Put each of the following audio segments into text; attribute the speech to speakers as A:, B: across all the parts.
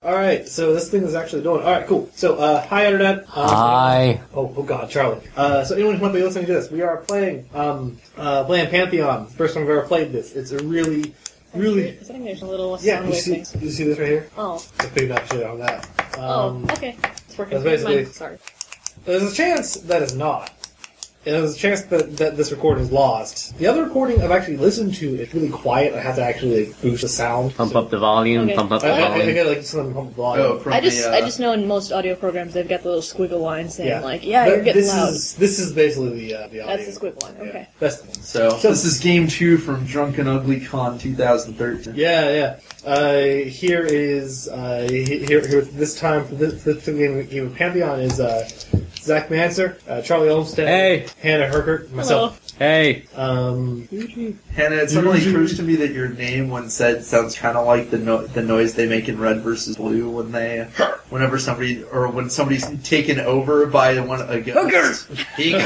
A: All right, so this thing is actually doing. All right, cool. So, uh, hi, internet. Um,
B: Hi.
A: Oh, oh God, Charlie. Uh, so anyone who might be listening to this, we are playing, um, uh, playing Pantheon. It's the first time we've ever played this. It's a really,
C: I
A: really.
C: think there's a little
A: Yeah,
C: sound
A: you
C: wave
A: see,
C: thing.
A: you see this right here?
C: Oh,
A: It's a big actually on that. Um,
C: oh, okay. It's working.
A: that's basically-
C: Mine- Sorry.
A: There's a chance that it's not. And there's a chance that, that this recording is lost. The other recording I've actually listened to is really quiet. I have to actually like, boost the sound.
B: Pump up the volume.
C: Okay.
B: Pump up the
A: I, I, I
B: volume.
A: think I like something pump the volume.
D: Oh, from
C: I just,
D: the, uh,
C: I just know in most audio programs they've got the little squiggle line saying
A: Yeah.
C: like, yeah, you're
A: But
C: getting
A: this
C: loud.
A: Is, this is basically the, uh, the audio.
C: That's the squiggle line.
A: Yeah.
C: Okay.
A: That's the one.
D: So,
A: So-
D: this is game two from Drunken Ugly Con 2013.
A: Yeah, yeah. Uh, here is uh, he- here, here this time for this, this game, game of Pantheon is uh, Zach Manser, uh, Charlie Olmstead,
B: Hey.
A: Hannah Herkert, myself.
B: Hey.
A: Um,
D: Hannah, it suddenly occurs to me that your name, when said, sounds kind of like the no- the noise they make in Red versus Blue when they, whenever somebody or when somebody's taken over by one a ghost. Hooker.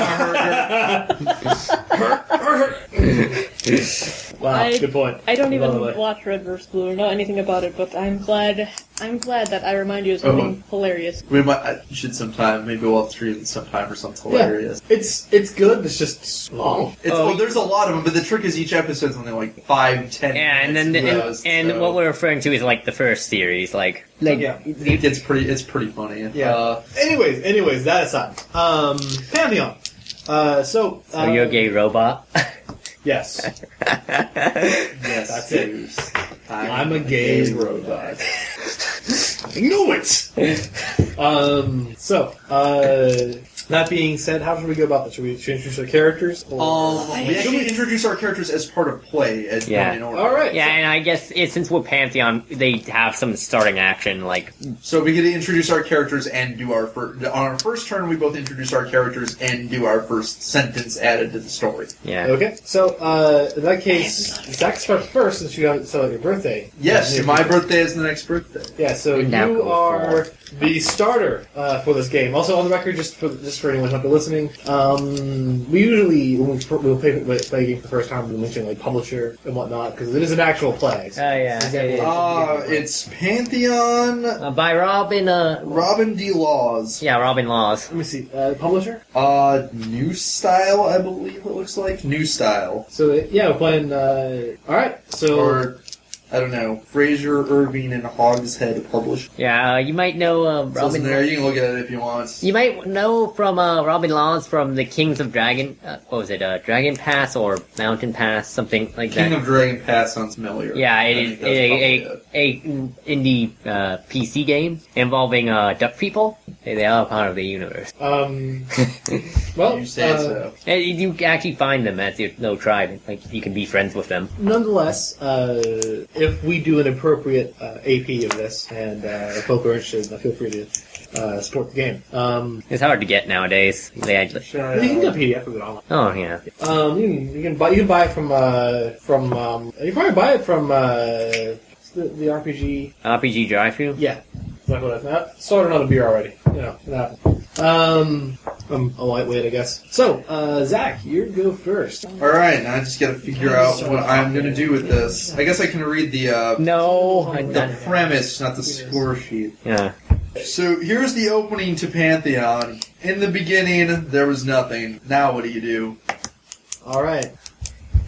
A: wow,
C: I-
A: good point.
C: I don't even
A: Lovely.
C: watch Red vs. Blue or know anything about it, but I'm glad, I'm glad that I remind you of something hilarious.
D: we might I should sometime. Maybe we'll stream it sometime or something
A: Yeah.
D: hilarious.
A: It's it's good. It's just long.
D: It's,
B: Oh,
D: well, there's a lot of them, but the trick is each episode's only like five, ten.
B: Yeah, and then the,
D: minutes
B: and,
D: most,
B: and
D: so
B: what we're referring to is like the first series, like like
A: Yeah.
D: it gets pretty. It's pretty funny.
A: Yeah.
D: Uh,
A: Anyways, anyways, that aside, um, Pantheon. Uh, so,
B: so
A: uh,
B: you're a gay robot.
A: Yes,
D: yes,
A: That's it.
D: Zeus.
A: I'm a gay
D: robot.
A: knew it. um, so, uh, that being said, how should we go about this? Should we introduce our characters? Or...
D: Um, we
C: I-
D: actually introduce our characters as part of play as
B: Yeah.
D: not in order.
A: All right.
B: yeah, and I guess it, since we're Pantheon, they have some starting action. Like
D: So we get to introduce our characters and do our first. On our first turn, we both introduce our characters and do our first sentence added to the story.
B: yeah,
A: Okay, so uh, in that case, Zach starts first since you haven't celebrated your birthday.
D: Yes,
A: Yeah,
D: my birthday is the next birthday.
A: Yeah, so
B: And now
A: you
B: go
A: are the starter uh, for this game. Also, on the record, just for just for anyone who's not been listening, um, we usually when we we'll play, play a game for the first time, we mention like publisher and whatnot because it is an actual play.
B: Oh, yeah,
A: It's
B: it is.
D: Uh, it's Pantheon
B: uh, by Robin. Uh,
D: Robin D. Laws.
B: yeah, Robin Laws.
A: Let me see. Uh, publisher.
D: Uh, new style, I believe it looks like. New style.
A: So yeah, we're playing. Uh, all right. So
D: Or, I don't know, Fraser, Irving, and Hogshead published.
B: Yeah, uh, you might know uh,
D: So it's
B: Robin.
D: in there. You can look at it if you want.
B: You might know from uh, Robin Laws from the Kings of Dragon. Uh, what was it? Uh, Dragon Pass or Mountain Pass, something like that.
D: King of Dragon Pass sounds familiar.
B: Yeah,
D: I
B: it
D: think
B: is
D: that's
B: a,
D: probably
B: a,
D: it.
B: a indie uh, PC game involving uh, duck people. They, they are part of the universe.
A: um, well,
D: you say
A: uh,
D: so.
B: And you actually find them as your no tribe. Like you can be friends with them.
A: Nonetheless, uh, if we do an appropriate uh, AP of this, and uh, if folk are interested, uh, feel free to uh, support the game. Um,
B: It's hard to get nowadays. They actually,
D: Shut
A: you can get
D: up.
A: a PDF of it online.
B: oh yeah,
A: Um, you can you can buy you can buy it from uh, from um, you probably buy it from uh, the, the RPG.
B: RPG drive through.
A: Yeah, that's not what I thought. Started on a beer already. You know that. Um, I'm a lightweight, I guess. So, uh, Zach, you go first.
D: All right, now I just got to figure out what I'm going to do with this. I guess I can read the uh,
B: No, I
D: the
B: don't-
D: premise, not the score sheet.
B: Oh, yeah,
D: So here's the opening to Pantheon. In the beginning, there was nothing. Now what do you do?
A: All right.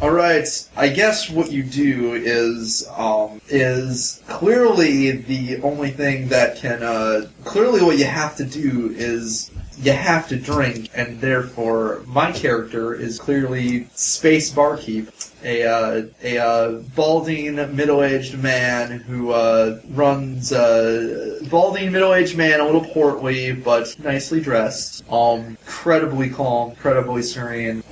D: All right, I guess what you do is um, is clearly the only thing that can uh, clearly what you have to do is you have to drink, and therefore my character is clearly space barkeep, a uh, a uh, balding middle aged man who uh, runs uh, balding middle aged man, a little portly but nicely dressed, um, incredibly calm, incredibly serene.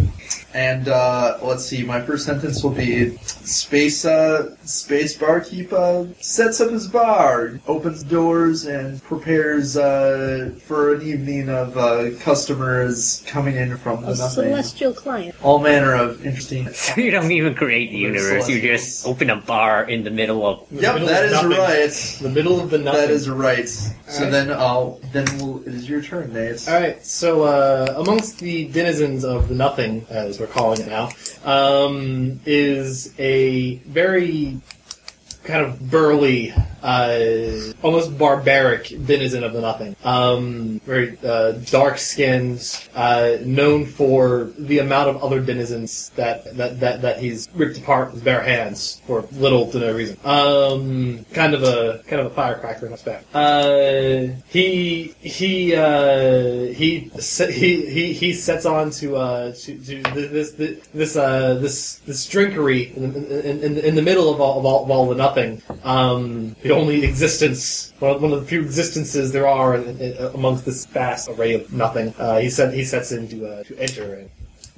D: And uh, let's see, my first sentence will be space uh, space barkeep uh, sets up his bar, opens doors, and prepares uh, for an evening of uh, customers coming in from
C: A
D: the nothing.
C: celestial client.
D: All manner of interesting.
B: so you don't even create the universe. You just open a bar in the middle of.
A: In the
D: Yep,
A: middle
D: that
A: of
D: is
A: nothing.
D: right.
A: In the middle of the nothing.
D: That is right. So
A: Alright.
D: then, I'll then we'll, it is your turn, Nate.
A: All right. So uh, amongst the denizens of the nothing, as we're calling it now, um, is a very kind of burly uh, almost barbaric denizen of the nothing. Um, very uh, dark skins, uh, known for the amount of other denizens that, that, that, that he's ripped apart with bare hands for little to no reason. Um, kind of a kind of a firecracker in aspect. Uh, he he uh, he se- he he he sets on to uh, to, to thi- this this this uh, this this drinkery in, in, in, in the middle of all of all, of all the nothing. Um, the only existence, one of, one of the few existences there are in, in, amongst this vast array of nothing. Uh, he said he sets in to uh, to enter and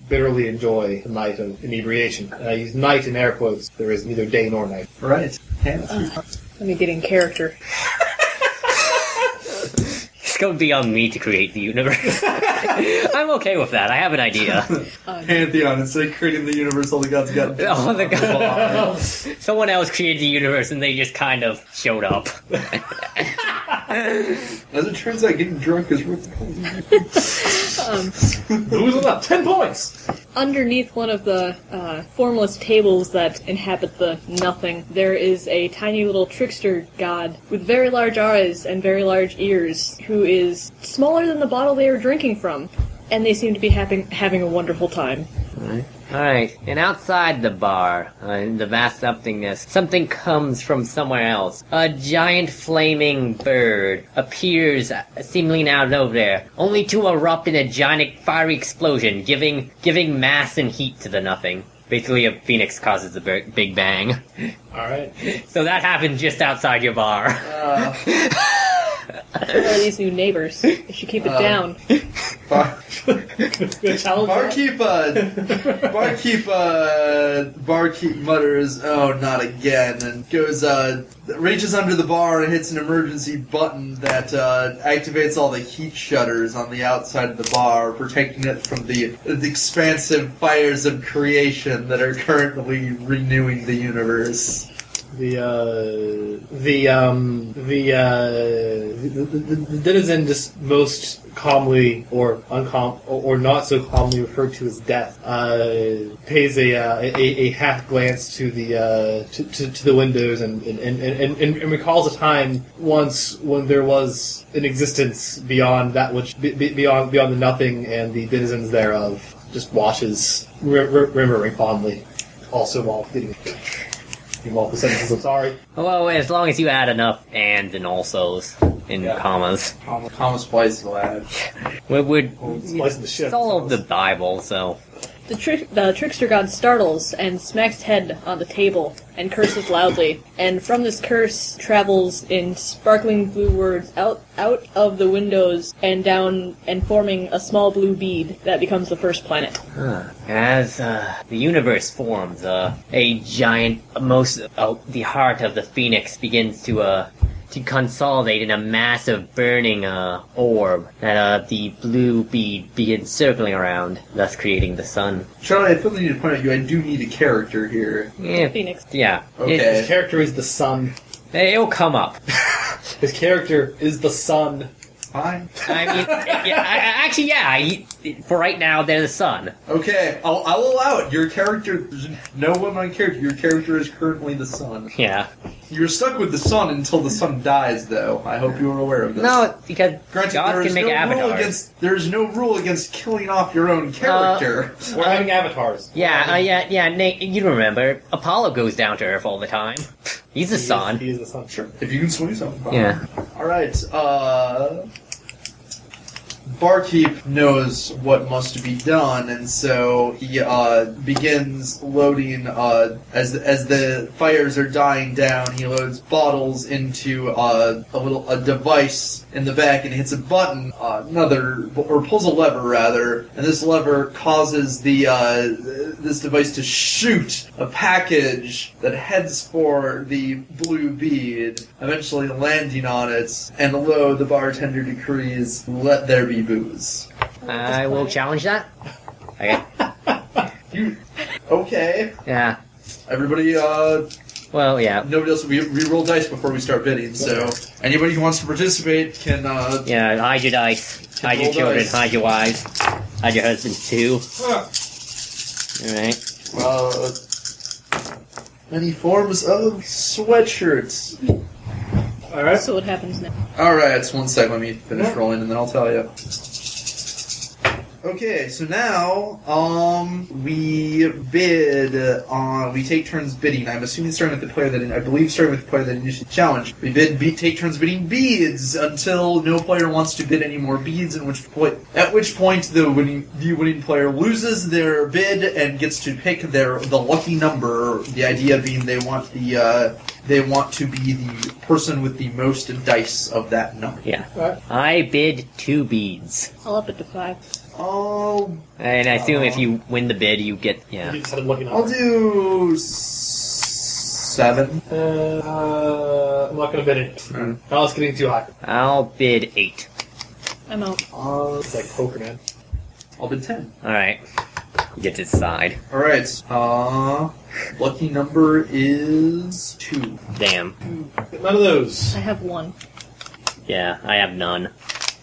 A: bitterly enjoy the night of inebriation. And I use night in air quotes. There is neither day nor night.
D: Right. Hands.
C: Let me get in character.
B: It's going to be on me to create the universe. I'm okay with that. I have an idea.
C: Uh,
D: Pantheon, instead of creating the universe, all the gods got.
B: Oh, the god. Someone else created the universe and they just kind of showed up.
D: As it turns out, getting drunk is worth
C: um,
A: Who's on up? Ten points.
C: underneath one of the uh, formless tables that inhabit the nothing, there is a tiny little trickster god with very large eyes and very large ears who is smaller than the bottle they are drinking from. And they seem to be having, having a wonderful time.
B: Alright, and outside the bar, uh, in the vast nothingness, something comes from somewhere else. A giant flaming bird appears uh, seemingly out of nowhere, only to erupt in a giant fiery explosion, giving giving mass and heat to the nothing. Basically, a phoenix causes the bir- Big Bang.
A: All right.
B: So that happened just outside your bar.
D: Uh,
C: Who are these new neighbors? They should keep it
D: Um,
C: down.
D: bar-
A: Good challenge.
D: barkeep, uh, barkeep, uh, barkeep mutters, "Oh, not again!" and goes, uh, reaches under the bar and hits an emergency button that uh, activates all the heat shutters on the outside of the bar, protecting it from the, the expansive fires of creation that are currently renewing the universe.
A: The uh, the um, the, uh, the, the, the denizen just most calmly or uncalm or, or not so calmly referred to as death uh, pays a, uh, a a half glance to the uh, to, to, to the windows and and, and, and, and and recalls a time once when there was an existence beyond that which be, be- beyond beyond the nothing and the denizens thereof just washes re- re- remembering fondly also while getting involved with sentences. I'm sorry.
B: well, as long as you add enough ands and alsos and
D: Yeah.
B: commas.
D: Thomas Weiss is allowed.
B: We would.
A: Slicing the shit.
B: It's all of the Bible, so.
C: The, tri- the trickster god startles and smacks head on the table and curses loudly. And from this curse travels in sparkling blue words out out of the windows and down and forming a small blue bead that becomes the first planet.
B: As uh, the universe forms, uh, a giant, most uh, the heart of the phoenix begins to uh, to consolidate in a massive burning uh, orb that uh, the blue bead begins circling around, thus creating the sun.
D: Charlie, I feel the need to point out you. I do need a character here.
B: Yeah,
C: Phoenix.
B: yeah.
D: Okay.
A: His character is the sun.
B: It, will come up.
A: His character is the sun.
D: Fine.
B: I mean, yeah, I, I- actually, yeah. he- for right now, they're the sun.
D: Okay, I'll, I'll allow it. Your character, there's no one on character. Your character is currently the sun.
B: Yeah.
D: You're stuck with the sun until the sun dies, though. I hope you are aware of this.
B: No, because
D: Granted,
B: God
D: there
B: can
D: is
B: make
D: no
B: avatars.
D: rule against there is no rule against killing off your own character.
A: We're having avatars.
B: Yeah, uh, yeah, yeah. Nate, you remember Apollo goes down to Earth all the time. He's the
A: He is-
B: sun.
A: He is the sun. Sure.
D: if you can swing something. fine.
B: Yeah.
D: All right. Uh, barkeep knows what must be done, and so he uh, begins loading. Uh, as as the fires are dying down, he loads bottles into uh, a little a device in the back and hits a button. Uh, another or pulls a lever rather, and this lever causes the uh, this device to shoot a package that heads for the blue bead, eventually landing on it. And lo, the bartender decrees, "Let there be booze."
B: I will challenge that. Okay.
D: You Hmm. okay?
B: Yeah.
D: Everybody, uh,
B: Well, yeah.
D: nobody else. We, we roll dice before we start bidding, so anybody who wants to participate can. Uh,
B: Yeah, hide your dice. Hide your
D: Roll
B: children.
D: dice.
B: Hide your wives. Hide your husbands, too. Alright.
D: uh, many forms of sweatshirts.
A: All right.
C: So what happens now?
D: All right, it's one sec. Let me finish
A: Yeah.
D: rolling, and then I'll tell you. Okay, so now um, we bid on. We take turns bidding. I'm assuming starting with the player that I believe starting with the player that initially challenged. We bid, be, take turns bidding beads until no player wants to bid any more beads. In which point, at which point the winning the winning player loses their bid and gets to pick their the lucky number. The idea being they want the uh, they want to be the person with the most dice of that number.
B: Yeah.
A: All right.
B: I bid two beads.
C: I'll up it to five.
D: Oh,
B: And I assume if
D: Uh-huh.
B: you win the bid, you get.
A: You
B: Yeah.
A: just had him looking up.
D: I'll do s- seven.
A: Uh, uh, I'm not gonna bid it.
D: Mm.
A: Oh, it's getting too hot.
B: I'll bid eight.
C: I'm out.
D: Uh,
A: It's like poker, man.
D: I'll do ten.
B: Alright. You get to decide.
D: All right. Uh, lucky number is two.
B: Damn.
A: None of those.
C: I have one.
B: Yeah, I have none.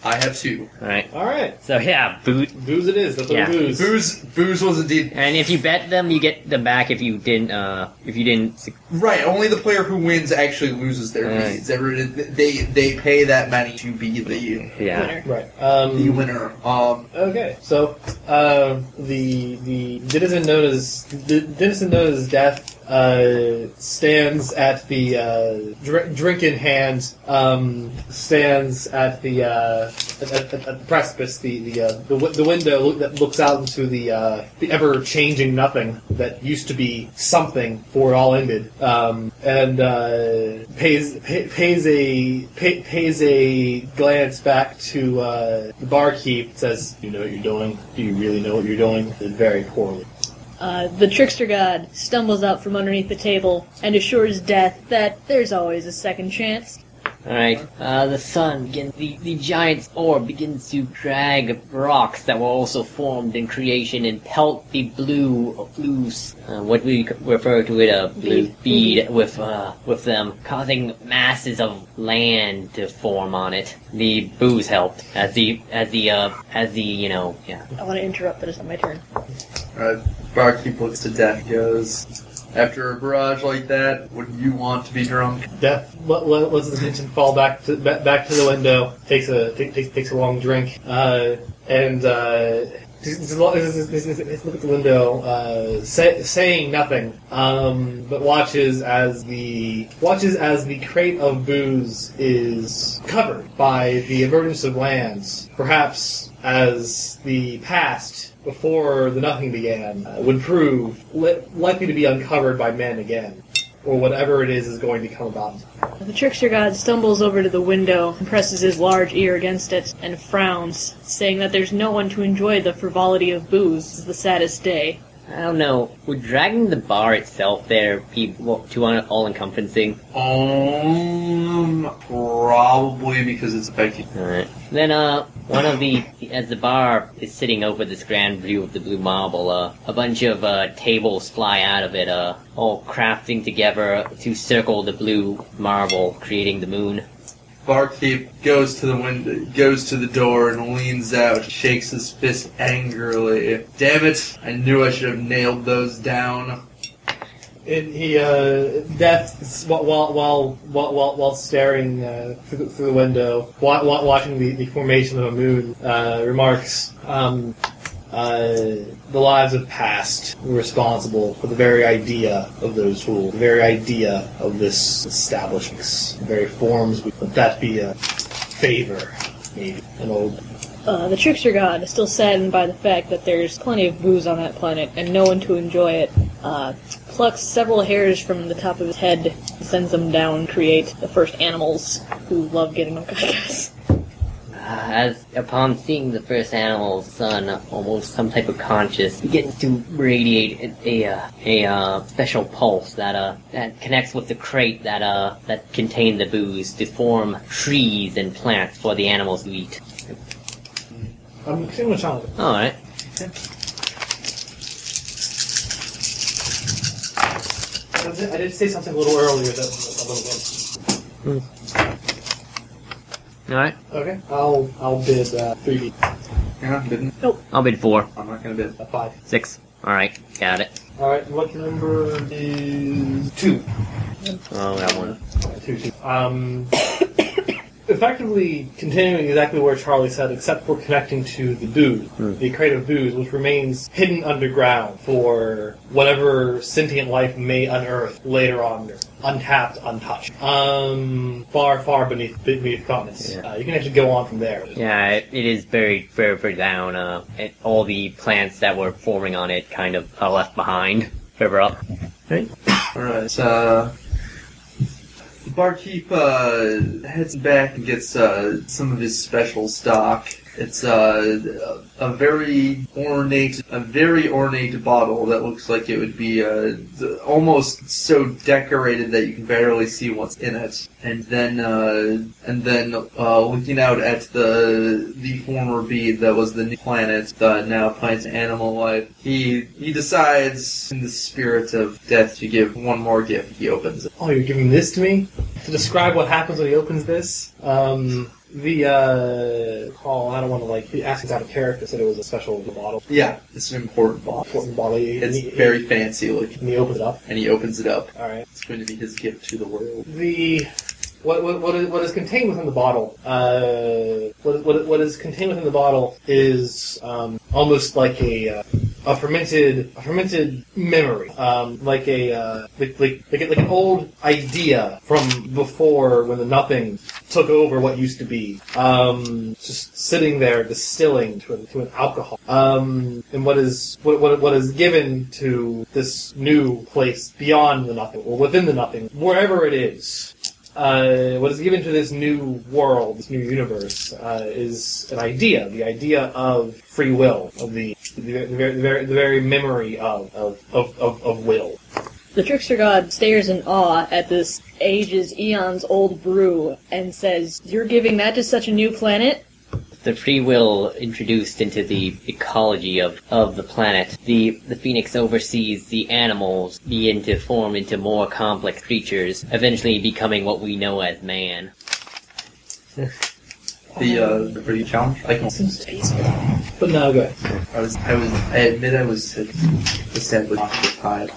D: I have two.
B: Alright.
A: All right.
B: So yeah, boot.
A: Booze it is. That's what
B: Yeah.
A: booze.
D: Booze, booze was indeed
B: And if you bet them, you get them back if you didn't, uh, if you didn't. suc-
D: right. Only the player who wins actually loses their
B: Right.
D: beads. Every- They they pay that money to be the
B: Yeah.
C: Winner.
A: Right. Um,
D: the winner. Um,
A: Okay, so uh, the the denizen known as the denizen known as death uh, stands at the uh, dr- drink in hand um, stands at the uh, at, at, at the precipice the the uh, the, w- the window look- that looks out into the uh, the ever changing nothing that used to be something before it all ended um, and uh, pays pay, pays a pay, pays a glance back to uh, the barkeep says you know what you're doing do you really know what you're doing very poorly
C: Uh, the trickster god stumbles out from underneath the table and assures Death that there's always a second chance.
B: Alright. Uh, the sun begins, the, the giant's orb begins to drag rocks that were also formed in creation and pelt the blue, blue, s- uh, what we c- refer to it a blue
C: Bead.
B: bead with, uh, with them, causing masses of land to form on it. The booze helped as the, as the, uh, as the, you know, yeah.
C: I want to interrupt, but it's not my turn.
D: Uh, barkeep looks to death and goes, after a barrage like that, would you want to be drunk?
A: death let, let, lets his attention fall back to ba- back to the window takes a ta- takes takes a long drink uh, and uh, just- just lo- just- just- just- just look at the window, uh, say, saying nothing, um, but watches as the watches as the crate of booze is covered by the emergence of lands. Perhaps as the past before the nothing began uh, would prove li- likely to be uncovered by men again, or whatever it is is going to come about.
C: The trickster god stumbles over to the window and presses his large ear against it and frowns, saying that there's no one to enjoy the frivolity of booze. This is the saddest day.
B: I don't know. Would dragging the bar itself there be well, too all encompassing?
D: Um, probably because it's affecting.
B: Alright. Then, uh, one of the, as the bar is sitting over this grand view of the blue marble, uh, a bunch of, uh, tables fly out of it, uh, all crafting together to circle the blue marble, creating the moon.
D: Barkeep goes to the window, goes to the door, and leans out, shakes his fist angrily. Damn it! I knew I should have nailed those down.
A: And he uh, death while while while while, while staring uh, through, the, through the window, wa- wa- watching the, the formation of a moon, uh, remarks. Um, uh, the lives of past were responsible for the very idea of those rules, the very idea of this establishment, the very forms. Would that be a favor, maybe? An old
C: Uh, the trickster god is still saddened by the fact that there's plenty of booze on that planet and no one to enjoy it. Uh, plucks several hairs from the top of his head and sends them down to create the first animals who love getting on cacas.
B: Uh, as upon seeing the first animal's sun, almost some type of conscious begins to radiate a a, uh, a uh, special pulse that uh that connects with the crate that uh that contained the booze to form trees and plants for the animals to eat.
A: I'm extremely challenged.
B: All right.
A: I did, I did say something a little earlier that was a little bit.
B: All right.
A: Okay, I'll I'll bid uh, three D
D: Yeah, I'm bidding.
B: I'll bid four,
D: I'm not gonna bid.
A: a five.
B: six. All right. Got it.
A: All right, what number is two?
B: Oh, got one.
A: Two, two. Um, effectively continuing exactly where Charlie said, except for connecting to the booze, the creative booze, which remains hidden underground for whatever sentient life may unearth later on, untapped, untouched, um, far, far beneath beneath continents.
B: Yeah.
A: Uh, you can actually go on from there.
B: Yeah, it, it is buried very far down. Uh, and all the plants that were forming on it kind of are left behind. Further up.
D: Alright, uh. The barkeep uh, heads back and gets uh, some of his special stock. It's uh, a very ornate, a very ornate bottle that looks like it would be uh, th- almost so decorated that you can barely see what's in it. And then, uh, and then uh, looking out at the the former bead that was the new planet, the now planet animal life, he he decides in the spirit of death to give one more gift. He opens it.
A: Oh, you're giving this to me to describe what happens when he opens this. Um, the uh, call. I don't want to like ask it's out of character. Said it was a special bottle,
D: Yeah, it's an important bottle.
A: important bottle.
D: It's
A: and he,
D: very fancy looking,
A: And he opens it up.
D: and he opens it up.
A: All right.
D: It's going to be his gift to the world.
A: the what what what is, what is contained within the bottle. Uh, what what what is contained within the bottle is um, almost like a uh, a fermented a fermented memory, um, like a uh, like like like, a, like an old idea from before when the nothing took over what used to be. Um, just sitting there distilling to, an- to an alcohol. Um, and what is what, what what is given to this new place beyond the nothing or within the nothing, wherever it is. Uh, what is given to this new world, this new universe, uh, is an idea. The idea of free will, of the the, the, very, the, very, the very memory of of, of, of, of will.
C: The trickster god stares in awe at this ages, eons old brew and says, You're giving that to such a new planet?
B: the free will introduced into the ecology of, of the planet. The the phoenix oversees the animals begin to form into more complex creatures, eventually becoming what we know as man.
D: The uh, are you challenged? I can.
C: Seems to be-
A: But now, go ahead.
D: I was. I was. I admit I was sadly occupied.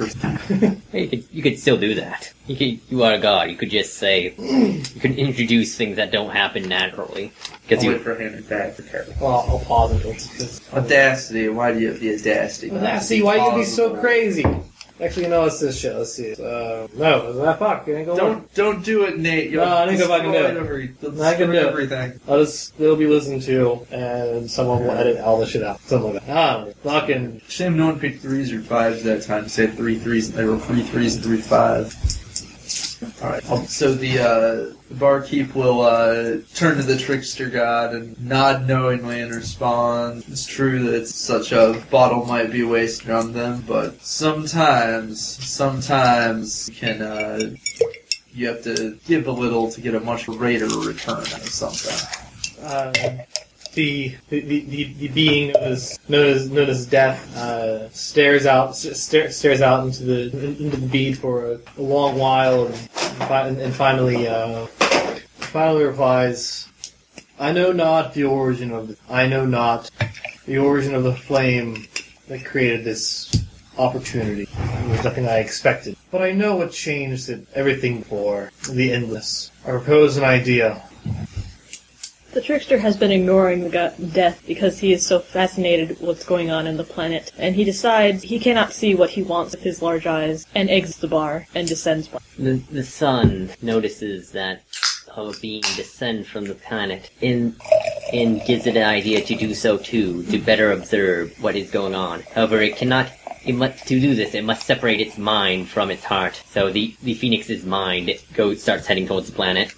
B: You could you could still do that. You could you are a god. You could just say you could introduce things that don't happen naturally because
D: I'll
B: you
D: wait for him to back for Carol.
A: Well, I'll, I'll pause until it's- it's-
D: Audacity. Why do you have the audacity?
A: Well, now, see, why you be so crazy? Actually, you know, it's this shit. Let's see. Uh, no, it's not fuck. It ain't gonna work.
D: Don't don't do it, Nate. You'll
A: No, I think if I can do
D: destroy
A: it.
D: every-
A: I can
D: destroy
A: do it.
D: everything.
A: I'll just, it'll be listened to, and someone will edit all the shit out. Something like that. Ah, fucking.
D: Shame no one picked threes or fives that time. Said three threes, and they were three threes and three fives. All right. um, So the, uh, the barkeep will uh, turn to the trickster god and nod knowingly and respond. It's true that such a bottle might be wasted on them, but sometimes, sometimes you can uh, you have to give a little to get a much greater return out of something.
A: Um, the, the, the, the the being known as known as, known as death uh, stares out s- stare, stares out into the into the bead for a, a long while and, fi- and finally uh, finally replies, "I know not the origin of the, I know not the origin of the flame that created this opportunity. It was nothing I expected, but I know what changed it, everything for the endless. I propose an idea."
C: The trickster has been ignoring the god death because he is so fascinated with what's going on in the planet, and he decides he cannot see what he wants with his large eyes, and exits the bar and descends. one.
B: The, the sun notices that a being descend from the planet and, and gives it an idea to do so too, to better observe what is going on. However, it cannot, it must, to do this, it must separate its mind from its heart. So the, the phoenix's mind it goes, starts heading towards the planet,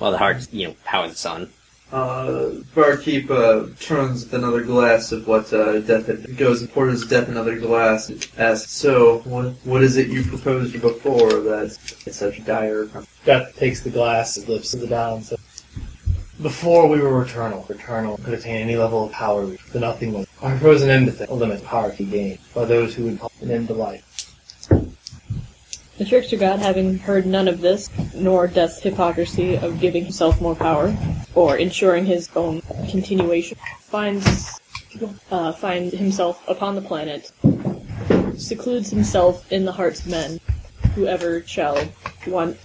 B: while the heart, you know, powers the sun.
D: Uh, barkeep uh, turns with another glass of what uh, Death had, goes and pours Death another glass and asks, "So, what, what is it you proposed before that is such dire?"
A: Death takes the glass, his lips to the down, and says, Before we were eternal, eternal could attain any level of power, we- the nothing was. I propose an end to things, a limit power to gain by those who would call an end to life.
C: The trickster god, having heard none of this, nor death's hypocrisy of giving himself more power, or ensuring his own continuation, finds uh, finds himself upon the planet, secludes himself in the hearts of men, whoever shall want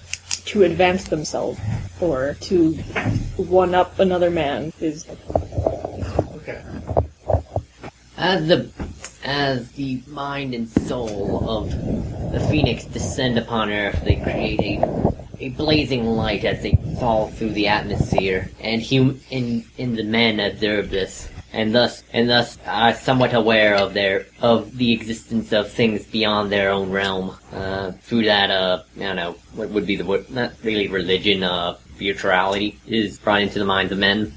C: to advance themselves. or to one up another man is
A: Okay.
B: As the as the mind and soul of the phoenix descend upon Earth, they create a, a blazing light as they fall through the atmosphere, and hum and, and the men observe this, and thus and thus are somewhat aware of their of the existence of things beyond their own realm. Uh, through that, uh, I don't know what would be the word, not really religion, uh, spirituality is brought into the minds of men.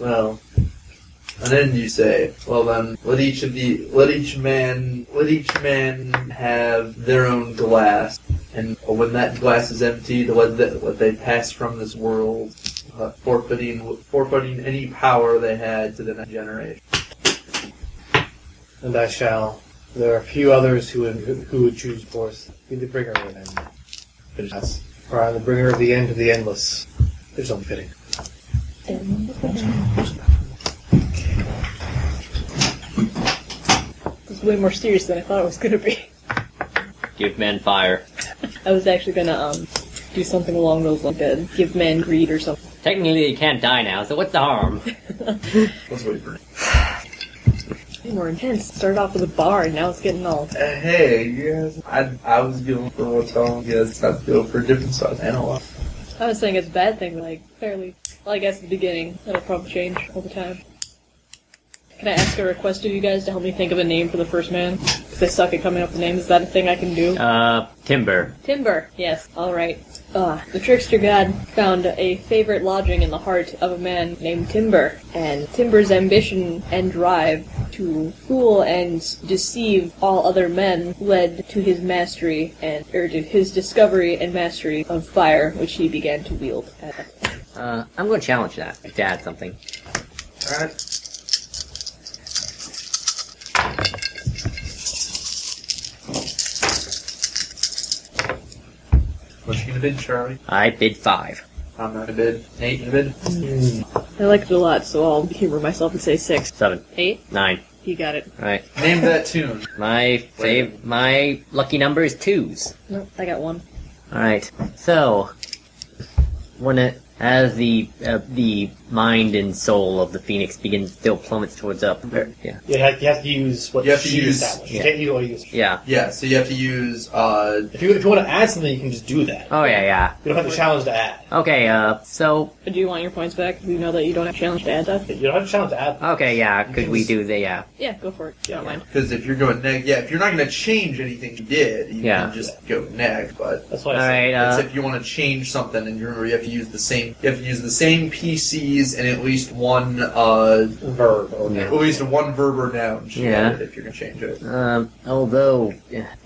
D: Well, and then you say, well then, let each of the, let each man, let each man have their own glass, and when that glass is emptied, let the, let they pass from this world, uh, forfeiting, forfeiting any power they had to the next generation.
A: And I shall. There are few others who would, who would choose force. Be the bringer of an end. Finish us. For I am the bringer of the end of the endless. There's only fitting.
C: is way more serious than I thought it was going to be.
B: Give men fire.
C: I was actually going to um do something along those lines, uh, give men greed or something.
B: Technically, they can't die now, so what's the harm?
D: Let's wait for it.
C: Way More intense. Started off with a bar, and now it's getting all.
D: Uh, hey, you guys, I, I was going for what's on, you guys got to go for a different size analog.
C: I was saying it's a bad thing, but like fairly. Well, I guess at the beginning that'll probably change over time. Can I ask a request of you guys to help me think of a name for the first man? Because I suck at coming up with names. Is that a thing I can do?
B: Uh, timber.
C: Timber. Yes. All right. Uh, the trickster god found a favorite lodging in the heart of a man named Timber, and Timber's ambition and drive to fool and deceive all other men led to his mastery and or to his discovery and mastery of fire, which he began to wield.
B: Uh, I'm going to challenge that. To add something.
D: Alright. What you gonna bid, Charlie?
B: I bid five.
D: I'm gonna bid. Nate, you gonna bid?
C: I liked it a lot, so I'll humor myself and say six,
B: Seven.
C: eight.
B: Nine.
C: You got it.
B: All right.
D: Name that tune.
B: My fav- my lucky number is twos.
C: No, I got one.
B: All right. So, when it as the uh, the mind and soul of the phoenix begins still plummets towards up. Yeah.
A: You have, you have to use what
D: You have to
A: she
D: use-
A: established.
B: yeah.
A: You can't use what you use.
B: Yeah.
D: Yeah, so you have to use, uh,
A: If you, if you want to add something, you can just do that.
B: Oh yeah, yeah.
A: You don't have to challenge to add.
B: Okay. Uh. So.
C: Do you want your points back? Do you know that you don't have challenge to add that?
A: You don't have to challenge to add.
B: Okay. Yeah. Could we do the? Yeah.
C: Yeah, go for it. Don't mind.
D: because if you're going neg, yeah, if you're not gonna change anything you did, you
B: Yeah.
D: can just go neg, but.
A: That's why
B: All
A: I said.
B: right.
D: It's
B: Uh.
D: if you want to change something, and you remember you have to use the same, you have to use the same PCs and at least one, uh,
A: verb. Or
D: at least one verb or noun. should
B: Yeah.
D: it If you're gonna change it.
B: Um, although,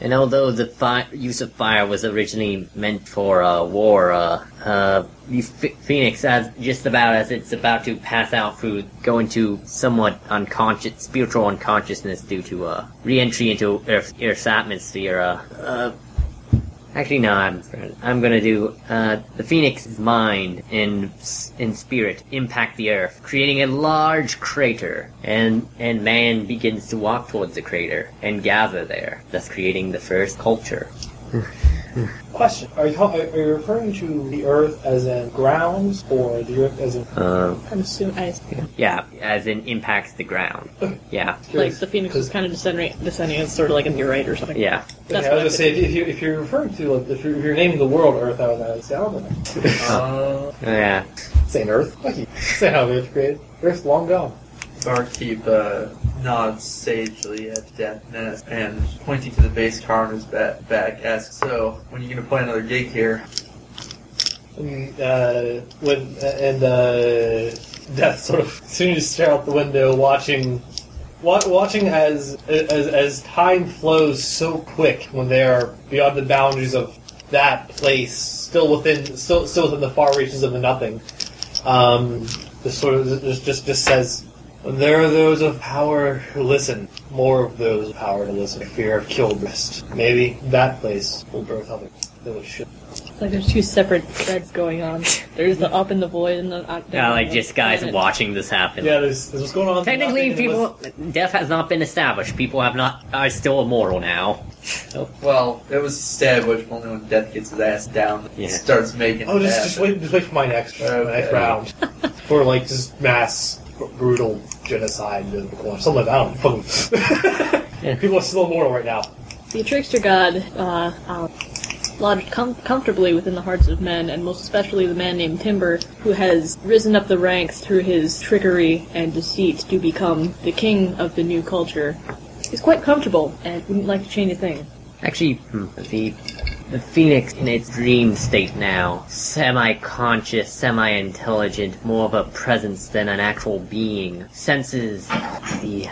B: and although the fi- use of fire was originally meant for uh, war, uh, uh, the ph- phoenix, as just about as it's about to pass out through, go into somewhat unconscious, spiritual unconsciousness due to uh, re-entry into Earth, Earth's atmosphere. Uh, uh, actually, no, I'm I'm gonna do uh, the phoenix's mind and s- and spirit impact the Earth, creating a large crater, and and man begins to walk towards the crater and gather there, thus creating the first culture.
A: Question: Are you are you referring to the Earth as in grounds or the Earth as in
B: Uh,
C: I'm assuming I
B: yeah, as in impacts the ground. Yeah,
C: like the phoenix was kind of descending, descending as sort of like a meteorite or something.
B: yeah.
C: That's
A: Okay, I was
C: what I
A: gonna
C: could
A: say if you if you're referring to like, if, you're, if you're naming the world Earth, I was gonna say I don't know.
D: Uh,
B: Yeah.
A: Saying Earth, fuck you. Say how Earth created. Earth's long gone.
D: barkeep uh, nods sagely at Death Nest and pointing to the bass guitar on his ba- back, asks, "So, when are you gonna play another gig here?"
A: And, uh, when and uh, death sort of as soon as stare out the window, watching, wa- watching as as as time flows so quick when they are beyond the boundaries of that place, still within still still within the far reaches of the nothing. Um, this sort of just just just says. When there are those of power who listen, more of those of power to listen, fear of killed rest. Maybe that place will birth others. Though it should.
C: say. like there's two separate threads going on. There's the up in the void and the. Uh,
B: Yeah, like just guys watching this happen.
A: Yeah, there's, there's what's going on.
B: Technically,
A: Nothing was-
B: people death has not been established. People have not are still immortal now.
D: Well, it was established only when Death gets his ass down and
B: Yeah.
D: starts making.
A: Oh,
D: it
A: just, just
D: happen.
A: wait, just wait for my next, uh, my
D: Okay.
A: next round for like just mass br- brutal genocide. in the corner. Something like that. I don't fucking.
B: Yeah.
A: People are still immortal right now.
C: The trickster god uh, uh, lodged com- comfortably within the hearts of men, and most especially the man named Timber, who has risen up the ranks through his trickery and deceit to become the king of the new culture. He's quite comfortable and wouldn't like to change a thing.
B: Actually, hmm, the the phoenix in its dream state now, semi-conscious, semi-intelligent, more of a presence than an actual being, senses the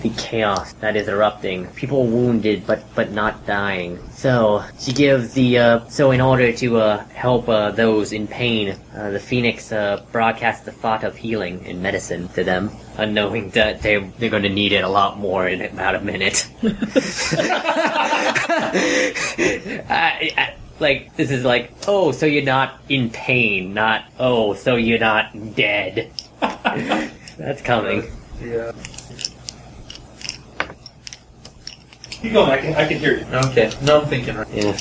B: the chaos that is erupting. People wounded, but but not dying. So she gives the uh, so in order to uh, help uh, those in pain, uh, the phoenix uh, broadcasts the thought of healing and medicine to them, unknowing that they they're going to need it a lot more in about a minute. I, I, like this is like oh, so you're not in pain, not oh, so you're not dead. That's coming.
D: Yeah.
A: Keep going. I can, I can hear you.
D: Okay. No, I'm thinking. Right.
B: Yeah.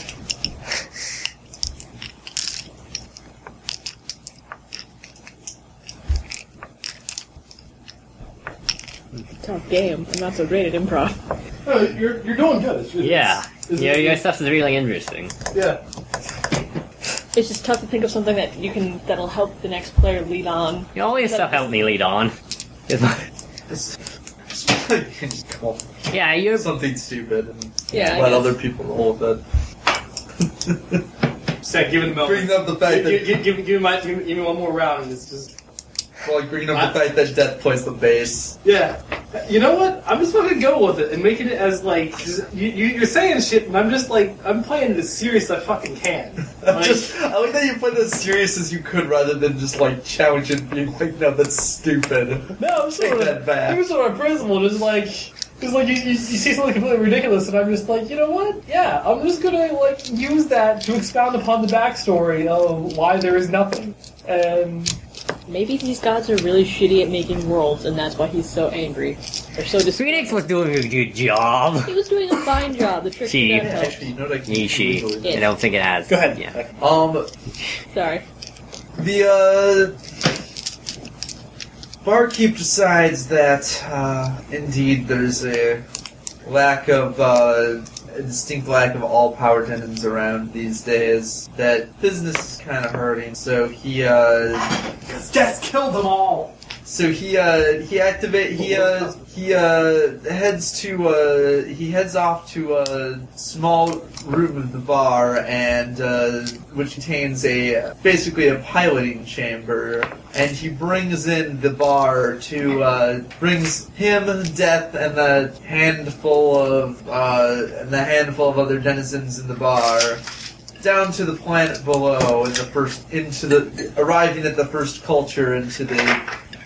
C: Tough game. I'm not so great at improv.
A: No, you're, you're doing good. It's, it's,
B: Yeah.
A: it's-
B: Your, your stuff is really interesting.
A: yeah.
C: It's just tough to think of something that you can that'll help the next player lead on.
B: You know, All your stuff helped me lead on.
D: Just, just call
B: yeah, you're.
D: something stupid and
C: Yeah, I
D: let
C: guess.
D: other people roll with it.
A: Sec, give it a moment.
D: brings up the fact
A: Give, give,
D: that
A: give, give, me my, give, me- give me one more round, and it's just
D: well, bringing up the fact that Death plays the bass.
A: yeah. You know what? I'm just fucking go with it and making it as like just, you, you, you're saying shit, and I'm just like I'm playing it as serious as I fucking can.
D: I'm
A: Like-
D: just, I like that you played as serious as you could rather than just like challenging. You're like, no, that's stupid.
A: No, I'm
D: Take
A: sort
D: that
A: of.
D: back.
A: It was sort of principled. It's like, it's like you, you, you see something completely ridiculous, and I'm just like, you know what? Yeah, I'm just gonna like use that to expound upon the backstory of why there is nothing. And
C: Maybe these gods are really shitty at making worlds, and that's why he's so angry. They're so dis-
B: Phoenix was doing a good job.
C: He was doing a fine job. The trickster
B: She-
C: god helped.
D: Actually, you know what I can
B: Nishi.
D: do?
B: I don't think it has.
A: Go ahead.
B: Yeah.
D: Um,
C: Sorry.
D: The uh, barkeep decides that uh, indeed there's a lack of uh, a distinct lack of all power tendons around these days. That business is kind of hurting, so he uh,
A: death killed them all.
D: so he uh, he activate he uh, he uh, heads to uh, he heads off to a small room of the bar and uh, which contains a basically a piloting chamber and he brings in the bar to uh, brings him death and the handful of uh, and the handful of other denizens in the bar down to the planet below in the first into the arriving at the first culture into the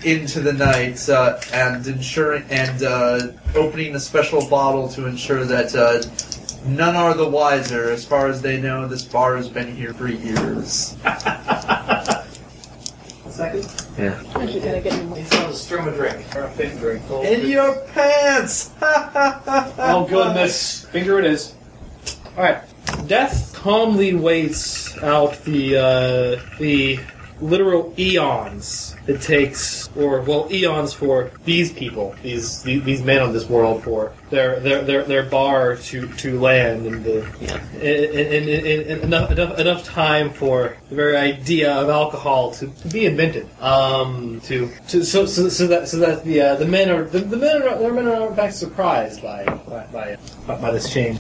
D: into the night uh, and ensuring and uh, opening a special bottle to ensure that uh, none are the wiser as far as they know this bar has been here for years
A: Second,
C: Actually, gotta get him.
A: he's going to strum a drink or a finger drink.
D: in your pants
A: Oh
D: oh
A: goodness, finger it is. All right, death calmly waits out the uh, the literal eons it takes, or well, eons for these people, these the- these men on this world for their their their, their bar to to land and the
B: Yeah.
A: and, and, and, and enough, enough enough time for the very idea of alcohol to, to be invented. Um, to, to so, so, so that so that the uh, the men are the, the men are the men are in fact surprised by by, by by by this change.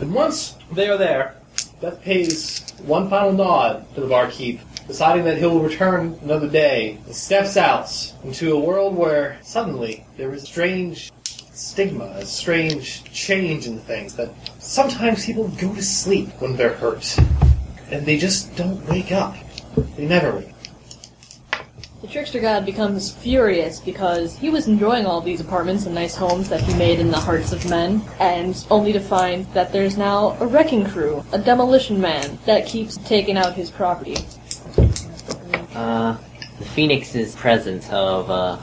A: And once they are there, Death pays one final nod to the barkeep, deciding that he'll return another day, and steps out into a world where suddenly there is a strange stigma, a strange change in things that sometimes people go to sleep when they're hurt, and they just don't wake up. They never wake up.
C: The trickster god becomes furious because he was enjoying all these apartments and nice homes that he made in the hearts of men, and only to find that there's now a wrecking crew, a demolition man, that keeps taking out his property.
B: Uh, the Phoenix's presence of, uh,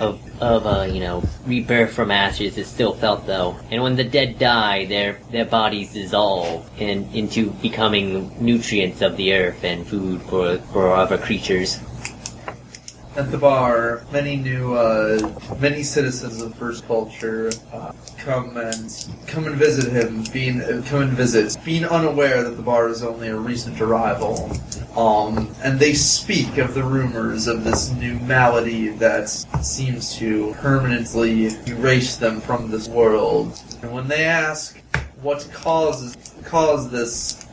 B: of, of, uh, you know, rebirth from ashes is still felt though. And when the dead die, their, their bodies dissolve in, into becoming nutrients of the earth and food for, for other creatures.
D: At the bar, many new, uh, many citizens of First Culture uh, come and come and visit him, being uh, come and visit, being unaware that the bar is only a recent arrival. Um, and they speak of the rumors of this new malady that seems to permanently erase them from this world. And when they ask what causes caused this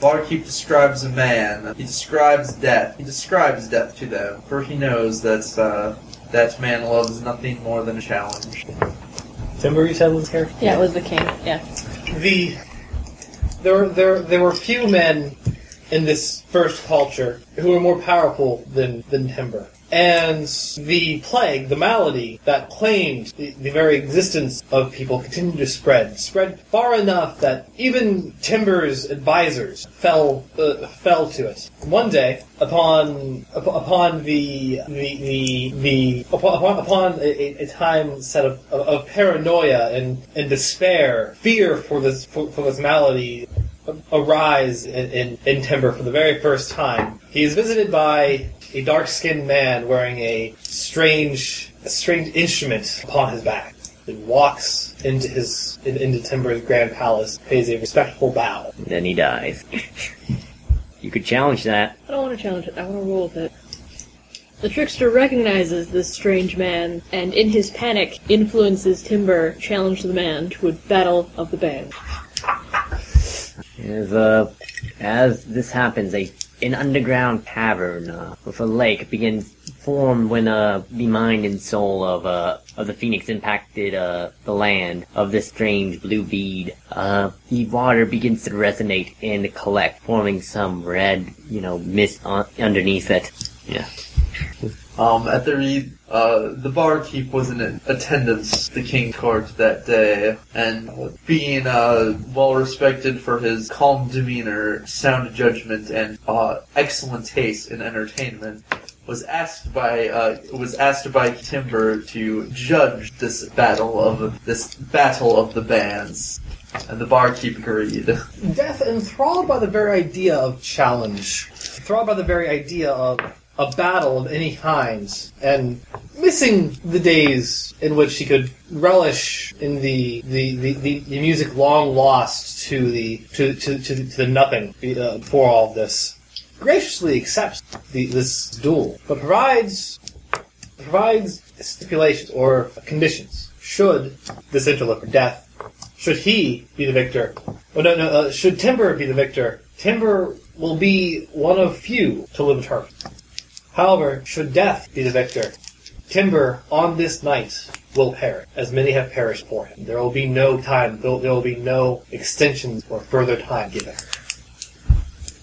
D: Barkeep describes a man. He describes death. He describes death to them, for he knows that uh, that man loves nothing more than a challenge.
A: Timber, you said was here.
C: Yeah, it was the king. Yeah.
A: The there there there were few men in this first culture who were more powerful than than Timber. And the plague, the malady that claimed the, the very existence of people, continued to spread, spread far enough that even Timber's advisors fell uh, fell to it. One day, upon up- upon the the the, the upon, upon- upon a, a- a time set of, of, of paranoia and, and despair, fear for this for, for this malady arise in, in, in Timber for the very first time. He is visited by a dark-skinned man wearing a strange, a strange instrument upon his back. He walks into his in, into Timber's grand palace, pays a respectful bow.
B: And then he dies. you could challenge that.
C: I don't want to challenge it. I want to roll with it. The trickster recognizes this strange man, and in his panic, influences Timber, challenge the man to a battle of the band.
B: As uh, as this happens, a an underground cavern uh, with a lake begins formed when uh, the mind and soul of uh, of the phoenix impacted uh, the land of this strange blue bead. Uh, the water begins to resonate and collect, forming some red, you know, mist on, underneath it. Yeah.
D: Um, at the re- uh, the barkeep was in attendance at the king court that day, and being uh, well respected for his calm demeanor, sound judgment, and uh, excellent taste in entertainment, was asked by uh, was asked by Timber to judge this battle of this battle of the bands, and the barkeep agreed.
A: Death, enthralled by the very idea of challenge, enthralled by the very idea of a battle of any kind, and missing the days in which he could relish in the the, the, the, the music long lost to the to to, to, the, to the nothing uh, for all of this, graciously accepts the, this duel, but provides provides stipulations or conditions. Should this interloper death should he be the victor? Oh no, no. Uh, should Timber be the victor? Timber will be one of few to live a term. However, should Death be the victor, Timber on this night will perish, as many have perished for him. There will be no time. There will, there will be no extensions or further time given.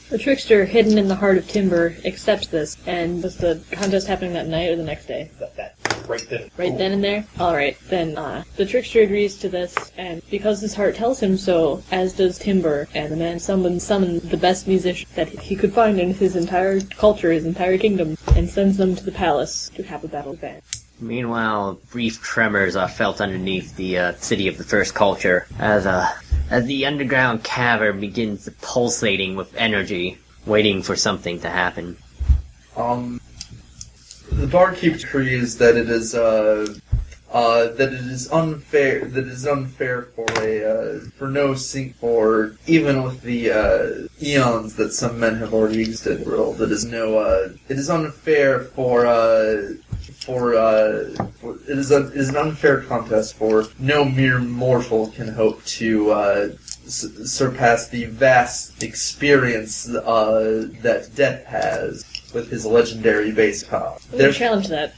C: The trickster, hidden in the heart of Timber, accepts this, and was the contest happening that night or the next day?
A: That, that right then.
C: Right then and there? Alright, then, uh, the trickster agrees to this, and because his heart tells him so, as does Timber, and the man summons summoned the best musician that he could find in his entire culture, his entire kingdom, and sends them to the palace to have a battle event.
B: Meanwhile, brief tremors are felt underneath the uh, city of the first culture as uh, as the underground cavern begins pulsating with energy, waiting for something to happen.
D: Um, the barkeep agrees that it is uh, uh, that it is unfair that it is unfair for a uh, for no sing for even with the uh, eons that some men have already existed in the world. It is no uh, it is unfair for. Uh, for, uh, for it is a, it is an unfair contest for no mere mortal can hope to uh, s- surpass the vast experience uh, that Death has with his legendary base power.
C: I'm gonna
D: There's
C: challenge that.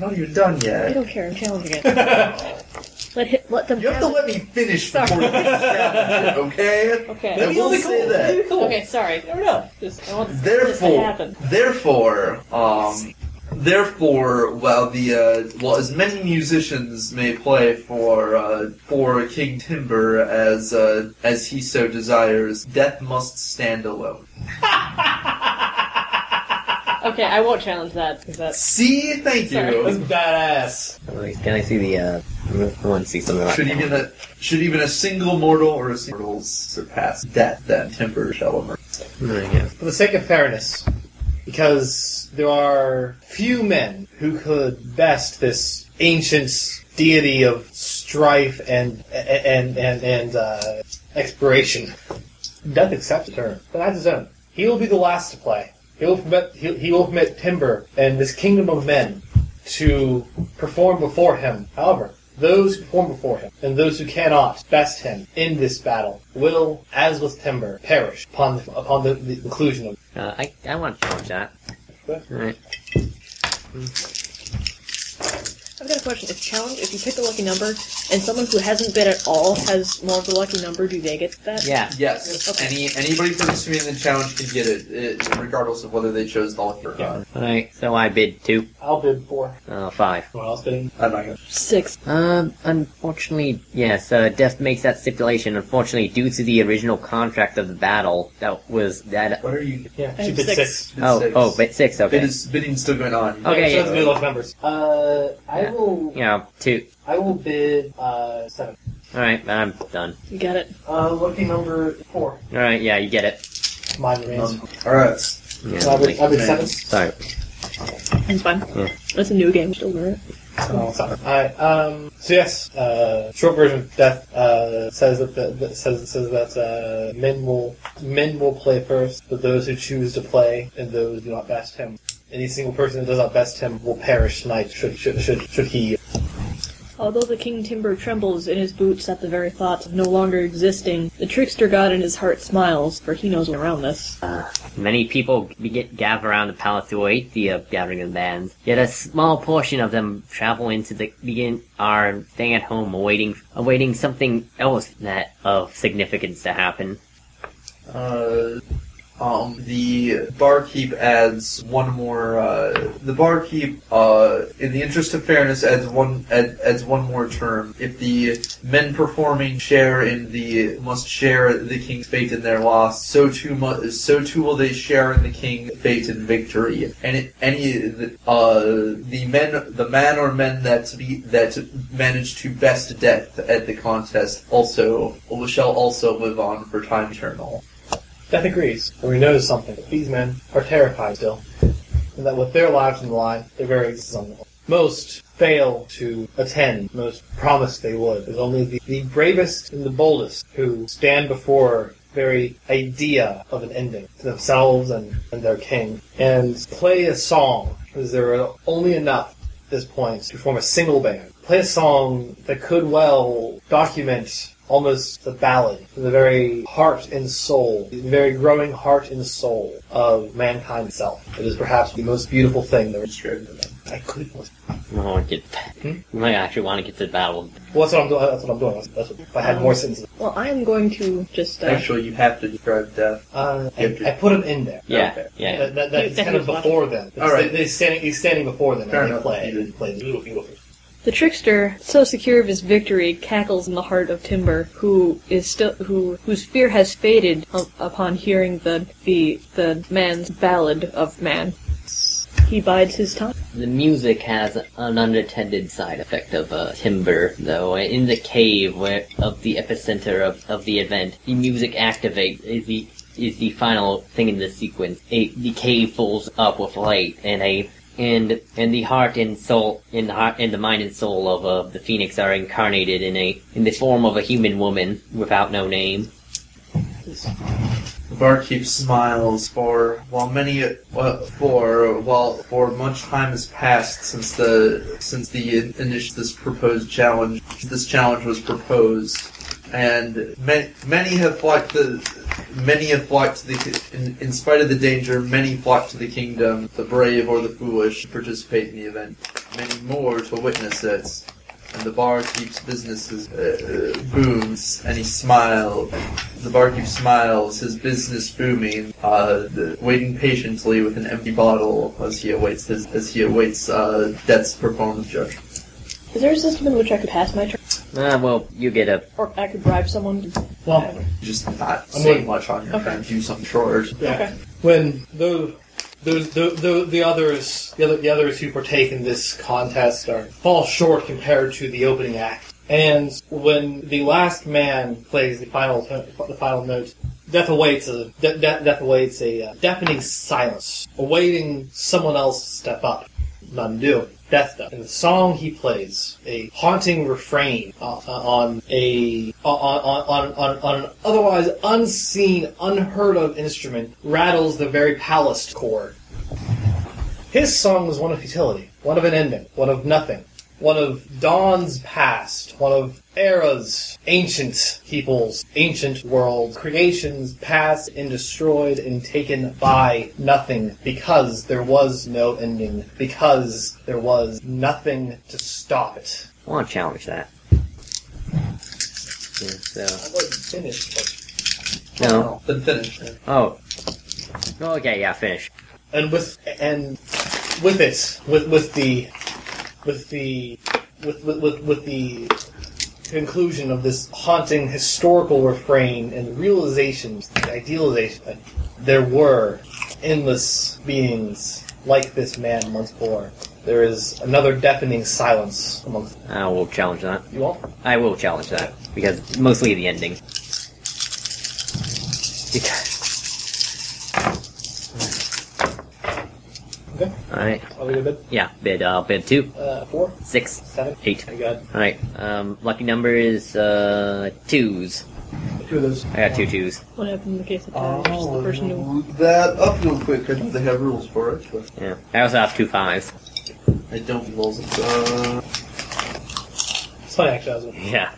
D: not even done
C: I
D: yet.
C: don't care, I'm challenging it. let, hit, let them
D: You have to
C: have
D: let me finish
C: Sorry.
D: before you challenge it, okay?
C: Okay.
D: I will say that.
C: Okay, sorry. No, no. Just, I want this, this to
D: Therefore,
C: happen.
D: therefore, um, Therefore, while the uh, while as many musicians may play for uh, for King Timber as uh, as he so desires, death must stand alone.
C: Okay, I won't challenge that. 'cause that's
D: See, thank
A: That's
D: you.
A: badass.
B: Can I see the? uh... I want to see something like
D: Should
B: that.
D: even a should even a single mortal or a single mortal surpass death, then Timber shall emerge.
B: Mm, yeah.
A: For the sake of fairness, because there are few men who could best this ancient deity of strife and and and and uh, expiration. Death accepts the turn, but that's his own. He will be the last to play. He will permit he, he will permit Timber and this kingdom of men to perform before him. However, those who perform before him and those who cannot best him in this battle will, as with Timber, perish upon the, upon the, the conclusion of.
B: Uh, I I want to challenge that.
A: Sure.
B: Alright.
C: I've got a question. If challenge, if you pick a lucky number, and someone who hasn't bid at all has more of the lucky number, do they get that?
B: Yeah.
D: Yes,
C: Okay.
D: any anybody participating in the challenge can get it, it regardless of whether they chose the lucky or not.
B: All right. So I bid two.
A: I'll bid four.
B: Uh, five.
A: Someone else bidding?
D: I'm not gonna.
C: Six.
B: Um, unfortunately, yes, uh, Death makes that stipulation. Unfortunately, due to the original contract of the battle, that was that.
D: What are you?
A: Yeah,
C: I
A: she
C: have
A: bid
C: six.
A: six.
D: Bid
B: Oh,
D: six.
B: oh, but six,
D: Bid
B: okay. Oh.
D: is, bidding's still going on.
B: Okay,
A: so
B: yeah.
A: that's the middle of numbers. Uh, I will.
B: Yeah. You know, two.
A: I will bid uh, seven.
B: Alright, I'm done.
C: You got it.
A: Uh, lucky number four.
B: Alright, yeah, you get it.
A: Mine remains.
D: Um, all right.
B: Yeah,
A: so I bid, I
B: lovely.
A: bid seven.
B: Sorry.
C: It's fine.
B: Yeah.
C: It's a new game. Still doing it.
A: Oh, sorry. Alright, um, so yes, uh, short version, Death, uh, says that, that, that says, says that, uh, men will, men will play first, but those who choose to play and those who do not best him. Any single person that does not best him will perish tonight should, should, should, should he.
C: Although the King Timber trembles in his boots at the very thought of no longer existing, the trickster god in his heart smiles, for he knows around this.
B: Many people g- get gather around the palace to await the uh, gathering of bands. Yet a small portion of them travel into the begin are staying at home awaiting awaiting something else that of significance to happen.
D: Uh, um, the barkeep adds one more. Uh, the barkeep, uh, in the interest of fairness, adds one add, adds one more term. If the men performing share in the must share the king's fate in their loss, so too mu- so too will they share in the king's fate in victory. And it, any the, uh, the men the man or men that be that manage to best death at the contest also shall also live on for time eternal.
A: Death agrees, and we notice something. These men are terrified still, and that with their lives on the line, their very existence is on the line. Most fail to attend, most promise they would. There's only the, the bravest and the boldest who stand before very idea of an ending to themselves and, and their king, and play a song, because there are only enough at this point to form a single band. Play a song that could well document almost the ballad, the very heart and soul, the very growing heart and soul of mankind itself. It is perhaps the most beautiful thing that was described in them. I couldn't. Well,
B: I want to get. You might actually want to get to the battle.
A: that's what I'm doing. That's what I'm doing. That's, that's what, if I
D: Um,
A: had more sentences,
C: Well, I am going to just. Uh,
D: Actually, you have to describe death.
A: uh, I, I put him in there.
B: Yeah,
D: Okay.
B: yeah.
A: That, that, that's
C: Yeah.
A: kind of before them.
D: All right.
A: They, are standing, he's standing before them.
D: Fair
A: and they
D: enough.
A: play. They play. Beautiful, beautiful.
C: The trickster, so secure of his victory, cackles in the heart of Timber, who is still who whose fear has faded u- upon hearing the the the man's ballad of man. He bides his time.
B: The music has an unintended side effect of uh, timber, though. In the cave where of the epicenter of, of the event, the music activates is the is the final thing in the sequence. A, the cave fills up with light, and a and and the heart and soul in the heart and the mind and soul of uh, the phoenix are incarnated in a in the form of a human woman without no name.
D: The barkeep smiles for while many uh, for while for much time has passed since the since the initial this proposed challenge this challenge was proposed, and many many have flocked the many have flocked to the ki- in, in spite of the danger many flock to the kingdom the brave or the foolish to participate in the event many more to witness it and the bar keeps businesses uh, uh, booms, and he smiles. The barkeep smiles, his business booming, uh, the, waiting patiently with an empty bottle as he awaits his, as he awaits uh, debt's performed judgment.
C: Is there a system in which I could pass my turn,
B: Ah, well, you get a.
C: or I could bribe someone? To...
A: Well,
D: Just not
A: I'm
D: say
A: waiting.
D: much on your
C: Okay.
D: turn. Do some chores.
A: yeah.
C: Okay.
A: When those, those, the, the, the others, the, other, the others who partake in this contest are fall short compared to the opening act. And when the last man plays the final, to- the final note, death awaits a de- de- death awaits a uh, deafening silence, awaiting someone else to step up. None do. Death does. And the song he plays, a haunting refrain uh, uh, on a on, on, on, on, on an otherwise unseen, unheard of instrument, rattles the very palast chord. His song was one of futility, one of an ending, one of nothing, one of dawn's past, one of eras, ancient peoples, ancient worlds, creations past and destroyed and taken by nothing because there was no ending, because there was nothing to stop it.
B: I want to challenge that. Yeah, so.
A: I wasn't finished. but-
B: No.
D: Then finish. it.
B: Oh. Okay, yeah, finish.
A: And with and with it, with with the with the with with, with, with the conclusion of this haunting historical refrain and realizations, the idealization that there were endless beings like this man once bore. There is another deafening silence amongst
B: I will challenge that.
A: you all.
B: I will challenge that because mostly the ending. Because.
A: Okay.
B: All right.
A: Are we good?
B: Yeah. Bid. Uh, bid two,
A: Uh, four,
B: six,
A: seven,
B: eight.
A: I got
B: All right. Um, lucky number is uh twos.
A: two of those.
B: I got two twos.
C: What happened in the case of Tyler?
A: Oh,
C: Just the person who
D: Um, that up real quick. I know they have rules for it, but
B: Yeah. I also have two fives.
D: I don't think rules. Uh,
A: It's funny actually. I was gonna-
B: Yeah.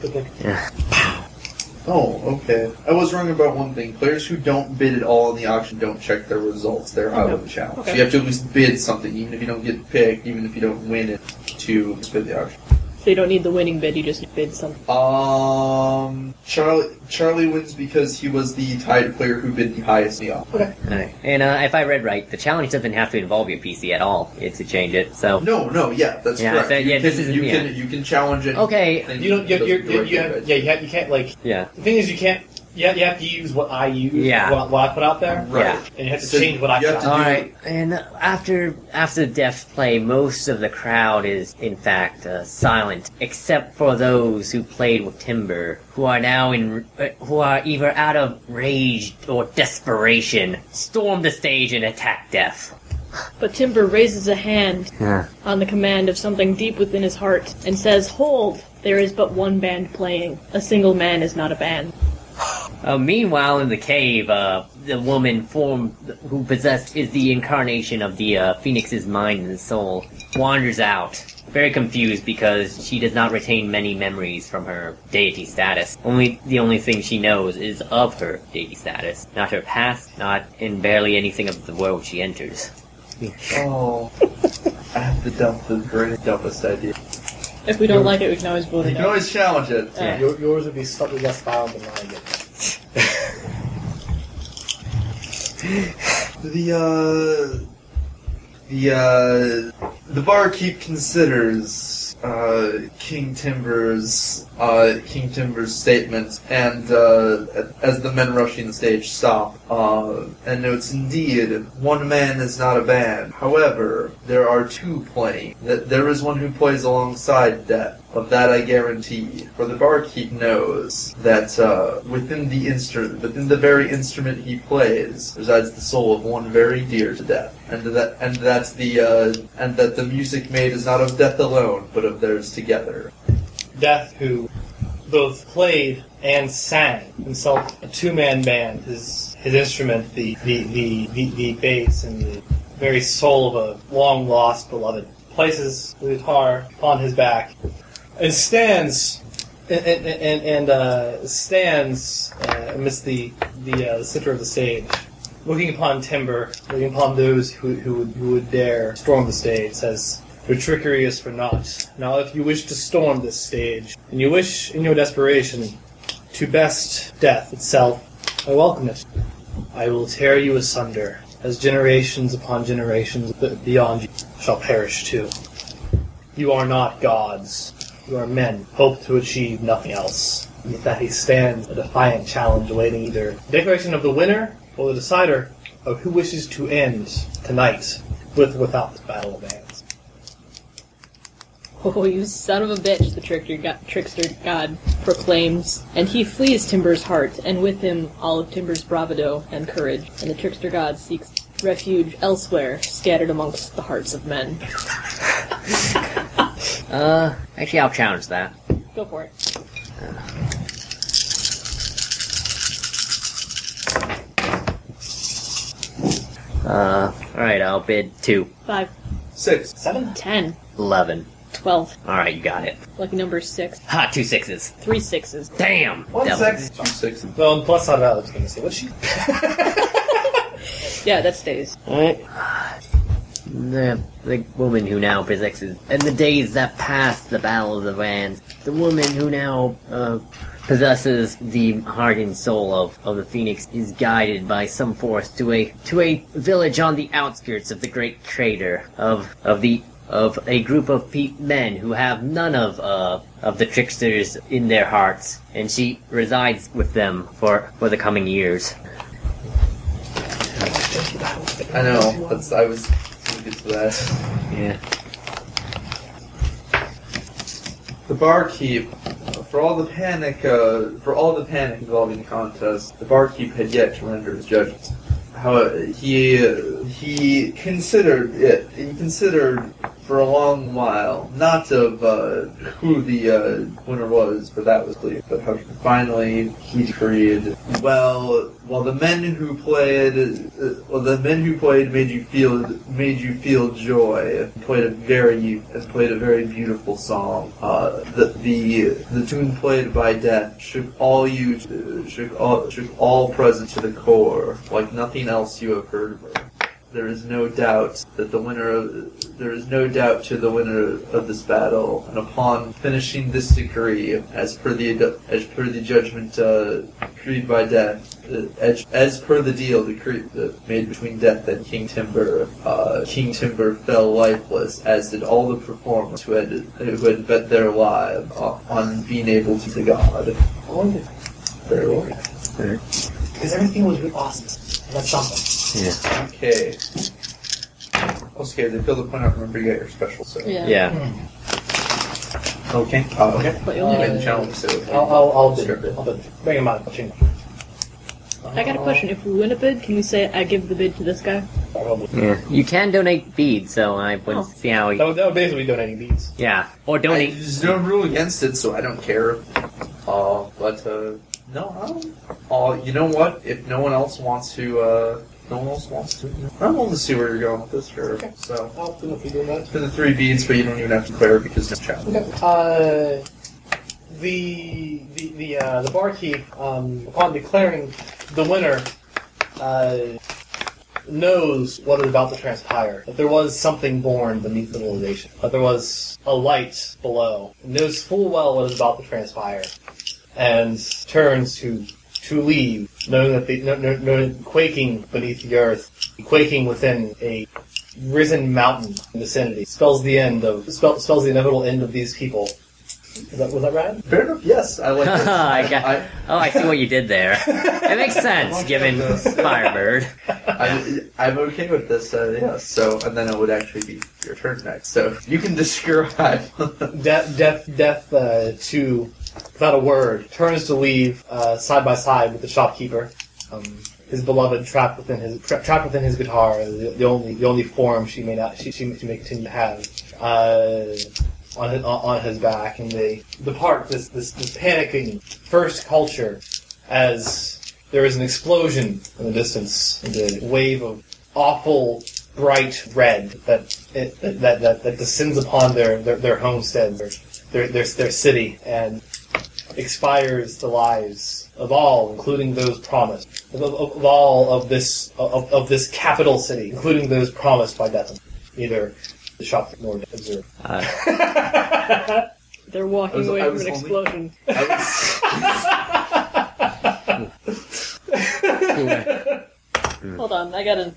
A: good thing.
D: oh, okay. I was wrong about one thing. Players who don't bid at all in the auction don't check their results. They're out of the challenge. So
C: Okay.
D: you have to at least bid something, even if you don't get picked, even if you don't win it, to bid the auction.
C: So you don't need the winning bid, you just bid something.
D: Um, Charlie Charlie wins because he was the tied player who bid the highest in the auction.
B: All right. And uh, if I read right, the challenge doesn't have to involve your PC at all It's to change it. So.
D: No, no, yeah, that's
B: Yeah, I
D: correct.
B: said-
D: you
B: yeah,
D: can,
B: this is-
D: you
B: yeah.
D: can you can challenge it.
B: Okay.
A: You don't. You're, you're, you're, you have, yeah, you, have, you can't like
B: Yeah.
A: The thing is, you can't. Yeah, you have to use what I use.
B: Yeah.
A: What, what I put out there,
D: Right.
B: Yeah.
A: and you have to
D: So
A: change what I
D: you
A: put
D: have
A: out.
D: to-
B: All
D: do-
B: right, and after after death play, most of the crowd is in fact uh, silent, except for those who played with timber, who are now in uh, who are either out of rage or desperation, storm the stage and attack death.
C: But Timber raises a hand on the command of something deep within his heart and says, Hold! There is but one band playing. A single man is not a band.
B: Uh, meanwhile, in the cave, uh, the woman formed who possessed is the incarnation of the uh, phoenix's mind and soul wanders out, very confused because she does not retain many memories from her deity status. Only the only thing she knows is of her deity status, not her past, not and barely anything of the world she enters.
D: Oh, I have to dump the greatest dumbest idea.
C: If we don't like it, we can always vote
D: You
C: it
D: can
C: out.
D: always challenge it.
B: Yeah.
A: Your, yours would be slightly less violent than mine. but-
D: The uh, the uh, the barkeep considers uh, King Timber's uh, King Timber's statement, and uh, as the men rushing the stage stop, uh, and notes, "Indeed, one man is not a band. However, there are two playing. That there is one who plays alongside Death. Of that I guarantee. For the barkeep knows that uh, within the instrument, within the very instrument he plays, resides the soul of one very dear to Death, and that and that the uh, and that the music made is not of Death alone, but of theirs together."
A: Death, who both played and sang himself a two-man band, his his instrument, the the the, the, the bass and the very soul of a long-lost beloved, places the guitar upon his back and stands and and, and, and uh, stands uh, amidst the the, uh, the center of the stage, looking upon Timber, looking upon those who, who would who would dare storm the stage, says, Your trickery is for naught. Now, if you wish to storm this stage, and you wish, in your desperation, to best death itself, I welcome it. I will tear you asunder, as generations upon generations b- beyond you shall perish too. You are not gods. You are men, hope to achieve nothing else. With that, he stands a defiant challenge awaiting either declaration of the winner or the decider of who wishes to end tonight with or without this battle of hands.
C: Oh, you son of a bitch, the trickster, go- trickster god proclaims. And he flees Timber's heart, and with him all of Timber's bravado and courage. And the trickster god seeks refuge elsewhere, scattered amongst the hearts of men.
B: Uh, actually, I'll challenge that.
C: Go for it.
B: Uh, alright, I'll bid two.
C: Five,
D: Six.
A: Seven?
C: ten,
B: Eleven.
C: twelve.
B: Alright, you got it.
C: Lucky number six.
B: Ha, two sixes.
C: Three sixes.
B: Damn!
D: One
B: Devil.
D: six. Two six.
A: Well, and plus side, I was going to say, what's she?
C: Yeah, that stays.
B: Alright. The, the woman who now possesses, in the days that passed the Battle of the Vans, the woman who now uh, possesses the heart and soul of, of the Phoenix is guided by some force to a to a village on the outskirts of the great crater of of the of a group of pe- men who have none of uh, of the tricksters in their hearts, and she resides with them for for the coming years.
D: I know. That's. I was. gonna Get to that.
B: Yeah.
D: The barkeep, for all the panic, uh, for all the panic involving the contest, the barkeep had yet to render his judgment. How he uh, he considered it. He considered for a long while, not of uh, who the uh, winner was, for that was clear, but how finally he decreed, well, well, the men who played, uh, well, the men who played made you feel made you feel joy, and played a very and played a very beautiful song. Uh, the the the tune played by Death shook all you uh, shook all shook all present to the core, like nothing else you have heard. Of there is no doubt that the winner of, there is no doubt to the winner of this battle and upon finishing this decree as per the as per the judgment uh, decreed by death uh, as, as per the deal decreed uh, made between death and king timber uh, king timber fell lifeless as did all the performers who had who had bet their lives on, on being able to god very well
A: Because everything was really awesome. That's something.
D: okay okay they filled the point out remember you got your special so
C: Yeah.
B: Yeah.
D: okay uh, okay
C: But you only
A: Uh,
C: get-
D: And challenge so
A: I'll, I'll, I'll, do
D: Sure.
A: it. I'll do it. Bring him out. I'll change.
C: I got a question. If we win a bid, can you say I give the bid to this guy?
A: Probably.
B: Yeah, you can donate beads, so I would
C: Oh.
B: see how
A: That
B: we.
A: would, that would basically be donating beads.
B: Yeah, Oh, or
D: I,
B: donate.
D: there's no rule against it, so I don't care. Uh, but uh, no, I don't. Uh, you know what? If no one else wants to, uh, no one else wants to. I'm willing to see where you're going with this, sure.
A: Okay.
D: So
A: I'll do it if you do that.
D: for the three beads, but you don't even have to declare it because no challenge.
A: Okay. Uh, the the the, uh, the barkeep, um, upon declaring the winner, uh, knows what is about to transpire. That there was something born beneath civilization. That there was a light below. Knows full well what is about to transpire, and turns to to leave, knowing that the no, no, no, quaking beneath the earth, quaking within a risen mountain in vicinity spells the end of spell, spells the inevitable end of these people. Is that, was that right?
D: Fair enough. Yes, I like this.
B: I got-
D: I,
B: Oh, I see what you did there. It makes sense,
D: Look
B: given
D: at this.
B: Firebird.
D: I, I'm okay with this. Uh, yeah. So, and then it would actually be your turn next. So you can describe.
A: Death, death, death. Uh, to without a word, turns to leave uh, side by side with the shopkeeper. Um, his beloved trapped within his tra- trapped within his guitar, the, the only the only form she may not she, she, she may continue to have. Uh, on his, on his back, and they depart this, this this panicking first culture as there is an explosion in the distance, and a wave of awful bright red that it, that, that that descends upon their their, their homestead, their, their their their city, and expires the lives of all, including those promised, of, of, of all of this of, of this capital city, including those promised by Death, either the shop floor to observe.
B: Uh,
C: They're
D: I
C: walking
D: was-
C: away
D: I
C: from
D: was
C: an
D: only-
C: explosion.
D: I was-
C: Hold on, I gotta.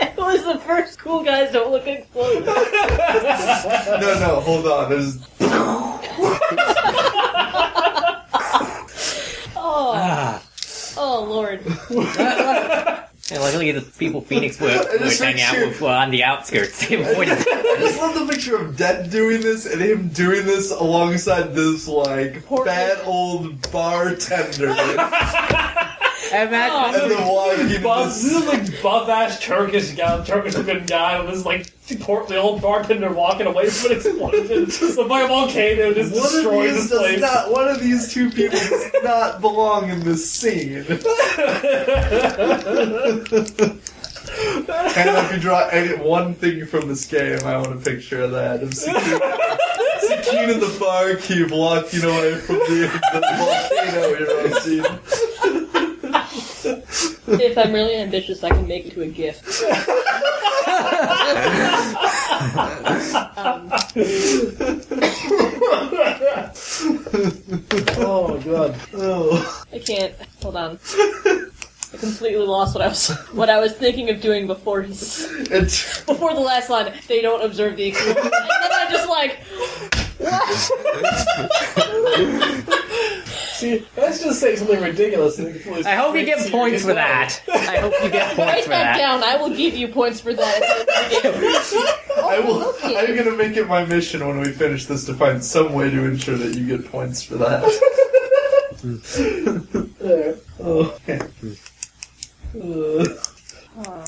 C: it was the first cool guys don't look exploded.
D: no, no, hold on. There's
C: Oh,
B: ah.
C: oh lord.
B: And like, look at the people Phoenix would,
D: I
B: would
D: just
B: hang out
D: picture-
B: with uh, on the outskirts. They wouldn't-
D: I just love the picture of Debt doing this and him doing this alongside this like
C: Poor-
D: fat old bartender and
B: Imagine,
D: the walking
E: Bob, this
D: this
E: is like buff ass Turkish guy, Turkish looking guy with this like portly old bartender walking away from an explosion. so by a volcano just
D: one of
E: destroys
D: these
E: this
D: does
E: place.
D: not. One of these two people does not belong in this scene. and if you draw edit one thing from this game, I want a picture of that. Of Sakina, Sakina the barkeep walking away from the, the volcano hero scene.
C: If I'm really ambitious, I can make it to a gift. um,
A: Oh my god.
D: Oh.
C: I can't. Hold on. I completely lost what I was what I was thinking of doing before his,
D: It's-
C: before the last line. They don't observe the explosion, and then I just like
A: See, that's just saying something ridiculous.
B: I hope Oh, you get points for that. I hope you get points
C: write
B: for that.
C: that down. I will give you points for that. at the end of the game.
D: I will. I'm gonna make it my mission when we finish this to find some way to ensure that you get points for that.
A: There.
D: oh. Uh,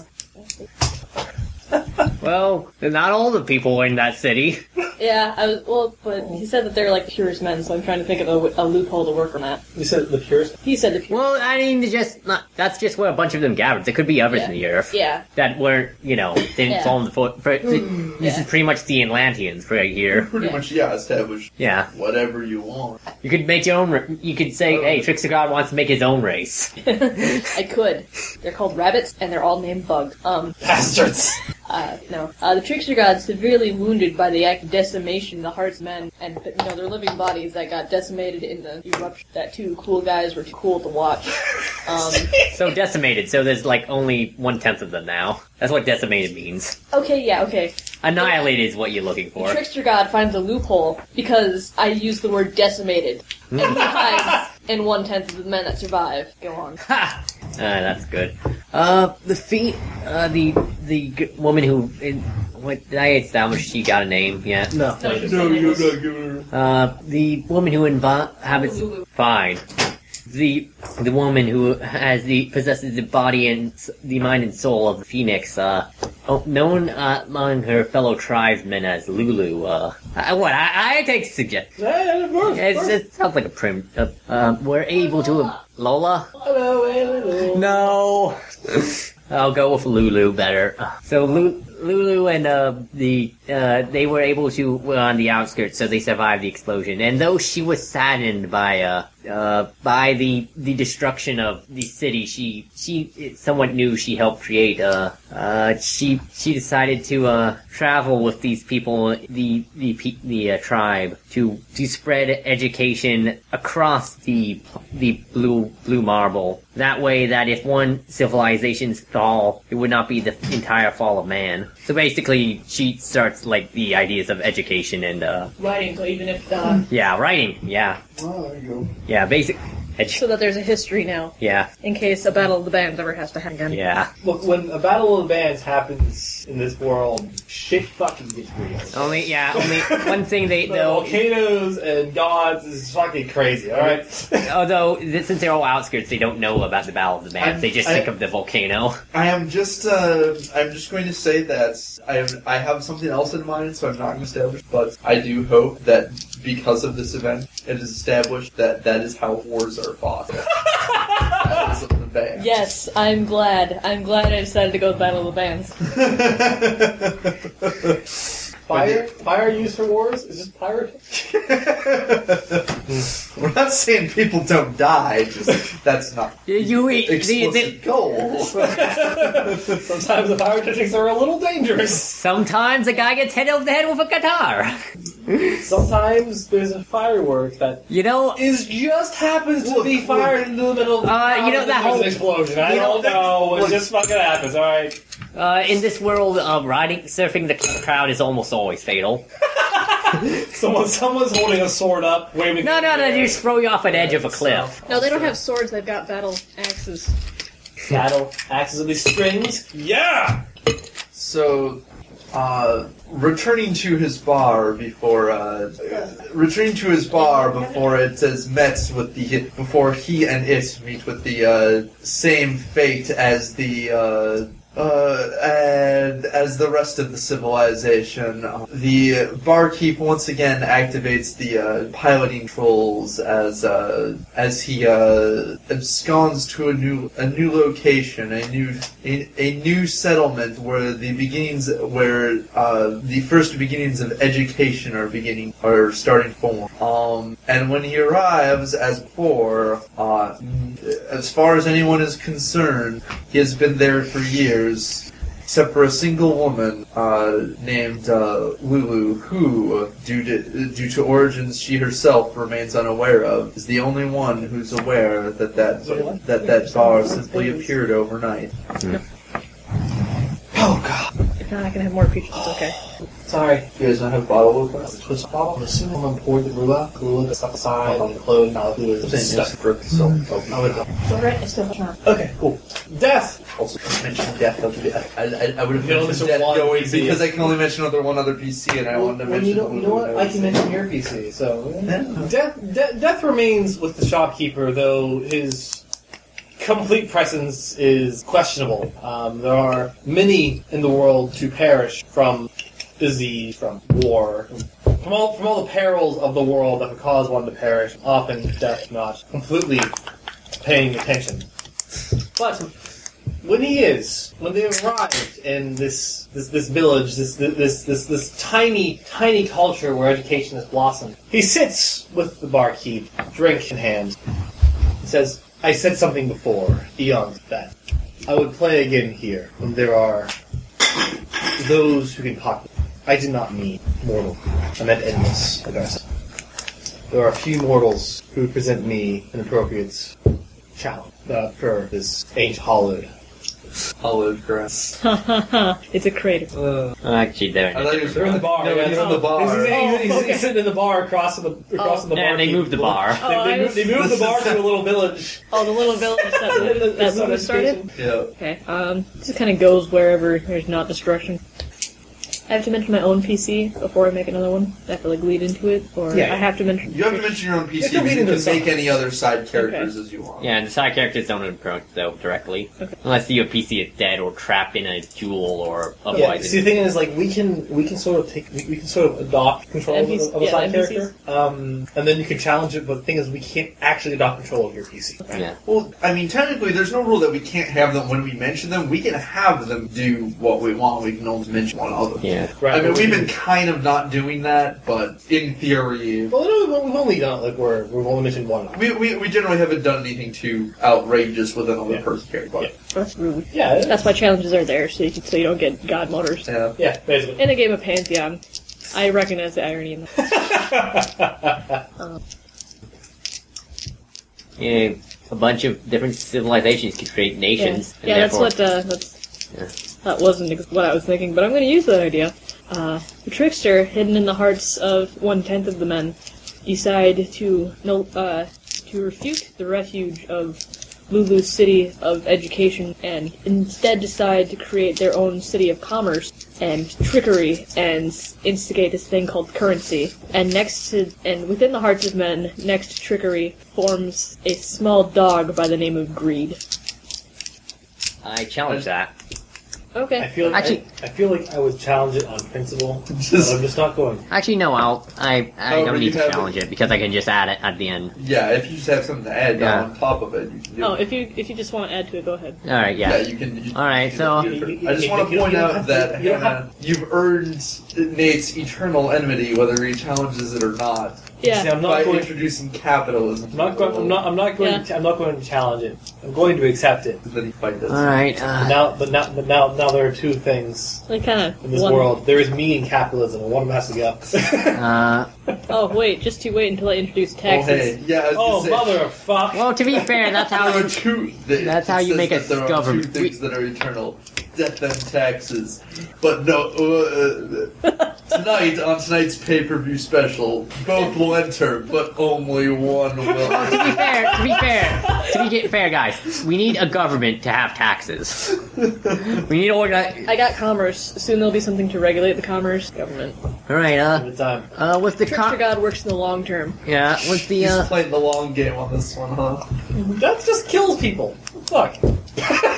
B: Well, not all the people were in that city.
C: Yeah, I was. Well, but he said that they're like purist men, so I'm trying to think of a, a loophole to work on that.
A: You said the purest.
C: He said the purist.
B: Well, I mean, just not, that's just where a bunch of them gathered. There could be others in the earth
C: Yeah,
B: that weren't, you know, didn't
C: Yeah.
B: fall in the foot. For, this
C: Yeah.
B: is pretty much the Atlanteans right here.
D: pretty
C: Yeah.
D: much, yeah. Establish
B: Yeah,
D: whatever you want.
B: you could make your own. ra- You could say,
D: Oh.
B: "Hey, Trickster God wants to make his own race."
C: I could. They're called rabbits, and they're all named Bug. Um,
E: Bastards.
C: uh, no. Uh, the trickster god severely wounded by the act of decimation, the hearts of men, and but, you know their living bodies that got decimated in the eruption. That two cool guys were too cool to watch. Um,
B: so decimated. So there's like only one tenth of them now. That's what decimated means.
C: okay, yeah, okay.
B: Annihilated is what you're looking
C: The
B: for.
C: trickster god finds a loophole because I use the word decimated,
D: Hmm.
C: and he hides in one tenth of the men that survive. Go on.
B: Ha! Uh, that's good. Uh, the feet. Uh, the the g- woman who. In, what did I establish? She got a name yet?
A: No.
C: No, you
D: No,
C: said it
D: you're
C: was-
D: not giving her.
B: Uh, the woman who inhabits
C: Lulu.
B: fine. The the woman who has the possesses the body and s- the mind and soul of the phoenix. Uh, oh, known uh, among her fellow tribesmen as Lulu. Uh, I, what I, I take suggest.
A: Hey, works,
B: It's,
A: works.
B: it sounds like a prim. Uh, um, we're able to Lola.
A: Hello, hello.
B: No. I'll go with Lulu better. So Lu- Lulu and uh, the uh, they were able to were on the outskirts, so they survived the explosion. And though she was saddened by uh, uh by the the destruction of the city, she she somewhat knew she helped create. Uh, uh she she decided to uh travel with these people, the the pe- the uh, tribe, to to spread education across the the blue blue marble. That way, that if one civilization's fall, it would not be the entire fall of man. So basically, she starts like the ideas of education and uh,
C: Writing, so even if uh,
B: yeah, writing, yeah,
D: Oh, there you go.
B: yeah, basic,
C: so
B: edu-
C: that there's a history now
B: yeah,
C: in case a battle of the bands ever has to happen again.
B: yeah.
A: Look, when a battle of the bands happens in this world, shit fucking gets real.
B: Only yeah, only one thing they
A: The
B: though.
A: volcanoes and gods is fucking crazy, alright?
B: Although th- since they're all outskirts, they don't know about the Battle of the Bands. They just
D: I-
B: think of the volcano.
D: I am just. Uh, I'm just going to say that I am, I have something else in mind, so I'm not going to establish. But I do hope that because of this event, it is established that that is how wars are fought. Battles of the bands.
C: Yes, I'm glad. I'm glad I decided to go with Battle of the Bands.
A: Fire, fire used for wars is just pirate.
D: We're not saying people don't die. Just that's not
B: You eat the, the,
D: explicit goal.
E: Sometimes the fire tactics are a little dangerous.
B: Sometimes a guy gets hit over the head with a guitar.
A: Sometimes there's a firework that
B: You know,
A: is just happens to
D: Look,
A: be
D: look.
A: fired into the middle. Of the
B: Uh, you know,
A: crowd
B: that
A: and there's
E: There's
B: whole-
E: an explosion. I
B: You know,
E: don't know. It
D: look-
E: just fucking happens. All right.
B: uh, in this world, uh, riding, surfing the cl- crowd is almost always fatal.
E: Someone, someone's holding a sword up, waving.
B: No,
E: it
B: no,
E: in
B: no,
E: the
B: you
E: air.
B: just throw you off an edge of a cliff.
C: No, they don't have swords. They've got battle axes.
E: Battle axes of these strings. Yeah.
D: So, uh, returning to his bar before uh, returning to his bar before it says Mets with the before he and it meet with the uh, same fate as the uh, uh, and as the rest of the civilization. Uh, The barkeep once again activates the uh, piloting trolls as uh, as he uh, absconds to a new a new location, a new a, a new settlement where the beginnings where uh, the first beginnings of education are beginning are starting to form. Um, and when he arrives, as before, uh, as far as anyone is concerned, he has been there for years except for a single woman uh, named uh, Lulu, who, due to, due to origins she herself remains unaware of, is the only one who's aware that that that, that bar simply appeared overnight. Oh god!
C: If not, I can have more peaches. It's okay.
A: Sorry.
D: You guys don't have bottle openers?
A: Twist bottle. I'm assuming I'm poured the Grula. Grula gets stuck aside on the clothes. Now the glue is stuck. I would
F: It's alright, I still have time.
A: Okay, cool. Death!
D: Also mentioned death. That would be, I, I, I would have
E: You
D: mentioned
E: know, there's a
D: death
E: lot of
D: going
E: PC.
D: because I can only mention other one other PC, and I wanted to
A: Well, you
D: mention.
A: know, you know what?
D: Lulu,
A: I can
D: was-
A: mention your PC, so.
D: Yeah.
E: Death, de- death remains with the shopkeeper, though his complete presence is questionable. Um, there are many in the world to perish from disease, from war, from all from all the perils of the world that could cause one to perish. Often, death not completely paying attention. But when he is, when they arrived in this this, this village, this, this this this tiny tiny culture where education has blossomed, he sits with the barkeep, drink in hand. He says, "I said something before, eons back. I would play again here when there are those who can conquer. I did not mean mortal. I meant endless. August. There are few mortals who present me an appropriate challenge uh, for this age hollowed
D: Olive grass.
C: it's a creative.
B: Actually,
D: I
B: there.
D: thought you
E: They're in the bar.
D: No,
E: yeah.
D: he's in the bar.
E: He's, he's- he's-
C: Oh,
E: he's
C: okay.
E: sitting in the bar across from the across from the bar.
B: And they moved the bar.
E: They,
C: Oh,
E: they
C: I
E: moved, they
C: was-
E: moved the bar to a little village.
C: Oh, the little village that, that Lulu started?
D: Yeah.
C: Okay, um, just kind of goes wherever there's not destruction. I have to mention my own PC before I make another one. I have to, like, lead into it, or
A: Yeah.
C: I have to mention...
D: You have to mention your own
A: You
D: PC.
A: can
D: but
A: read
D: You
A: into
D: can make
A: something.
D: any other side characters as you want.
B: Yeah, and the side characters don't approach though directly,
C: Okay.
B: unless your PC is dead or trapped in a duel or
C: Oh,
A: Yeah,
B: otherwise.
A: see, the thing is, like, we can we can sort of take we, we can sort of adopt control of,
C: NPC
A: a- of a
C: yeah,
A: side
C: NPCs.
A: character, um, and then you can challenge it. But the thing is, we can't actually adopt control of your PC.
B: yeah.
D: Well, I mean, technically, there's no rule that we can't have them when we mention them. We can have them do what we want. We can only mention one other.
B: Yeah.
A: Right.
D: I mean, we've been kind of not doing that, but in theory,
A: well, no, we've only done it, like we're we've only mentioned one.
D: we, we, we generally haven't done anything too outrageous with another
A: Yeah.
D: person character.
A: Yeah.
C: That's rude.
A: Yeah, it-
C: That's why challenges are there, so you, can, so you don't get god motors.
D: Yeah.
A: yeah, basically.
C: In a game of Pantheon, I recognize the irony in that.
B: Yeah, a bunch of different civilizations could create nations. and
C: Yeah, that's
B: therefore-
C: what uh, that's that wasn't ex- what I was thinking, but I'm going to use that idea. Uh, the trickster hidden in the hearts of one tenth of the men decide to no uh, to refute the refuge of Lulu's city of education and instead decide to create their own city of commerce and trickery and instigate this thing called currency. And next to and within the hearts of men, next to trickery forms a small dog by the name of greed.
B: I challenge that.
A: I
C: Okay.
A: feel like
B: Actually-
A: I, I feel like I would challenge it on principle, but I'm
D: Just
A: just not going.
B: Actually, no, I'll, I, I
D: Oh, but
B: don't need
D: you
B: to
D: have-
B: challenge it because I can just add it at the end.
D: yeah, if you just have something to add
B: Yeah.
D: on top of it, you can do.
C: Oh,
D: it.
C: if you if you just want to add to it, go ahead.
B: Alright, yeah.
D: Yeah, you can. You,
B: All right,
D: you
B: so-
D: can do it. I just
A: You
D: want to
A: don't
D: point
A: have
D: out
A: to-
D: that
A: you don't have-
D: Hannah, you've earned Nate's eternal enmity, whether he challenges it or not,
A: See,
C: Yeah.
A: I'm
D: by
A: not going.
D: introducing capitalism.
A: I'm not going. I'm not. I'm not going.
C: Yeah.
A: To, I'm not going to challenge it. I'm going to accept it.
D: That he fight this.
B: Alright,
A: But
B: uh,
A: now, but now, but now, now there are two things
C: Like kind of
A: in this world. There is me and capitalism, and one of them has to go.
B: uh,
C: Oh wait, just you wait until I introduce
D: Oh,
C: taxes.
D: hey, yeah. I was
A: oh,
D: gonna say,
A: mother of fuck!
B: well, to be fair, that's how
D: There are
B: you,
D: two. th-
B: That's
D: it
B: how you
D: says
B: make a
D: that there are two
B: government.
D: things that are eternal: death and taxes. But no, uh, uh, tonight on tonight's pay-per-view special, both will enter, but only one
B: well, to
D: will.
B: be fair, to be fair, to be get fair, guys, we need a government to have taxes. We need to organize,
C: I got commerce. Soon there'll be something to regulate the commerce government.
B: alright,
A: At
B: uh,
A: the time.
B: uh, what's the
C: Trickster
B: con-
C: God works in the long term.
B: yeah, what's the,
D: He's
B: uh,
D: playing the long game on this one, huh?
A: That just kills people. Fuck.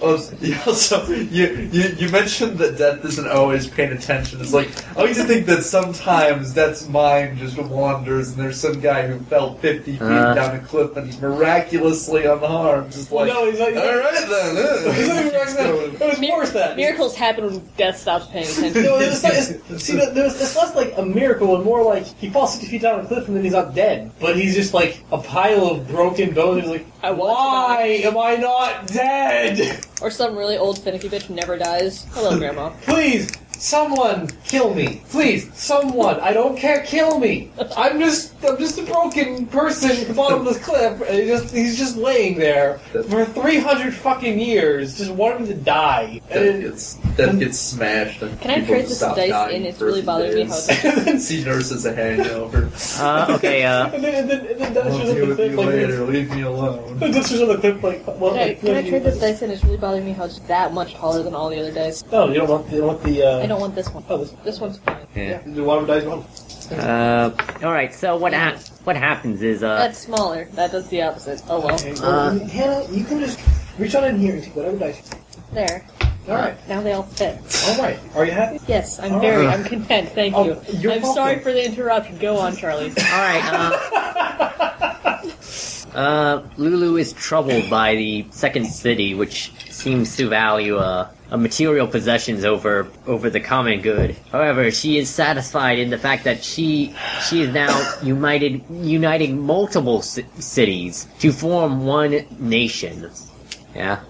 D: Oh, s- you also you, you you mentioned that death isn't always paying attention. It's like I like to think that sometimes death's mind just wanders, and there's some guy who fell fifty feet
B: Uh.
D: down a cliff and he's miraculously unharmed. Just like
A: no, he's like.
D: all right then. uh."
A: He's not even recognized. It was worse than that.
C: Miracles happen when death stops paying attention.
A: No, it's, it's, see, there- there's, it's less like a miracle and more like he falls 60 feet down a cliff and then he's not dead. But he's just like a pile of broken bones. He's like,
C: I want
A: why am I not dead?
C: or some really old finicky bitch never dies. Hello, Grandma.
A: Please, someone kill me. Please, someone. I don't care. Kill me. I'm just, I'm just a broken person at the bottom of this cliff. And he just, he's just laying there for 300 fucking years, just wanting to die. And
D: Death
A: then-
D: gets, death gets smashed. And
C: Can I
D: people
C: trade
D: just
C: this
D: stop
C: dice
D: dying
C: in? It's
D: for a
C: really
D: few
C: bothering me
D: days.
C: how it's-
A: and then,
D: Sea nurse is a hangover.
B: uh, okay, uh,
A: and then, and then, and then
D: I'll
A: Dutch was
D: deal
A: on the
D: with
A: cliff
D: you
A: like this.
D: later. Leave me alone.
A: The distance of the clip, like, well,
C: Can I,
A: like,
C: can I
A: like-
C: trade this dice in? It's really bothering me how it's that much taller than all the other dice.
A: No, you don't want, you don't want the. Uh,
C: I don't want this one.
A: Oh, this,
C: This one's fine.
B: yeah.
A: The water dies one.
B: Uh, alright, so what ha- what happens is, uh,
C: That's smaller. That does the opposite. Oh well.
B: Uh,
A: Hannah, you can just reach on in here and take whatever dice.
C: There.
A: All right,
C: Now they all fit.
A: all right. Are you happy?
C: Yes, I'm
A: Oh.
C: very. I'm content. Thank
A: Oh,
C: you.
A: you're
C: I'm sorry
A: welcome.
C: for the interruption. Go on, Charlie.
B: alright, uh, uh, Lulu is troubled by the second city, which seems to value, uh, uh, material possessions over over the common good. However, she is satisfied in the fact that she she is now united uniting multiple ci- cities to form one nation. Yeah.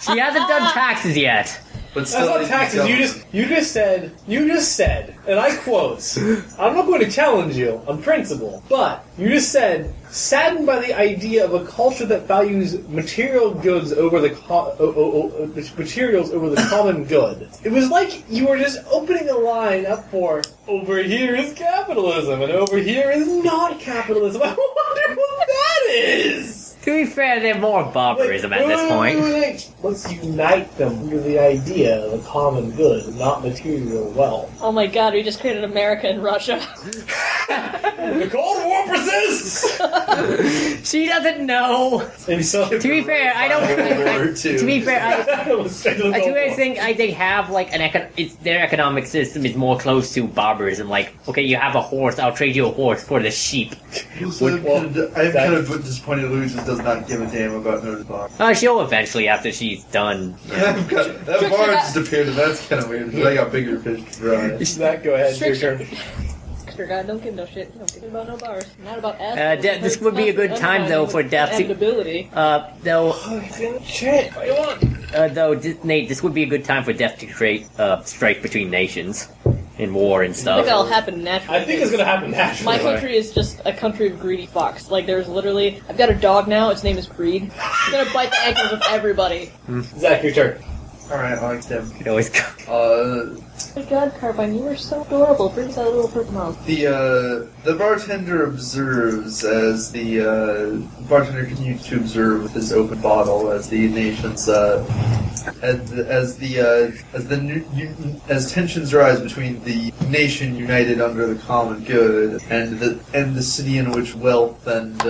B: she hasn't done taxes yet.
D: But
A: That's
D: still,
A: not taxes. You
D: don't-
A: just, you just said, you just said, and I quote, "I'm not going to challenge you on principle, but you just said." Saddened by the idea of a culture that values material goods over the co- o- o- o- materials over the common good. It was like you were just opening a line up for over here is capitalism and over here is not capitalism. I wonder what that is.
B: To be fair, they're more barbarism
A: Wait,
B: at
A: wait,
B: this
A: wait,
B: point.
A: wait, wait. Let's unite them under the idea of a common good, not material wealth.
C: Oh my God, we just created America and Russia.
A: the Cold War persists!
B: She doesn't know.
A: and so,
B: To be fair, I don't.
D: World War
B: I,
D: Two.
B: to be fair, I.
A: I was straight to the
B: I
A: Cold
B: do
A: War.
B: think I they have like an econ- it's their economic system is more close to barbarism. Like, okay, you have a horse, I'll trade you a horse for the sheep.
D: So I'm kind of- I'm kind of disappointed Lou just does not give a damn about Nerd's Bar.
B: Uh, she'll eventually after she's done. Yeah.
D: I've got- that
C: Check
D: bar
C: it out.
D: just appeared, and that's kind of weird because I got bigger fish to fry.
A: Zach, go ahead. Your
C: Sure.
A: turn.
C: Sure, God, don't give no shit. You don't give about no bars. Not about
B: Uh,
C: ass.
B: Dev, this would be a good time, though, for Dev to-
C: Ability.
B: Uh, though,
C: Oh,
A: Shit. What do you want?
B: uh, though, Di- Nate, this would be a good time for Death to create uh, strife between nations, and war and
C: I
B: stuff.
C: think that'll happen naturally.
A: I think it's gonna happen naturally.
C: My country is just a country of greedy fucks. Like, there's literally. I've got a dog now, its name is Greed. It's gonna bite the ankles of everybody.
A: Zach, your turn.
D: Alright, I like them.
B: It always go-
D: Uh,
C: Oh my god, Carbine, you are so adorable. Brings out a little purple mouth.
D: the, uh, the bartender observes as the, uh, bartender continues to observe with his open bottle as the nation's, uh, as the, as the, uh, as the, nu- u- as tensions rise between the nation united under the common good and the, and the city in which wealth and,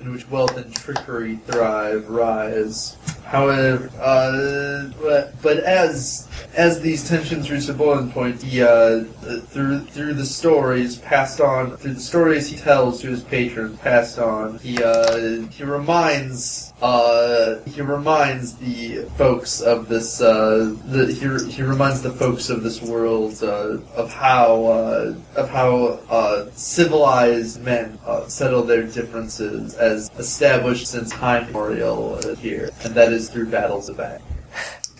D: in which wealth and trickery thrive rise. However, uh, but, but as as these tensions reach a boiling point, he, uh, through through the stories passed on through the stories he tells to his patrons passed on, he uh, he reminds uh, he reminds the folks of this uh, the, he, he reminds the folks of this world uh, of how uh, of how uh, civilized men uh, settle their differences as established since time immemorial uh, here, and that is through battles of act.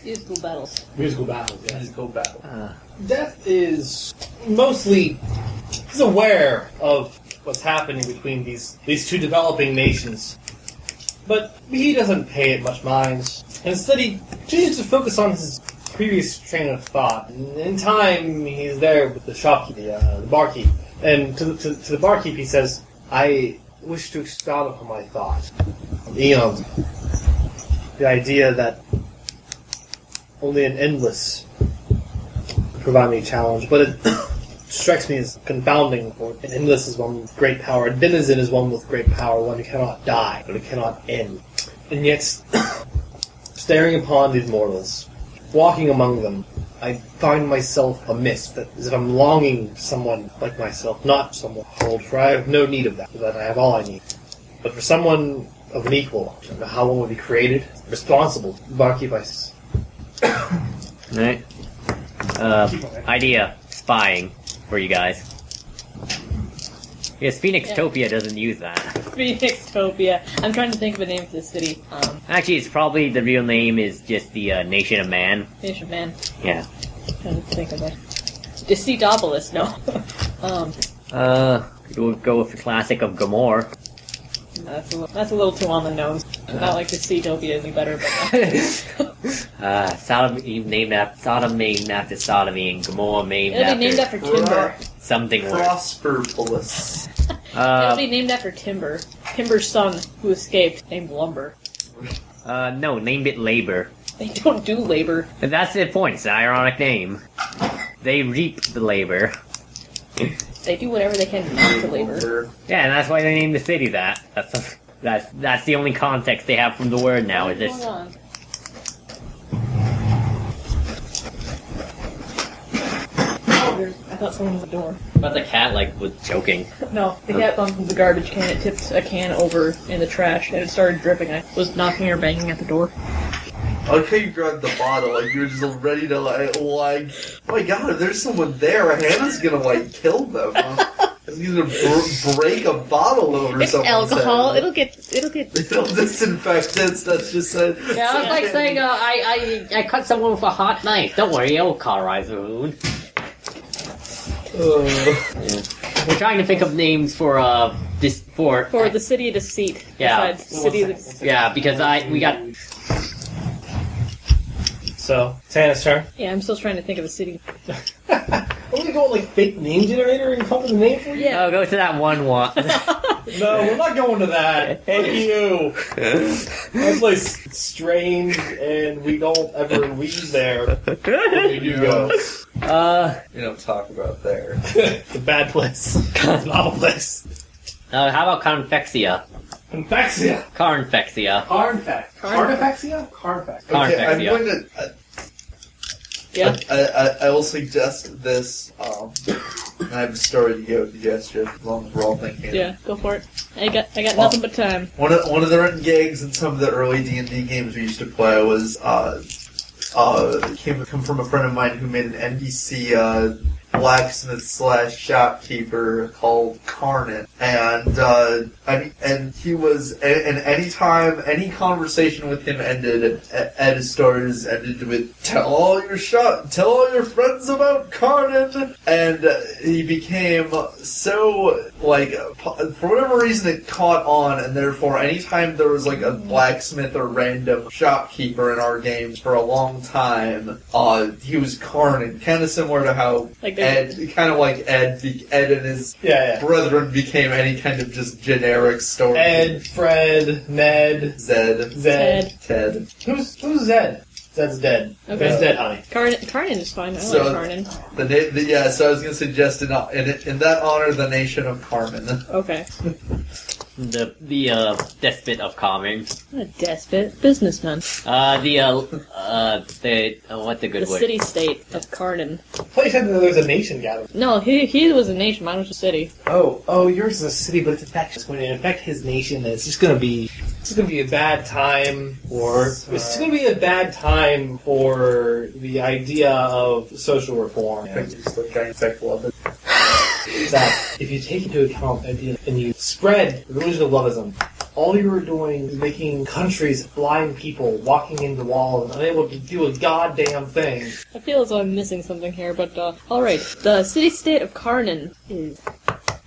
C: Musical battles.
G: Musical battles, yes.
D: Musical battle.
B: uh,
A: Death is mostly he's aware of what's happening between these these two developing nations, but he doesn't pay it much mind. Instead, he continues to focus on his previous train of thought. And in time, he's there with the shopkeeper, uh, the barkeep, and to, to, to the barkeep he says, "I wish to expound upon my thought." You know, the idea that only an endless provide me a challenge, but it strikes me as confounding. For an endless is one with great power, and denizen is one with great power, one who cannot die, but it cannot end. And yet, staring upon these mortals, walking among them, I find myself amiss, that as if I'm longing for someone like myself, not someone old, for I have no need of that, for that I have all I need. But for someone of an equal, I don't know how one would be created, responsible, barkeep, I s-
B: Alright. Uh, idea. Spying for you guys. Yes, Phoenix Topia doesn't use that.
C: Phoenixtopia. I'm trying to think of a name for the city. Um,
B: Actually, it's probably the real name is just the uh, Nation of Man.
C: Nation of Man.
B: Yeah.
C: trying to think of it. Deceitopolis, no. um,
B: Uh, we'll go with the classic of Gamor.
C: that's, a, li- that's a little too on the nose. Not like Deceitopia is any better, but.
B: Uh, sodomy named after Sodom named after sodomy and Gomorrah named
C: It'll
B: after
C: be named after Timber.
B: something worse.
D: Prosperpolis.
C: It'll
B: Uh,
C: be named after Timber. Timber's son, who escaped, named Lumber.
B: uh, no, named it Labor.
C: They don't do labor.
B: But that's the point. It's an ironic name. They reap the labor.
C: They do whatever they can not to labor.
B: Yeah, and that's why they named the city that. That's that's that's the only context they have from the word now. Is
C: Hold
B: this?
C: on. Oh, there's- I thought someone was at the door.
B: But the cat like was joking.
C: No, the cat bumped into the garbage can. It tipped a can over in the trash, and it started dripping. I was knocking or banging at the door.
D: I like how you grabbed the bottle, like you were just ready to like, like, oh my god, if there's someone there, Hannah's gonna like kill them. He's gonna br- break a bottle over
C: It's
D: someone's
C: alcohol.
D: head.
C: It'll get. It'll get.
D: It'll disinfect it. That's just a,
B: Yeah, it's like saying uh, I I I cut someone with a hot knife. Don't worry, it'll cauterize the wound. We're trying to think of names for uh this for
C: For the city of deceit.
B: Yeah.
C: Besides city of the,
B: yeah because I we got
A: So, Tana's turn.
C: yeah, I'm still trying to think of a city.
A: Are we going like fake name generator and come up with a name for you?
B: oh go to that one one. Uh,
C: Uh,
A: No, we're not going to that. Fuck you. That place is strange, and we don't ever leave there. We do go.
B: uh,
D: You don't talk about there.
A: the bad place. The lava place.
B: uh, how about Carnfexia?
A: Infexia.
B: Carnfexia.
A: Carnfex. Carnfexia? Carnfex.
D: Okay, I'm
B: Carnfexia.
D: going to. I-
C: Yeah.
D: I, I, I will suggest this. Um, I have a story to go with the gesture. As long as we're all thinking.
C: Yeah, go for it. I got. I got nothing but time.
D: One of one of the written gags in some of the early D and D games we used to play was uh, uh, came come from a friend of mine who made an NBC uh, blacksmith slash shopkeeper called Carnet, and uh, I mean, and he was and, and any time any conversation with him ended at, at his stories ended with tell all your shop tell all your friends about Carnet, and uh, he became so like po- for whatever reason it caught on, and therefore anytime there was like a blacksmith or random shopkeeper in our games for a long time, uh, he was Carnet, kind of similar to how
C: Like
D: Ed,
C: there's-
D: kind of like Ed, be- Ed and his
A: Yeah,
D: brethren became any kind of just generic
A: yeah.
D: story.
A: Ed, Fred, Ned,
D: Zed,
A: Zed.
C: Ted.
D: Ted.
A: Who's, who's Zed? Zed's dead.
C: Okay.
A: Zed's dead, honey.
C: Karn- Karnan is fine. I
D: So-
C: like Karnan.
D: The, na- the yeah. So I was going to suggest in, in in that honor the nation of Carmen.
C: Okay.
B: The the uh, despot of common.
C: What a despot. Businessman.
B: Uh, the uh, uh, the uh, what's a good
C: The
B: word?
C: city state of Karnan.
A: I thought you said that there was a nation gathering.
C: No, he, he was a nation, mine was a city.
H: Oh, oh, yours is a city, but it's infectious. When it infects his nation, it's just gonna be.
A: It's going to be a bad time, or
D: uh,
A: it's
H: Sorry.
A: going to be a bad time for the idea of social reform. that if you take into account the idea and you spread the religion of loveism, all you are doing is making countries blind people walking into walls and unable to do a goddamn thing.
C: I feel as though I'm missing something here, but uh, alright. The city state of Karnan is.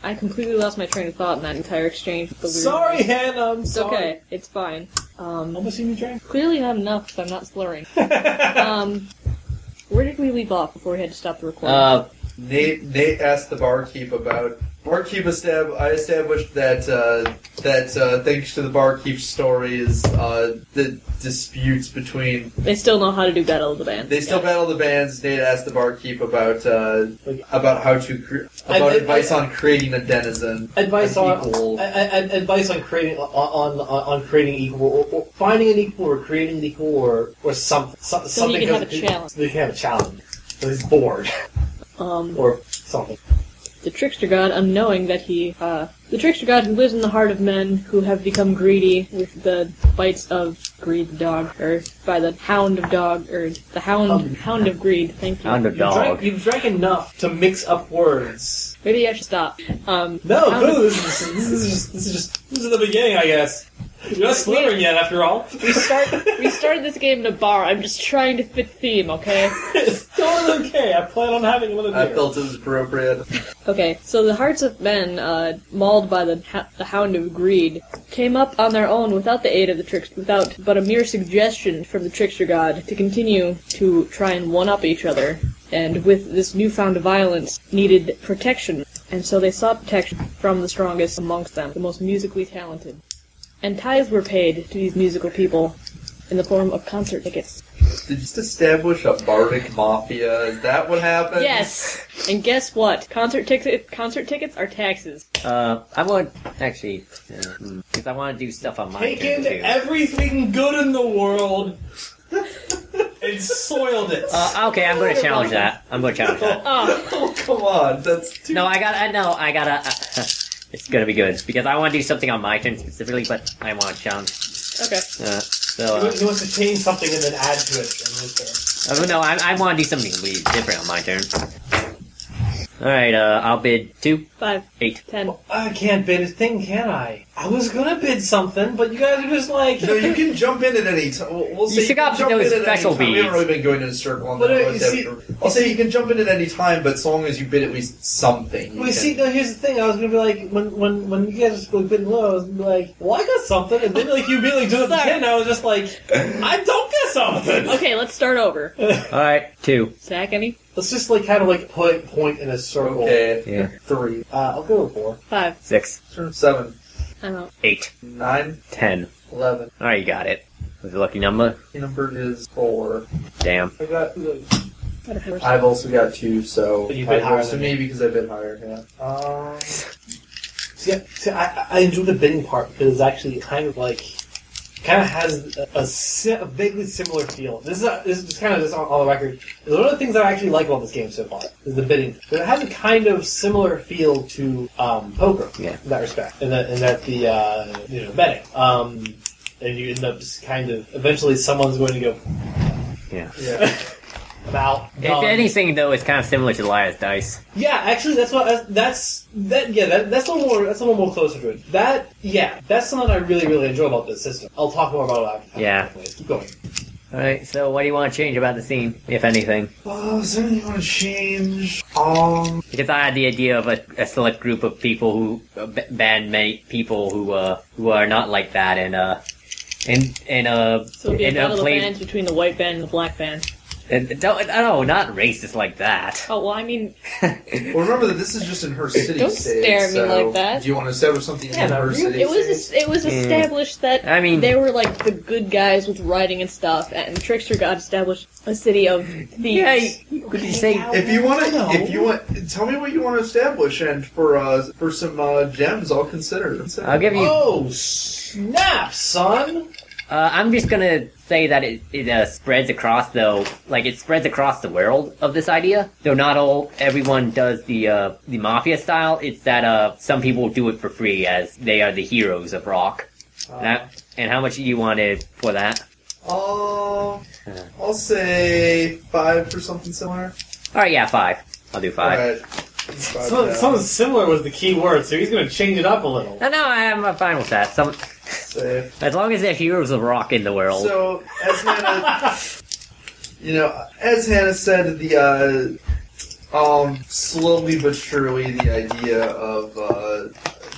C: I completely lost my train of thought in that entire exchange. with The weird
A: Sorry, Hannah, I'm
C: It's
A: sorry.
C: okay. It's fine. Um,
A: Almost see me drink.
C: clearly not enough because I'm not slurring. um, where did we leave off before we had to stop the recording?
B: Uh,
D: Nate Nate asked the barkeep about barkeep estab. I established that uh, that uh, thanks to the barkeep's stories, uh, the disputes between
C: they still know how to do Battle of the Band.
D: they still battle the bands. Nate asked the barkeep about uh,
A: Like-
D: about how to cre-
A: I-
D: about
A: I-
D: advice on creating a denizen.
A: Advice
D: an
A: on
D: equal-
A: a- a- a- advice on creating on on, on creating equal or, or finding an equal or creating an equal or or something so,
C: So
A: something
C: he can have
A: goes-
C: a challenge.
A: So they can have a challenge. So he's bored
C: Um,
A: or something.
C: the trickster god, unknowing that he, uh, the trickster god who lives in the heart of men who have become greedy with the bites of greed the dog, or by the hound of dog, or the hound
A: Um,
C: hound of greed. Thank you.
B: hound of
A: You
B: Dog.
A: drank, you've drank enough to mix up words.
C: Maybe I should stop. Um,
A: No,
C: How
A: no, this is, this is just this is just this is the beginning, I guess. You're not slurring yet, after all.
C: we start we started this game in a bar. I'm just trying to fit theme, okay?
A: it's totally okay. I plan on having another
D: I
A: beer.
D: felt it was appropriate.
C: Okay, so the hearts of men, uh, mauled by the, ha- the hound of greed, came up on their own without the aid of the trickster, without but a mere suggestion from the trickster god to continue to try and one up each other, and with this newfound violence needed protection, and so they sought protection from the strongest amongst them, the most musically talented. And tithes were paid to these musical people in the form of concert tickets.
D: Did you just establish a bardic mafia? Is that what happened?
C: Yes, and guess what? Concert tickets concert tickets are taxes.
B: uh, I want actually because I want to do stuff on my
A: Taken
B: turn too.
A: everything good in the world and soiled it.
B: uh, okay, I'm going to challenge that. I'm going to challenge that.
C: Oh.
D: Oh come on, that's too.
B: No, I got. to No, I gotta. Uh, it's gonna be good because I want to do something on my turn specifically, but I want to challenge.
C: Okay.
B: Uh, so
A: he,
B: uh,
A: wants, he wants to change something and then add to it. in his turn.
B: oh, no, I, I want to do something completely different on my turn. All right, uh, I'll bid two,
C: Five,
B: eight.
C: ten.
A: I can't bid a thing, can I? I was gonna bid something, but you guys are just like.
D: No, you can jump in at any time. We'll, we'll
B: You
D: say
B: still
D: can
B: got
D: jump
B: those
D: in at any
B: special
D: time. We haven't
B: beads.
D: really been going in a circle on
A: But,
D: that.
A: uh,
D: I'll
A: you
D: say-
A: see-
D: I'll say you can jump in at any time, but so long as you bid at least something.
A: Well,
D: you
A: you see,
D: can-
A: no, here's the thing. I was gonna be like, when when when you guys were bidding low, I was gonna be like, well, I got something, and then like you immediately do it
C: Sorry.
A: again. and I was just like, I don't get something.
C: Okay, let's start over.
B: All right, two.
C: Sack any?
A: Let's just like kind of like put point in a circle.
D: Okay.
B: Yeah,
A: Three. Uh, I'll go with four.
C: Five.
B: six,
D: Seven,
C: I'm out.
B: eight,
D: nine,
B: ten.
D: eleven.
B: All right, you got it. Was the lucky number?
D: The Number is four.
B: Damn.
A: I got. Uh,
C: What a horse.
D: I've also got two, so
A: But you
D: five
A: bid higher
D: goes to
A: than
D: me because I bid higher. Yeah.
A: um. See, I- see I, I enjoy the bidding part because it's actually kind of like. Kind of has a, a, si- a vaguely similar feel. This is a, this is kind of just on, on the record. It's one of the things I actually like about this game so far is the bidding. But it has a kind of similar feel to um, poker
B: Yeah.
A: in that respect, and that and that the uh, you know betting. Um, and you end up just kind of eventually someone's going to go
B: Yeah.
D: Yeah.
A: about um,
B: If anything, though, it's kind of similar to Liar's Dice.
A: Yeah, actually, that's what that's that. Yeah, that, that's a little more. That's a little more closer to it. That yeah, that's something I really really enjoy about this system. I'll talk more about it after.
B: Yeah.
A: Anyways, keep going.
B: All right, so what do you want to change about the scene, if anything?
D: oh, is there anything you want to change? Um,
B: Because I had the idea of a, a select group of people who uh, b- bandmate people who uh, who are not like that, and uh, and and uh,
C: So it'll be a
B: and, uh,
C: battle of the
B: play-
C: bands between the white band and the black band.
B: And don't no, not racist like that.
C: Oh well, I mean,
D: Well, remember that this is just in her city.
C: Don't
D: state,
C: stare at me
D: so
C: like that.
D: Do you want to establish something in
A: Yeah, no,
D: her
A: you-
D: city?
C: it was
D: state?
C: es- it was established that
B: Hmm. I mean-
C: they were like the good guys with writing and stuff, and Trickster God established a city of thieves.
B: Yeah, you could you say
D: If you want
I: No.
D: to, if you want, tell me what you want to establish, and for uh, for some uh, gems, I'll consider. consider.
B: I'll give you. Uh,
A: Oh snap, son!
B: I'm just gonna say that it, it uh, spreads across though, like it spreads across the world of this idea. Though not all everyone does the uh, the mafia style. It's that uh, some people do it for free as they are the heroes of rock.
D: Uh.
B: That, and how much do you want it for that?
D: I'll, Um, I'll say five for something similar.
B: All right, yeah, five. I'll do five.
D: Alright. Five
A: Something,
D: down.
A: something similar was the key word, so he's going to change it up a little.
B: No, no, I'm uh, fine with that. Some,
D: Say-
B: as long as they're heroes of rock in the world.
D: So as Hannah, you know, as Hannah said, the uh, um, slowly but surely, the idea of uh,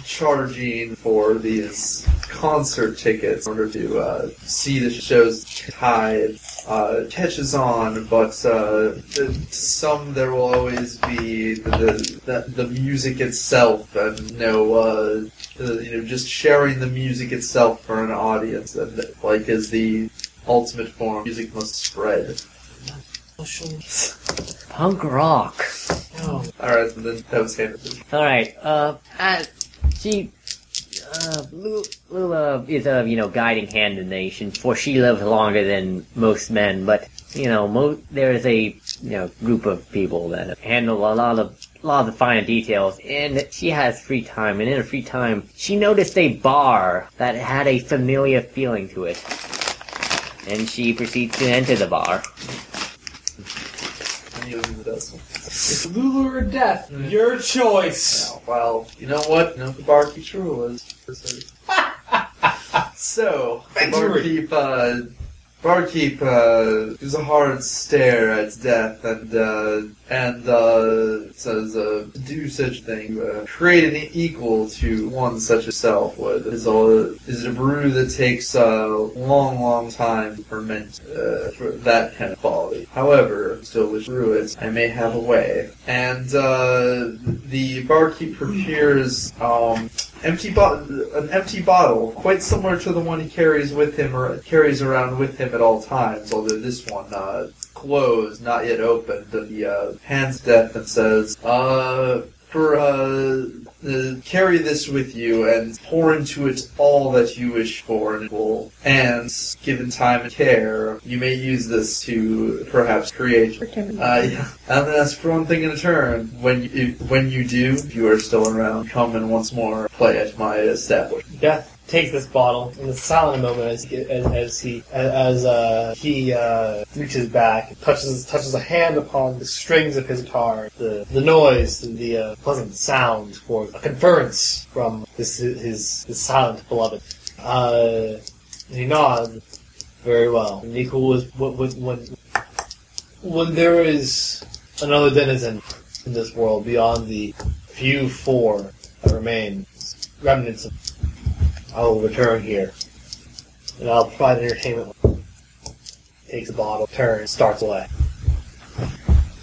D: charging for these concert tickets in order to uh, see the shows tied uh, catches on, but uh, to some there will always be the the, the, the music itself and no. Uh, uh, you know, just sharing the music itself for an audience, and like is the ultimate form. Music must spread.
B: Punk rock.
A: Oh.
D: All right, so then that was Hannah's.
B: All right. Uh, uh she, uh, Lu- Lula is a you know guiding hand in the nation, for she lives longer than most men. But you know, mo- there is a you know group of people that handle a lot of a lot of the finer details, and she has free time. And in her free time, she noticed a bar that had a familiar feeling to it, and she proceeds to enter the bar.
D: And he was in the dust.
A: Lulu or death?
D: Mm.
A: Your choice.
D: Now, well, you know what? You know, what the barkeep sure was. so, the
A: Victory.
D: barkeep, uh, barkeep uh, gives a hard stare at death and uh, and uh, says, uh, "To "Do such thing, uh, create an equal to one such as self. Would is a is a brew that takes a long, long time to ferment uh, for that kind of quality. However, still with druids, I may have a way." And uh, the barkeep prepares um, empty bo- an empty bottle, quite similar to the one he carries with him or carries around with him at all times. Although this one uh, closed, not yet opened. The uh, hands death and says, "Uh, for uh, uh, carry this with you and pour into it all that you wish for, and it will. And given time and care, you may use this to perhaps create uh, yeah. And then that's for one thing in a turn. When you, if- when you do, if you are still around, come and once more play at my establishment.
A: Death takes this bottle in a silent moment as he, as, as he as uh, he uh, reaches back, and touches touches a hand upon the strings of his guitar. The the noise and the uh, pleasant sound for a conference from his his, his silent beloved. Uh, and he nods. Very well. And equal was when when- when when there is another denizen in this world beyond the few four that remain remnants of I will return here. And I'll provide entertainment. Takes a bottle, turns, starts away.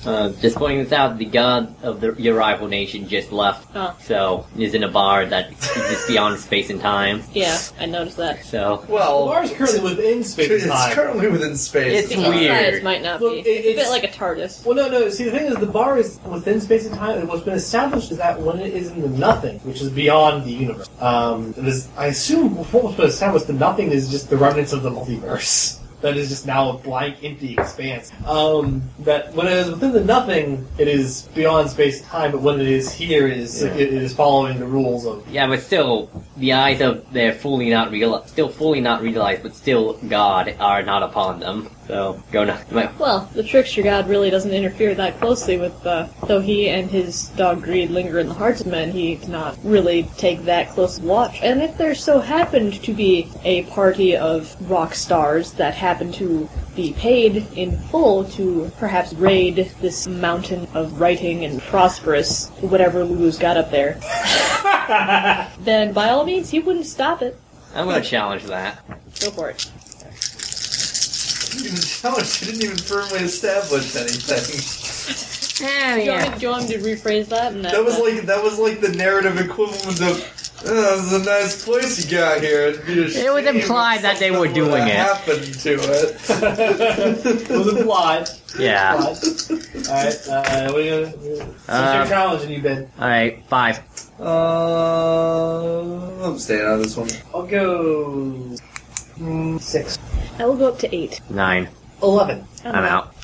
B: Uh, just pointing this out, the god of the, your rival nation just left,
C: Oh.
B: so is in a bar that exists beyond space and time.
C: yeah, I noticed that.
B: So
A: The
D: Well,
A: bar's currently within space
D: it's
A: and time.
D: currently within space.
B: It's
C: The outsides
B: weird.
C: might not
A: Look,
C: be.
A: it-
C: it's a
A: it's-
C: bit like a TARDIS.
A: well, no, no. See, the thing is, the bar is within space and time, and what's been established is that when it is in the nothing, which is beyond the universe, um, it is, I assume what was been established, the nothing is just the remnants of the multiverse. That is just now a blank, empty expanse. Um, that when it is within the nothing, it is beyond space and time, but when it is here, it is,
B: Yeah.
A: it, it is following the rules of
B: yeah, but still, the eyes of they're fully not real, still fully not realized, but still God are not upon them. So go not. my-
C: Well, the trickster god really doesn't interfere that closely with uh Though he and his dog greed linger in the hearts of men, he does not really take that close watch. And if there so happened to be a party of rock stars that happened to be paid in full to perhaps raid this mountain of writing and prosperous whatever Lulu's got up there, then by all means he wouldn't stop it.
B: I'm gonna challenge that.
C: Go for it.
D: didn't even tell us. You didn't even firmly establish
B: Ah,
C: Do
D: anything.
C: you, want me,
B: yeah.
C: do you want me to rephrase that? uh, And
D: That was like that was like the narrative equivalent of. Oh, that was a nice place you got here. It'd be a
B: It was
D: shame if
B: implied that they were
D: something would've
B: doing it.
D: Happened to it.
A: it was implied.
B: Yeah.
A: Alright, uh, what are you gonna, what's
B: Um,
A: your challenge and you've been?
B: All right, five.
D: Uh, I'm staying out of this one.
A: I'll go. mm, Six.
C: I will go up to eight.
B: Nine.
A: Eleven.
C: I don't
B: I'm
C: know.
B: out.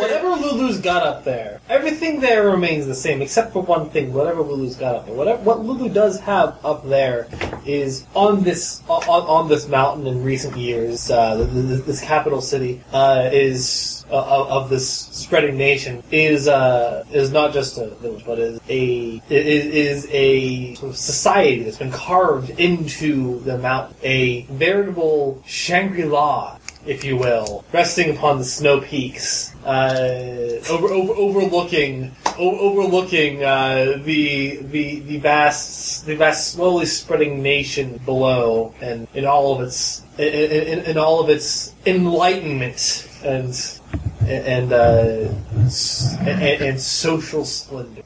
A: Whatever Lulu's got up there, everything there remains the same except for one thing. Whatever Lulu's got up there, whatever what Lulu does have up there is on this on, on this mountain in recent years. Uh, th- th- this capital city uh, is uh, of of this spreading nation is uh, is not just a village, but is a i- i- is a sort of society that's been carved into the mountain, a veritable Shangri La if you will, resting upon the snow peaks, uh, over, over, overlooking o- overlooking uh, the the the vast the vast slowly spreading nation below, and in all of its in, in, in all of its enlightenment and and uh, s- and, and social splendor.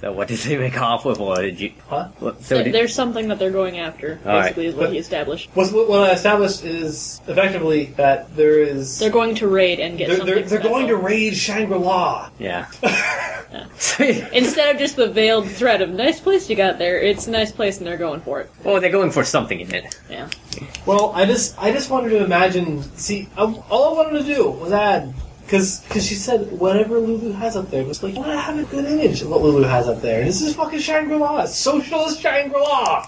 B: So what did they make off with? Or did you?
A: Huh?
B: What, so
C: There-
B: did,
C: There's something that they're going after.
B: All right.
C: Basically, is what he established.
A: What's, what what I established is effectively that there is
C: They're going to raid and get
A: they're,
C: something.
A: they're, they're
C: special.
A: going to raid Shangri La.
B: yeah. So-
C: Instead of just the veiled threat of nice place you got there, it's nice place and they're going for it.
B: oh, they're going for something in it.
C: Yeah.
A: Well, I just I just wanted to imagine. See, I, all I wanted to do was add because because she said whatever Lulu has up there, just like I want to have a good image of what Lulu has up there. This is fucking Shangri La, It's socialist Shangri La,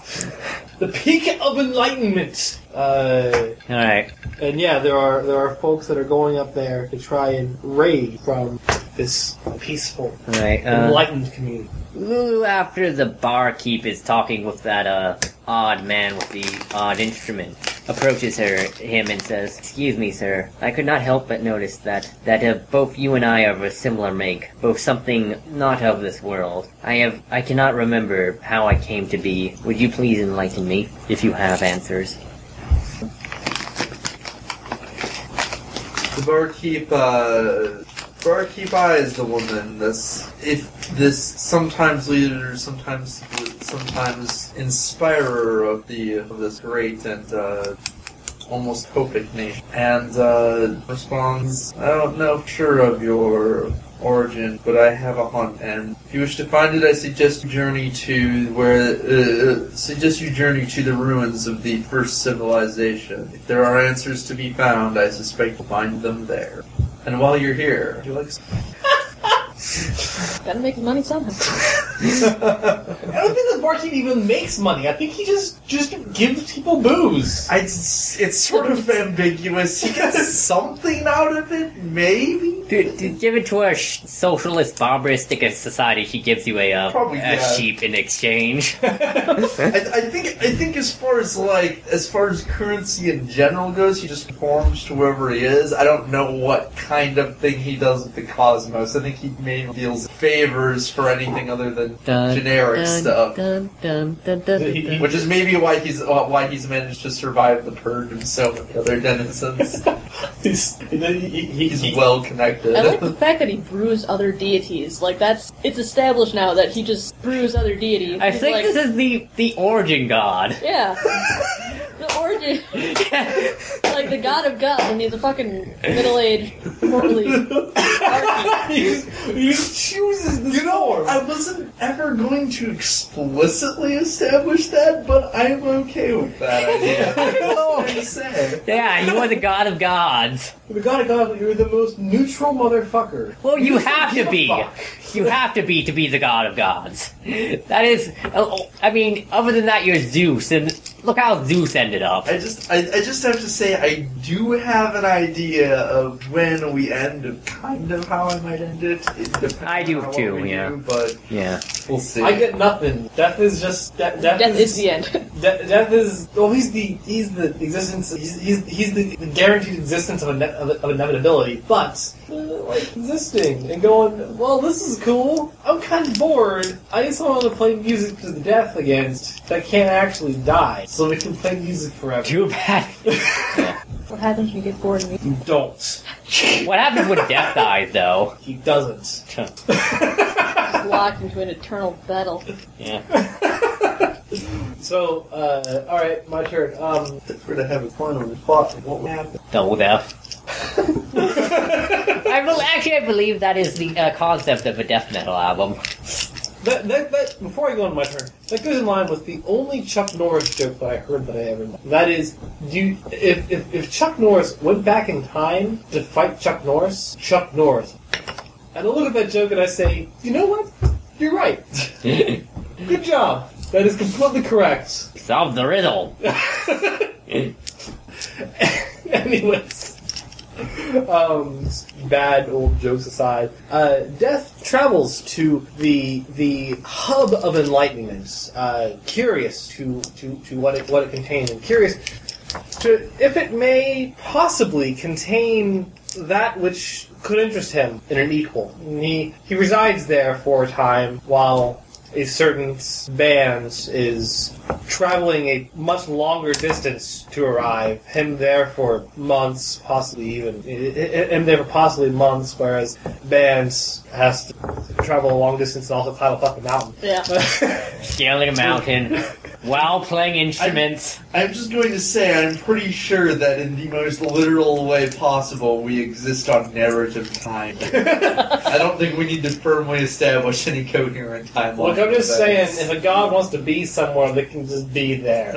A: the peak of enlightenment. Uh,
B: All right.
A: and yeah, there are there are folks that are going up there to try and raid from this peaceful,
B: All right. Uh,
A: enlightened community.
B: Lulu, after the barkeep is talking with that uh odd man with the odd instrument, approaches her him and says, "Excuse me, sir. I could not help but notice that that uh, both you and I are of a similar make, both something not of this world. I have I cannot remember how I came to be. Would you please enlighten me if you have answers?"
D: The barkeep, uh, barkeep eyes the woman. This, if this sometimes leader, sometimes sometimes inspirer of the of this great and uh, almost Copic nation, and uh, responds, "I don't know for sure of your." Origin, but I have a hunt, and if you wish to find it, I suggest you journey to where uh, suggest you journey to the ruins of the first civilization. If there are answers to be found, I suspect you'll find them there. And while you're here, would you like some-
C: Gotta make his money somehow.
A: I don't think the barkeep even makes money. I think he just just gives people booze.
D: I, it's it's sort of ambiguous. He gets something out of it, maybe.
B: Dude, dude, give it to a sh- socialist, barbaristic society. She gives you a uh,
D: Probably,
B: a
D: yeah.
B: sheep in exchange.
D: I, I think I think as far as like as far as currency in general goes, he just conforms to wherever he is. I don't know what kind of thing he does with the cosmos. I think he mainly deals favors for anything other than generic stuff.
B: Dun, dun, dun, dun, dun, dun.
D: Which is maybe why he's why he's managed to survive the purge himself with the other denizens.
A: He's, he, he,
D: He's well connected.
C: I like the fact that he brews other deities. Like that's it's established now that he just brews other deities.
B: I
C: He's
B: think
C: like,
B: this is the the origin god.
C: yeah. The origin, like the god of gods, and he's a fucking middle-aged, portly. barkeep.
A: he chooses this
D: You know,
A: form.
D: I wasn't ever going to explicitly establish that, but I'm okay with that idea. What can I say?
B: yeah, you are the god of gods.
A: You gotta go. You're the most neutral motherfucker.
B: Well, Oh, you have
A: give
B: to
A: a
B: be.
A: fuck.
B: You have to be to be the god of gods. That is, oh, I mean, other than that, you're Zeus, and look how Zeus ended up.
D: I just, I, I just have to say, I do have an idea of when we end, of kind of how I might end it. It depends
B: I do
D: on what
B: too,
D: we
B: yeah.
D: do, but uh,
B: Yeah.
D: we'll see.
A: I get nothing. Death is just death. Death,
C: Death is the end.
A: de- death is. Well, he's the he's the existence. He's he's, he's the, the guaranteed existence of, ine- of, of inevitability. But uh, like existing and going. Well, this is cool. I'm kind of bored. I need someone to play music to the death against that can't actually die, so we can play music forever.
B: Too bad.
C: What happens when you get bored and you
E: Don't.
B: What happens when Death dies, though?
E: He doesn't.
C: get locked into an eternal battle?
B: yeah.
E: So, uh, all right, my turn. Um,
D: If we're to have a quantum plot, what would happen?
B: Double death.
A: Um,
B: I bel actually, I believe that is the uh, concept of a death metal album.
E: that, that, that, before I go on my turn, that goes in line with the only Chuck Norris joke that I heard that I ever. That is, you if, if if Chuck Norris went back in time to fight Chuck Norris, Chuck Norris, and I look at that joke and I say, you know what? You're right. Good job. That is completely correct.
B: Solve the riddle.
E: Anyways. Um, bad old jokes aside, uh, death travels to the the hub of enlightenment, uh, curious to, to, to what it what it contains, and curious to if it may possibly contain that which could interest him in an equal. And he he resides there for a time while a certain band is traveling a much longer distance to arrive. Him there for months, possibly even i- i- him there for possibly months, whereas bands has to travel a long distance and also climb a fucking mountain.
C: Yeah.
B: Scaling a mountain while playing instruments.
D: I'm just going to say I'm pretty sure that in the most literal way possible, we exist on narrative time. I don't think we need to firmly establish any coherent timeline.
E: Look, I'm just
D: for
E: saying,
D: that.
E: if a god wants to be somewhere, they can just be there.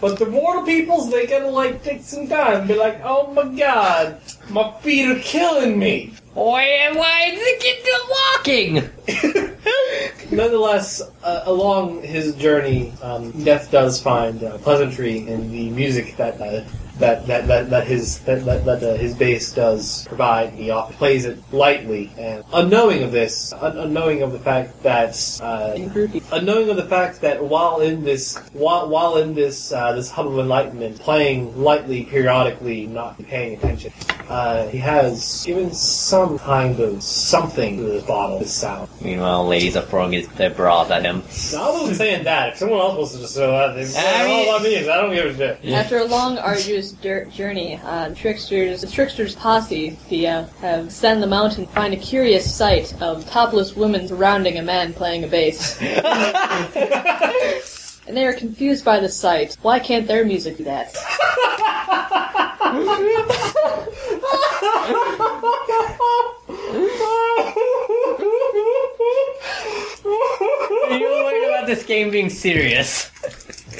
E: but the mortal peoples, they gotta like take some time and be like, oh my god, my feet are killing me.
B: Why, why is it keep on walking?
E: Nonetheless, uh, along his journey, um, Death does find uh, pleasantry in the music that uh, that, that, that that his that, that, that uh, his bass does provide. He often plays it lightly and unknowing of this, un- unknowing of the fact that uh, unknowing of the fact that while in this while, while in this uh, this hub of enlightenment, playing lightly periodically, not paying attention, uh, he has given some kind of something to this bottle, this sound.
B: Meanwhile, ladies are throwing his, their bras at him.
E: No, I wasn't saying that. If someone else wants to just say that, they say,
B: I mean-
E: all I mean is I don't give a shit.
C: After a long, arduous dir- journey, uh, tricksters, the tricksters posse, the uh, have ascend the mountain, find a curious sight of topless women surrounding a man playing a bass, and they are confused by the sight. Why can't their music do that?
B: Are you worried about this game being serious?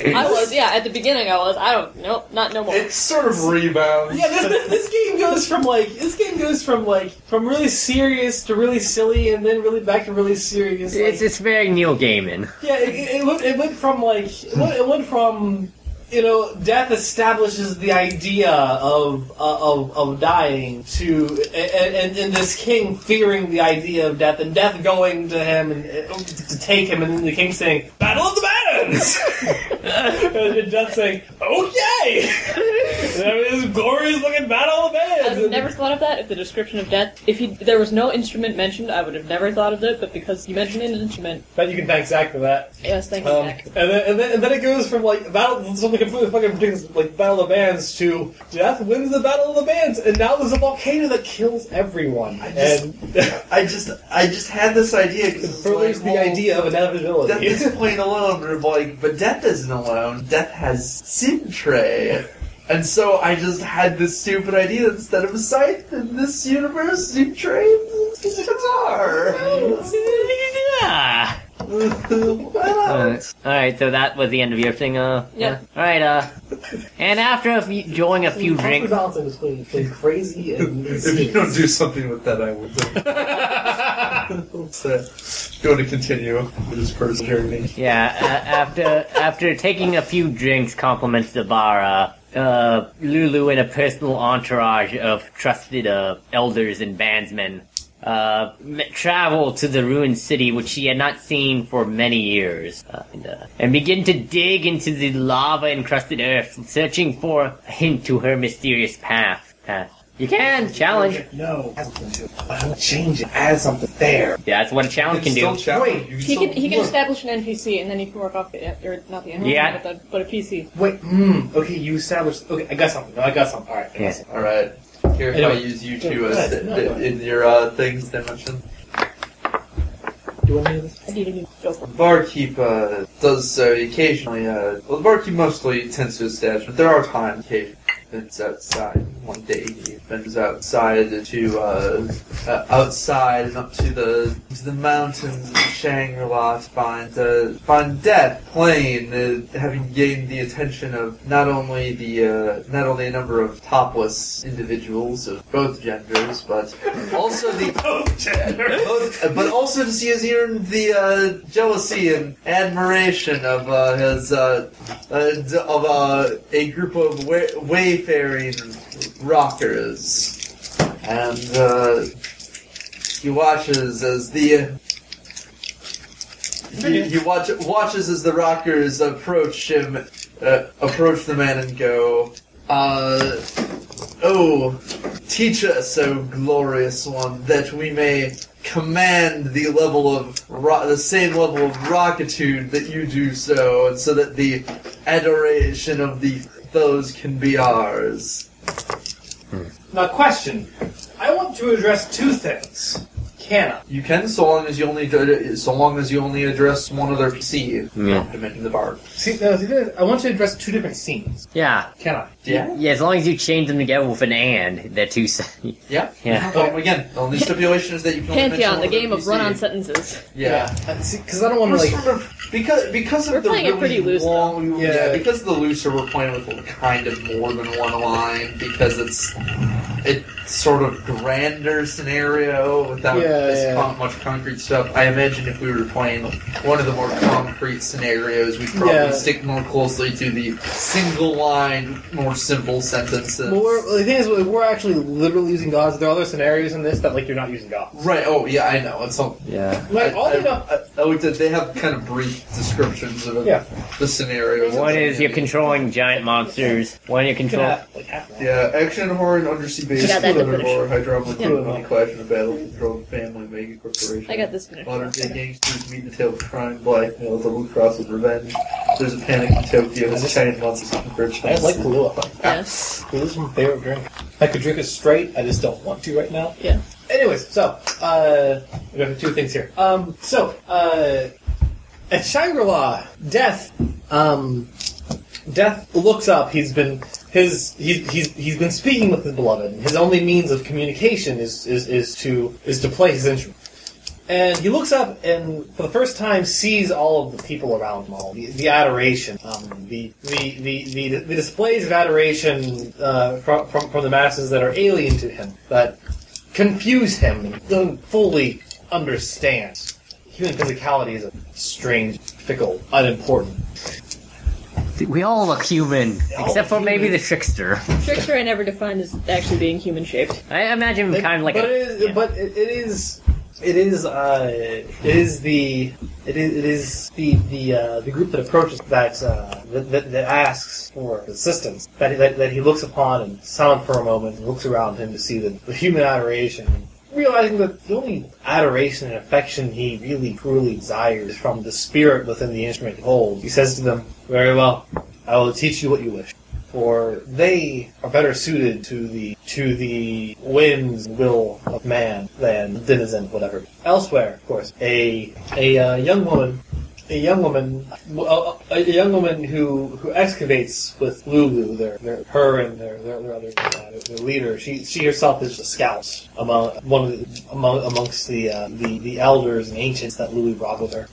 C: I was, yeah, at the beginning I was. I don't, nope, not no more.
D: It sort of rebounds.
E: Yeah, this, this, this game goes from like this game goes from like from really serious to really silly, and then really back to really serious. like-
B: It's, it's very Neil Gaiman.
E: yeah, it, it, it went, it went from like it went, it went from you know death establishes the idea of uh, of of dying to and, and and this king fearing the idea of death and death going to him and uh, to take him, and then the king saying battle of the bands. and Death saying, okay! there is glorious looking battle of the bands!
C: I've
E: And-
C: never thought of that. If the description of death, if he, there was no instrument mentioned, I would have never thought of it. But because you mentioned an instrument,
E: Bet you can thank Zach for that.
C: I was thinking
E: Um,
C: back.
E: and, then, and, then, and then it goes from like battle something completely fucking ridiculous, like battle of the bands to death wins the battle of the bands, and now there's a volcano that kills everyone.
D: I just-
E: and
D: I just, I just had this idea
E: it
D: because
E: furthers the idea of
D: Death
E: inevitability.
D: is playing alone, and like, but Death isn't alone. Death has Sintray. And so I just had this stupid idea that instead of a scythe in this universe, you trade a guitar.
B: Ah.
D: Why not?
B: Alright, Alright, so that was the end of your thing, uh?
C: Yeah.
B: Alright, uh. And after a few, enjoying a few drinks.
E: Balancing between between crazy and
D: If you don't do something with that, I will. do. so, going to continue with this person journey.
B: Yeah, a- after after taking a few drinks, compliments the bar, uh, uh, Lulu and a personal entourage of trusted uh, elders and bandsmen uh, m- travel to the ruined city, which she had not seen for many years, uh, and, uh, and begin to dig into the lava encrusted earth, searching for a hint to her mysterious path. path. You can challenge.
F: No, has something to it. I will change it. Add something there.
B: Yeah, that's what a challenge can do.
D: Challenge. You
C: He can,
D: still
C: he can
D: work.
C: establish an NPC and then he can work off the or not the NPC,
B: Yeah.
C: but, the, but a PC.
A: Wait, hmm, okay, you established. Okay, I got something. No, I got something. Alright, I got
B: Yeah.
A: something.
D: All right. Here, if I
A: Anyway.
D: use you
A: Yeah,
D: two
A: go
D: as
A: ahead.
D: the-
A: No,
D: the-
A: go ahead.
D: in your uh, things dimension,
A: Do you want any of this?
C: I need a new joke.
D: the barkeep uh, does so occasionally. Uh, well, the barkeep mostly tends to establish, but there are times occasionally. It's outside. One day he bends outside to uh, uh, outside and up to the to the mountains of Shangri La to find uh, find death plain, uh, having gained the attention of not only the uh, not only a number of topless individuals of both genders, but also the both- uh, but also to see his ear the uh, jealousy and admiration of uh, his uh, uh, d- of uh, a group of way- wayfaring rockers, and uh, he watches as the. He, he watch, watches as the rockers approach him, uh, approach the man, and go, uh, "Oh, Teach us, O glorious one, that we may command the level of ro- the same level of rockitude that you do so, and so that the adoration of the foes can be ours.
E: Now, question. I want to address two things. Can I?
D: You can, so long as you only do- so long as you only address one other PC.
B: Yeah.
D: Not to mention the bar.
E: See, no, see, this- I want to address two different scenes.
B: Yeah,
E: Can I?
D: Yeah,
B: yeah. As long as you change them together with an and, they're two. s-
D: yeah.
B: Yeah.
D: Um, again, the only stipulation is that you can only mention
C: Pantheon,
D: one
C: the
D: other
C: game of
D: PC.
C: run-on sentences.
D: Yeah.
A: Uh,
E: Because I don't want
D: We're
E: to, like,
D: sort of, because because of
C: We're
D: the
C: playing it
D: really
C: pretty loose, though.
D: long, yeah.
E: Yeah.
D: Because of the looser, we're playing with kind of more than one line because it's it sort of grander scenario without
A: Yeah,
D: as
A: yeah.
D: con- much concrete stuff. I imagine if we were playing one of the more concrete scenarios, we'd probably
A: Yeah.
D: stick more closely to the single line, more simple sentences.
A: Well, we're, the thing is, we're actually literally using gods. There are other scenarios in this that, like, you're not using gods.
D: Right. Oh, yeah, I know. It's all.
B: Yeah.
E: like
D: I,
E: all
D: I,
E: the
D: I, I looked at- They have kind of brief descriptions of
A: Yeah.
D: the scenarios.
B: One is you're controlling giant monsters. One you're
E: Can
B: controlling.
E: I? Like, half an hour.
D: Yeah, action horror and undersea base,
C: I got that
D: Cool
C: to
D: horror, hydraulic
A: Yeah.
D: cool money clash in a battle, controlled family, mega corporation.
C: I got this finished.
D: Modern day gangsters meet the tale of crime, blackmail, double cross with revenge. There's a panic in Tokyo as giant monsters converge.
E: I like Kahlua.
C: Yes.
E: This is my favorite drink. I could drink it straight. I just don't want to right now.
C: Yeah.
E: Anyways, so uh, we have two things here. Um, so uh, at Shangri-La, Death, um, Death looks up. He's been his he's, he's he's been speaking with his beloved. His only means of communication is is, is to is to play his instrument. And he looks up and, for the first time, sees all of the people around him, all the, the adoration, um, the, the, the, the, the displays of adoration uh, from, from, from the masses that are alien to him, that confuse him, don't fully understand. Human physicality is a strange, fickle, unimportant.
B: We all look human, except for maybe the trickster.
C: Trickster I never defined as actually being human-shaped.
B: I imagine him kind of like
E: but
B: a.
E: it is,
B: yeah.
E: but it, it is, it is, uh, it is the, it is, it is the the uh, the group that approaches that, uh, that, that that asks for assistance. That, that that he looks upon and silent for a moment and looks around him to see the, the human adoration. Realizing that the only adoration and affection he really truly desires is from the spirit within the instrument he holds, he says to them, "Very well, I will teach you what you wish." for they are better suited to the to the whims and will of man than the denizen of whatever. Elsewhere, of course, a a uh, young woman, a young woman, a, a young woman who who excavates with Lulu, their, their her and their their, their other uh, their leader. She she herself is a scout among one of the, among amongst the uh, the the elders and ancients that Lulu brought with her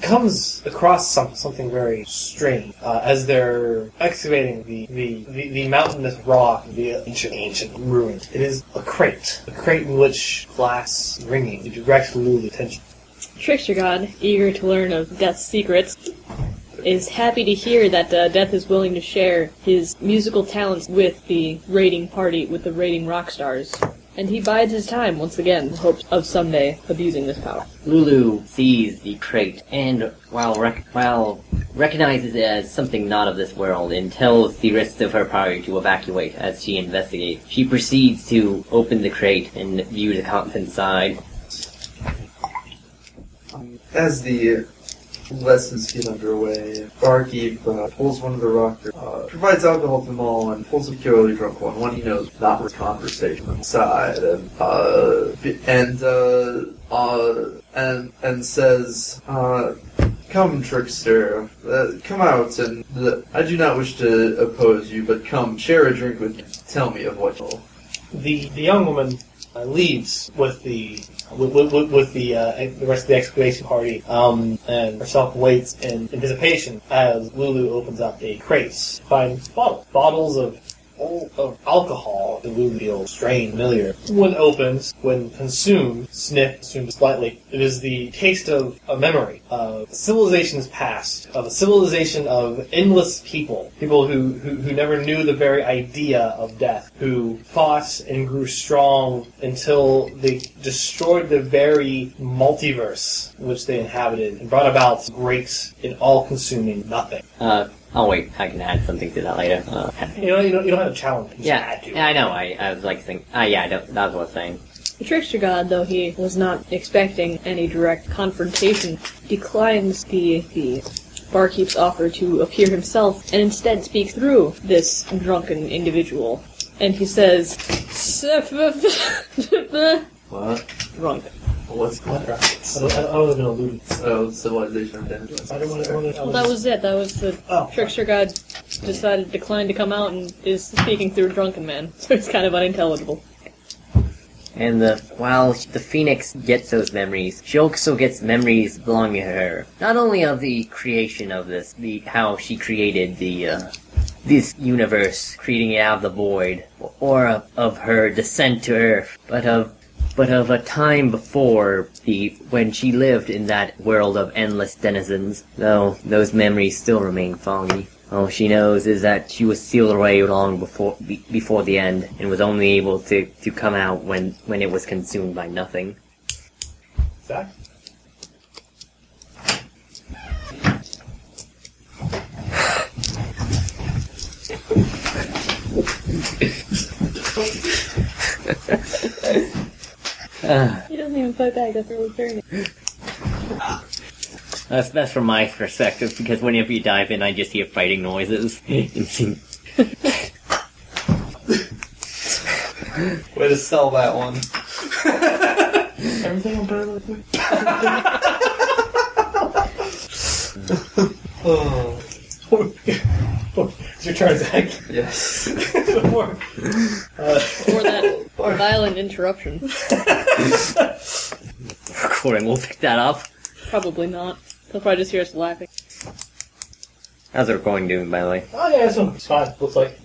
E: comes across some, something very strange uh, as they're excavating the, the, the, the mountainous rock, the ancient, ancient ruin. It is a crate, a crate in which glass ringing directs Lulu's attention.
C: Trickster God, eager to learn of Death's secrets, is happy to hear that uh, Death is willing to share his musical talents with the raiding party, with the raiding rock stars. And he bides his time once again in hopes of someday abusing this power.
B: Lulu sees the crate and while rec- while recognizes it as something not of this world and tells the rest of her party to evacuate as she investigates. She proceeds to open the crate and view the contents inside.
D: As the lessons get underway, barkeep uh, pulls one of the rockers, uh, provides alcohol to them all, and pulls a peculiarly drunk one, one he knows not for conversation inside, and uh, b- and uh, uh, and and says, uh, "Come, trickster, uh, come out, and the, I do not wish to oppose you, but come, share a drink with me. Tell me of what you'll."
E: The the young woman uh, leaves with the with, with- with, with the uh, the rest of the excavation party, um, and herself waits in anticipation as Lulu opens up a crate, finds bottles bottles of. all- Of alcohol, the Lulu feels strange, familiar. When opened, when consumed, sniffed, consumed slightly, it is the taste of a memory Uh, of civilization's past, of a civilization of endless people, people who, who, who never knew the very idea of death, who fought and grew strong until they destroyed the very multiverse which they inhabited and brought about great and all-consuming nothing.
B: Uh, oh wait, I can add something to that later. Uh,
E: You know, you don't, you don't have a challenge. You
B: yeah,
E: just add to it.
B: yeah, I know. I, I was like saying, ah, yeah, I don't, that was what I was saying.
C: The trickster god, though he was not expecting any direct confrontation, declines the, the barkeep's offer to appear himself and instead speaks through this drunken individual. And he says,
D: What?
C: drunk.
D: What's
E: I don't, I don't even know Lulu.
D: Oh, civilization of Dennis.
E: I don't want to.
C: Well, that was it. That was the
E: Oh.
C: trickster god decided declined to come out and is speaking through a drunken man, so it's kind of unintelligible.
B: And the while the phoenix gets those memories, she also gets memories belonging to her. Not only of the creation of this, the how she created the uh, this universe, creating it out of the void, or of, of her descent to Earth, but of but of a time before the when she lived in that world of endless denizens. Though those memories still remain foggy. All she knows is that she was sealed away long before be, before the end, and was only able to, to come out when, when it was consumed by nothing.
E: Zach?
C: He doesn't even fight back. That's really fair.
B: That's that's from my perspective because whenever you dive in, I just hear fighting noises. and see-
D: Way to sell that one.
E: Everything on better than
D: Oh.
E: It's your turn, Zach.
D: Yes.
E: Before- uh,
C: Or that violent interruption.
B: recording. We'll pick that up.
C: Probably not. They'll probably just hear us laughing.
B: How's the recording doing, by the way?
E: oh yeah, this one's fine. Looks like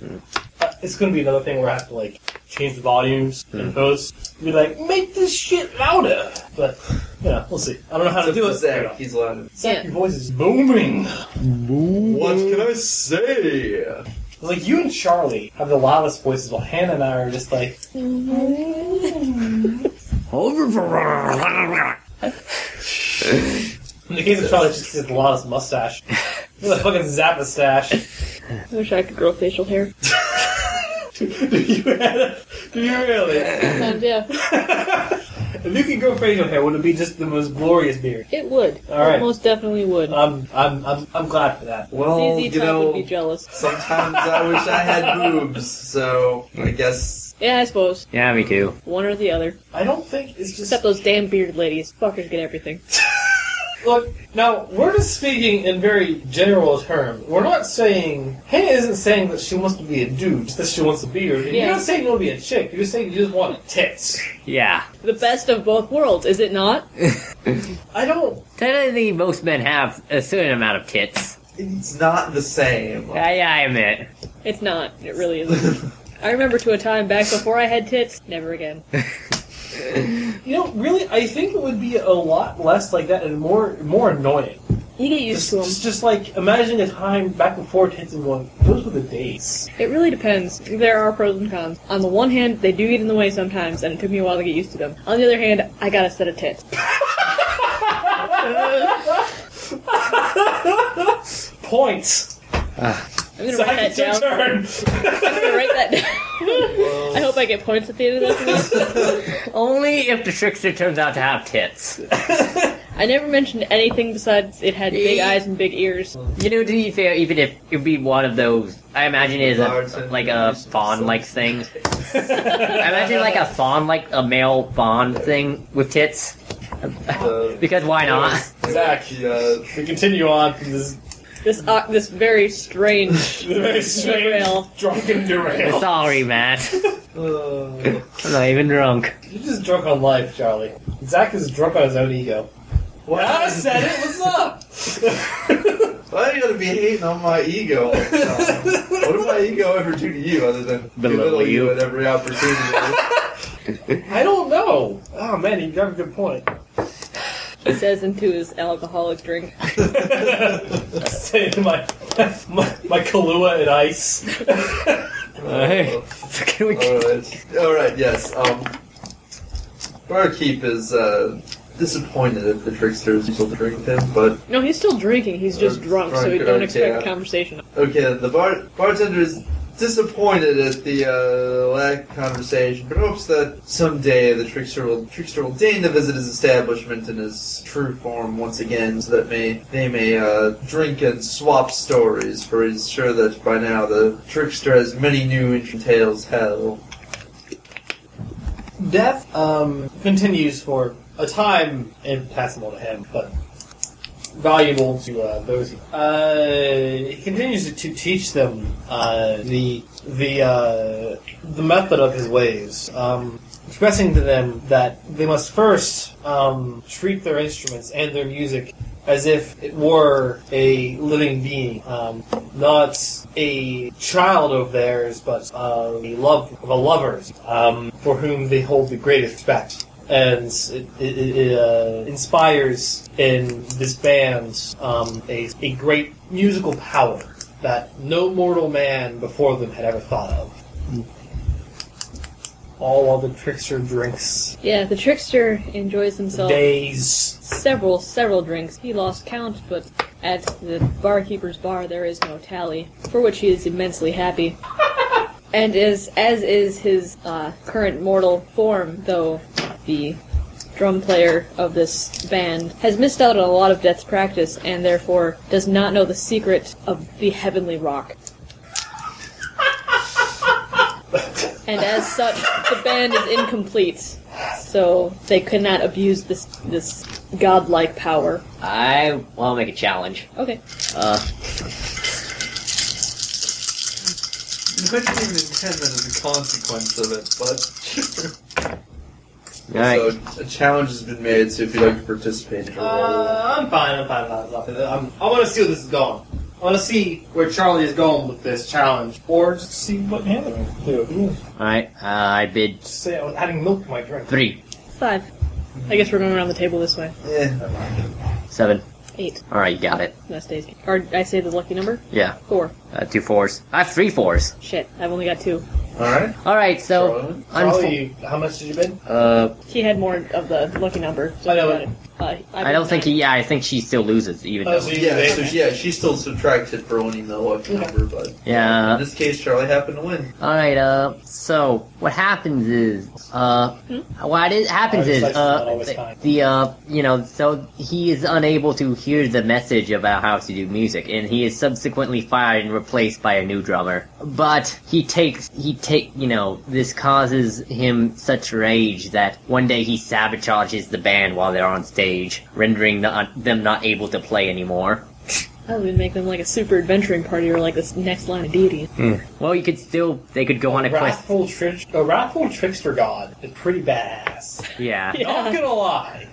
E: uh, it's gonna be another thing where I have to like change the volumes and post. Be like, make this shit louder. But yeah, we'll see. I don't know how to do it.
D: Zach, he's loud.
E: Zach,
C: Yeah.
E: your voice is booming.
D: What can I say?
E: It's like you and Charlie have the loudest voices, while Hannah and I are just like, in the case of Charlie, she just has the loudest mustache. You're the fucking Zappa stash.
C: I wish I could grow facial hair.
E: do you do you really?
C: And yeah,
E: If you could grow facial hair, would it be just the most glorious beard?
C: it would.
E: All right.
C: It most definitely would.
E: I'm I'm I'm, I'm glad for that.
D: Well,
C: ZZ
D: Oh, you
C: Top would be
D: know,
C: jealous.
D: sometimes I wish I had boobs, so I guess.
C: Yeah, I suppose.
B: Yeah, me too.
C: One or the other.
E: I don't think it's just
C: Except those damn bearded ladies. Fuckers get everything.
E: Look, now we're just speaking in very general terms. We're not saying Hannah isn't saying that she wants to be a dude, just that she wants a beard. And You're
C: Yeah.
E: not saying you want to be a chick. You're just saying you just want tits.
B: Yeah.
C: The best of both worlds, is it not?
E: I don't.
B: Technically, most men have a certain amount of tits.
D: It's not the same.
B: Yeah, yeah, I admit.
C: It's not. It really isn't. I remember to a time back before I had tits. Never again.
E: You know, really, I think it would be a lot less like that and more more annoying.
C: You get used
E: Just,
C: to them.
E: just, just like imagining a time back before tits and going, those were the days.
C: It really depends. There are pros and cons. On the one hand, they do get in the way sometimes, and it took me a while to get used to them. On the other hand, I got a set of tits.
E: points.
C: I'm gonna write
E: Zach,
C: that
E: it's your
C: down.
E: turn.
C: I'm gonna write that down. I hope I get points at the end of this.
B: Only if the trickster turns out to have tits.
C: I never mentioned anything besides it had big eyes and big ears.
B: You know, to be fair, even if it would be one of those, I imagine it is a, like a fawn-like thing. I imagine like a fawn, like a male fawn thing with tits. Because why not?
E: Zach,
D: Yeah.
E: uh, we continue on from this
C: This uh, this very strange
E: very strange
C: trail.
E: drunken derail.
B: Sorry, Matt.
E: Uh,
B: I'm not even drunk.
E: you're just drunk on life, Charlie. Zach is drunk on his own ego.
D: Why,
E: I said it. What's up?
D: why are you gonna be hating on my ego? all the time? what did my ego ever do to you other than
B: Belittle you.
D: at every opportunity?
E: I don't know. Oh man, you got a good point.
C: He says into his alcoholic drink.
E: Say to my, my my Kahlua and ice.
B: Hey. Can we-
D: Alright. Alright, yes. Um Barkeep is uh disappointed if the trickster is still drink with him, but
C: No, he's still drinking. He's just
D: Uh,
C: drunk, so we
D: drunk,
C: don't
D: okay,
C: expect
D: yeah.
C: a conversation.
D: okay, the bar bartender is disappointed at the uh lack of conversation, but hopes that someday the trickster will trickster will deign to visit his establishment in his true form once again so that may they may uh drink and swap stories, for he's sure that by now the trickster has many new interesting tales hell.
E: Death um, continues for a time impassable to him, but valuable to uh, those. Uh, he continues to, to teach them uh, the the uh, the method of his ways, um, expressing to them that they must first um, treat their instruments and their music as if it were a living being, um, not a child of theirs, but uh, a love of a lover's, um, for whom they hold the greatest respect. And it, it, it uh, inspires in this band um, a, a great musical power that no mortal man before them had ever thought of. All while the trickster drinks
C: Yeah, the trickster enjoys himself
E: days.
C: several several drinks. He lost count, but at the barkeeper's bar there is no tally, for which he is immensely happy. and is as is his uh, current mortal form, though the drum player of this band has missed out on a lot of death's practice and therefore does not know the secret of the heavenly rock.
E: Uh,
C: and as such, the band is incomplete. So they could not abuse this this godlike power.
B: I want to make a challenge.
C: Okay.
B: Uh,
D: I didn't even intend that as a consequence of it, but
B: alright.
D: So a challenge has been made. So if you'd like to participate, in
E: Uh, I'm fine. I'm fine. I'm fine. I'm, I want to see where this is going. I want to see where Charlie is going with this challenge, or just see what Hannah do.
B: Alright, uh, I bid
E: Just say I was adding milk to my drink.
B: three,
C: Five. I guess we're going around the table this way.
D: yeah,
B: seven.
C: Eight.
B: Alright, you got it.
C: That stays. Or I say the lucky number?
B: Yeah,
C: Four.
B: uh, two fours. I have three fours.
C: Shit. I've only got two.
D: all right.
B: Alright, so.
D: Charlie?
B: Unfo-
E: Charlie, how much did you bid?
B: uh,
C: He had more of the lucky number. so
E: I know,
C: he got it. Uh,
B: I don't think he. Yeah, I think she still loses, even
E: Oh,
B: though.
E: so you
D: yeah, so
E: did.
D: yeah, she still subtracted for winning the lucky
E: Okay.
D: number, but
B: Uh-huh.
D: in
B: Yeah.
D: this case, Charlie happened to win.
B: Alright, uh, so what happens is, uh, what is, happens
E: Oh, it's
B: is,
E: like not
B: uh,
E: always
B: the,
E: fine.
B: the, uh, you know, so he is unable to hear the message about how to do music, and he is subsequently fired and replaced by a new drummer. But he takes, he take, you know, this causes him such rage that one day he sabotages the band while they're on stage, rendering the, them not able to play anymore.
C: That would make them like a super adventuring party or like this next line of deity.
B: Well, you could still, they could go on a quest.
E: Wrathful, trick, a wrathful trickster god is pretty badass.
B: Yeah.
E: Not gonna lie.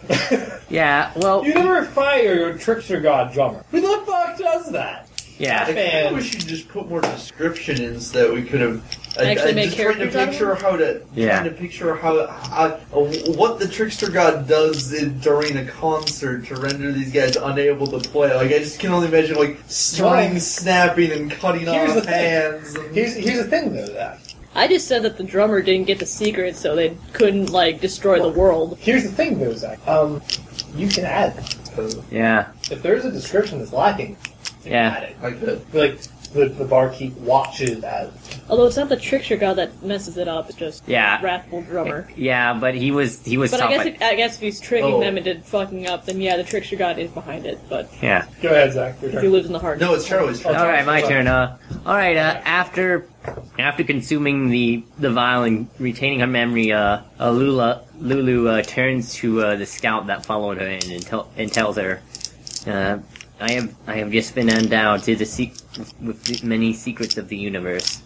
B: Yeah, well,
E: you never fire your trickster god drummer. Who the fuck does that?
D: I
B: yeah.
D: kinda
E: Man.
D: wish you just put more description in so that we could have. I,
C: Actually
D: I
C: make
D: just trying to
C: characters out of
D: picture how to
B: Yeah.
D: trying to picture how how- uh, what the trickster god does in, during a concert to render these guys unable to play. Like I just can only imagine like
E: Well,
D: strings snapping and cutting
E: here's the
D: off
E: thing.
D: hands. and-
E: Here's here's the thing though. That
C: I just said that the drummer didn't get the secret, so they couldn't like destroy the world.
E: here's the thing though, Zach. Um, you can add
D: So-
B: Yeah.
D: Oh,
E: if there's a description that's lacking.
B: Yeah.
D: Like that.
E: Like the, the barkeep watches as
C: Although it's not the trickster god that messes it up, it's just
B: Yeah.
C: wrathful drummer.
B: Yeah, but he was he was
C: But I
B: top.
C: guess if, I guess if he's tricking
E: Oh.
C: them into fucking up, then yeah, the trickster god is behind it. But
B: yeah.
E: go ahead, Zach. Your
C: if he
E: turn.
C: lives in the heart,
D: No, it's Charlie's
E: Oh,
D: turn.
B: All right, my
E: sorry.
B: turn. Uh, all right. Uh, after after consuming the the vial and retaining her memory, uh, uh Lula Lulu uh, turns to uh, the scout that followed her and and, tell, and tells her, uh, "I have I have just been endowed to the sec- with the many secrets of the universe.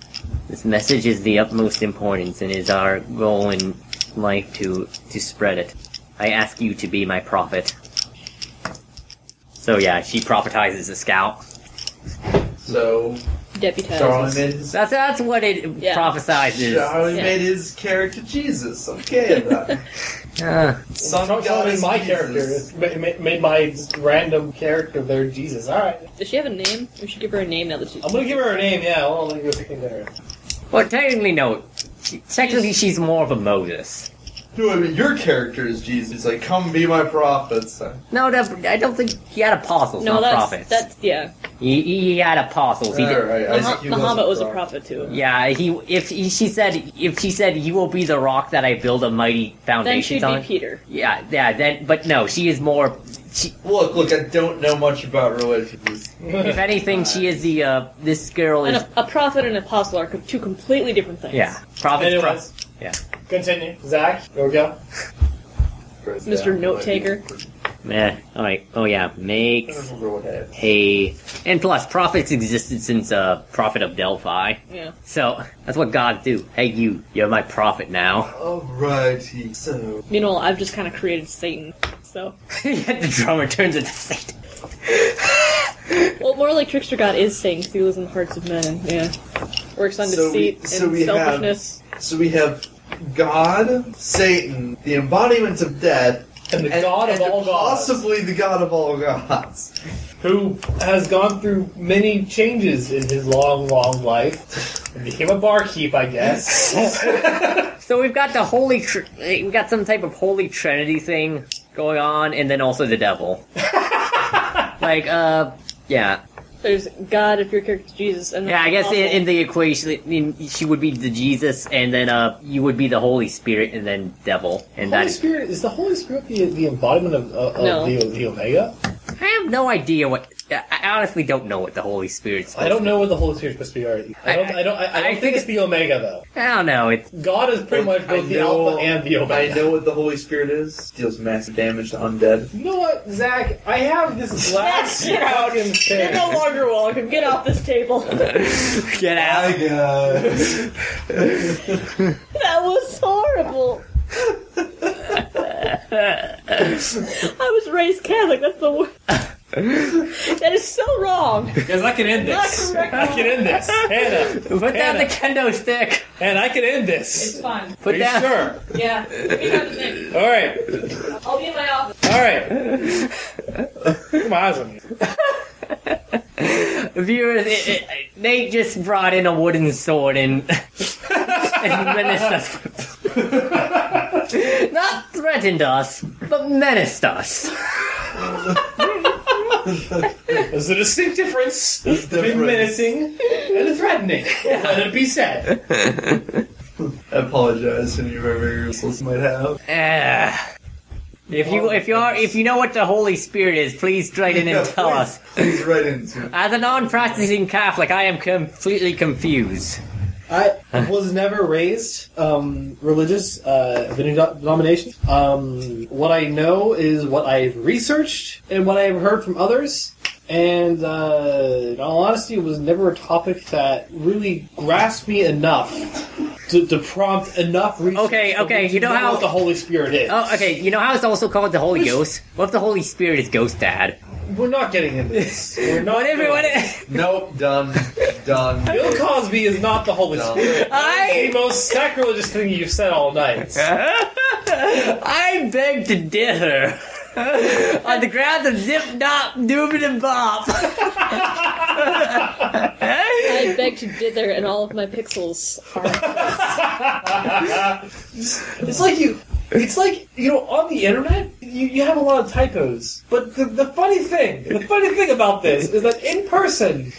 B: This message is the utmost importance and is our goal in life to to spread it. I ask you to be my prophet." So yeah, she prophetizes the scout.
D: So
C: deputized.
D: Charlie made his,
B: That's that's what it
C: Yeah.
B: prophesizes.
D: Charlie
C: Yeah.
D: made his character Jesus. Okay, then.
B: Uh,
D: Son
E: Charlie
D: God
E: made
D: is
E: my
D: Jesus.
E: character. Made, made my random character there Jesus. All right,
C: Does she have a name? We should give her a name now that she.
E: I'm gonna give her a name. Yeah, I'll only go thinking there.
B: well, technically, no. She- Technically, she's more of a Moses.
D: No, I mean your character is Jesus. Like, come be my prophet. son.
B: No, that, I don't think he had apostles,
C: no,
B: not
C: that's
B: prophets.
C: that's yeah.
B: He, he had apostles. He
D: All
B: did,
D: right, I
C: Muhammad,
D: see he
C: Muhammad was a
D: prophet.
C: prophet too.
B: yeah, he if he, she said if she said you will be the rock that I build a mighty
C: Then
B: foundation
C: she'd be
B: on.
C: Peter.
B: Yeah, yeah. Then, but no, she is more. She,
D: Look, look, I don't know much about religion.
B: if anything, she is the uh, this girl
C: And
B: is
C: a, a prophet and an apostle are co- two completely different things.
B: yeah prophet.
E: Anyways,
B: Yeah.
E: Continue, Zach. There we go.
C: Mr. Note Taker.
B: Yeah. All right. Oh yeah.
D: I
B: Makes
D: don't remember what happened.
B: a and plus prophets existed since uh prophet of Delphi.
C: Yeah.
B: So that's what God do. Hey, you, you're my prophet now.
D: Alrighty, so
C: Meanwhile, I've just kind of created Satan. So,
B: Yet the drummer turns into Satan.
C: well, more like trickster god is Satan. 'cause He lives in the hearts of men. Yeah. Works on
D: So we-
C: deceit
D: so
C: and
D: we have-
C: selfishness.
D: so we have God, Satan, the embodiment of death,
E: And the God of
D: and
E: all gods.
D: possibly the God of all gods.
E: who has gone through many changes in his long, long life. And became a barkeep, I guess.
B: So we've got the holy, tr- eh, we got some type of holy trinity thing going on, and then also the devil. like, uh, yeah,
C: There's God if your character's Jesus, and
B: yeah. I guess in,
C: apostle.
B: in the equation, I mean, she would be the Jesus, and then uh, you would be the Holy Spirit, and then devil, and
E: Holy
B: that.
E: Spirit is the Holy Spirit the, the embodiment of, of, of
C: No.
E: the, the Omega.
B: I have no idea what. I I honestly don't know what the Holy Spirit's.
E: I don't know what the Holy Spirit's supposed to be. Already. I don't. I don't. I, I don't
B: I
E: think,
B: think
E: it's the Omega though.
B: I don't know. It's
E: God is pretty much
D: I
E: both the
D: know-
E: Alpha and the
D: I
E: Omega.
D: know what the Holy Spirit is. Deals massive damage to undead.
E: You know what, Zach? I have this glass
C: Yes, yeah.
E: fucking
C: You're no
E: thing.
C: longer welcome. Get off this table.
B: get out.
D: God.
C: That was horrible. I was raised Catholic. That's the worst. that is so wrong.
E: Guys, I can end
C: this. Not correct. I can
E: end this. Hannah,
B: Put down
E: Hannah.
B: the kendo stick.
E: and I can end this.
C: fine.
B: Put down.
E: sure?
C: Yeah. We have a thing.
E: All right.
C: I'll be in my office.
E: All right. Put my eyes on you.
B: Viewers, it, it, Nate just brought in a wooden sword and, and menaced us. Not threatened us, but menaced us.
E: There's a distinct difference
D: different.
E: between menacing and threatening. Let it be said.
D: I apologize to any of our viewers might have.
B: Eh. if you if you are if you know what the Holy Spirit is, please write in
D: Yeah,
B: and tell
D: please,
B: us.
D: Please write into it.
B: As a non-practicing Catholic, I am completely confused.
A: I was never raised um, religious uh, of any de- denomination. Um, what I know is what I've researched and what I've heard from others. And uh, in all honesty, it was never a topic that really grasped me enough to, to prompt enough research.
B: Okay,
A: to-
B: okay,
A: to
B: you know how-
A: what the Holy Spirit is.
B: Oh, okay. You know how it's also called the Holy Ghost. What if the Holy Spirit is Ghost Dad?
E: We're not getting into this. We're not.
B: What if
E: doing
B: what
E: it.
B: if-
D: Nope, done, done.
E: Bill Cosby is not the Holy
D: No.
E: Spirit.
B: I-
E: That's the most sacrilegious thing you've said all night.
B: I beg to differ. On the grounds of zip, dop, doobin, and bop.
C: I beg to dither, and all of my pixels are.
E: It's like you. It's like you know on the internet. you, you have a lot of typos. But the, the funny thing, the funny thing about this is that in person,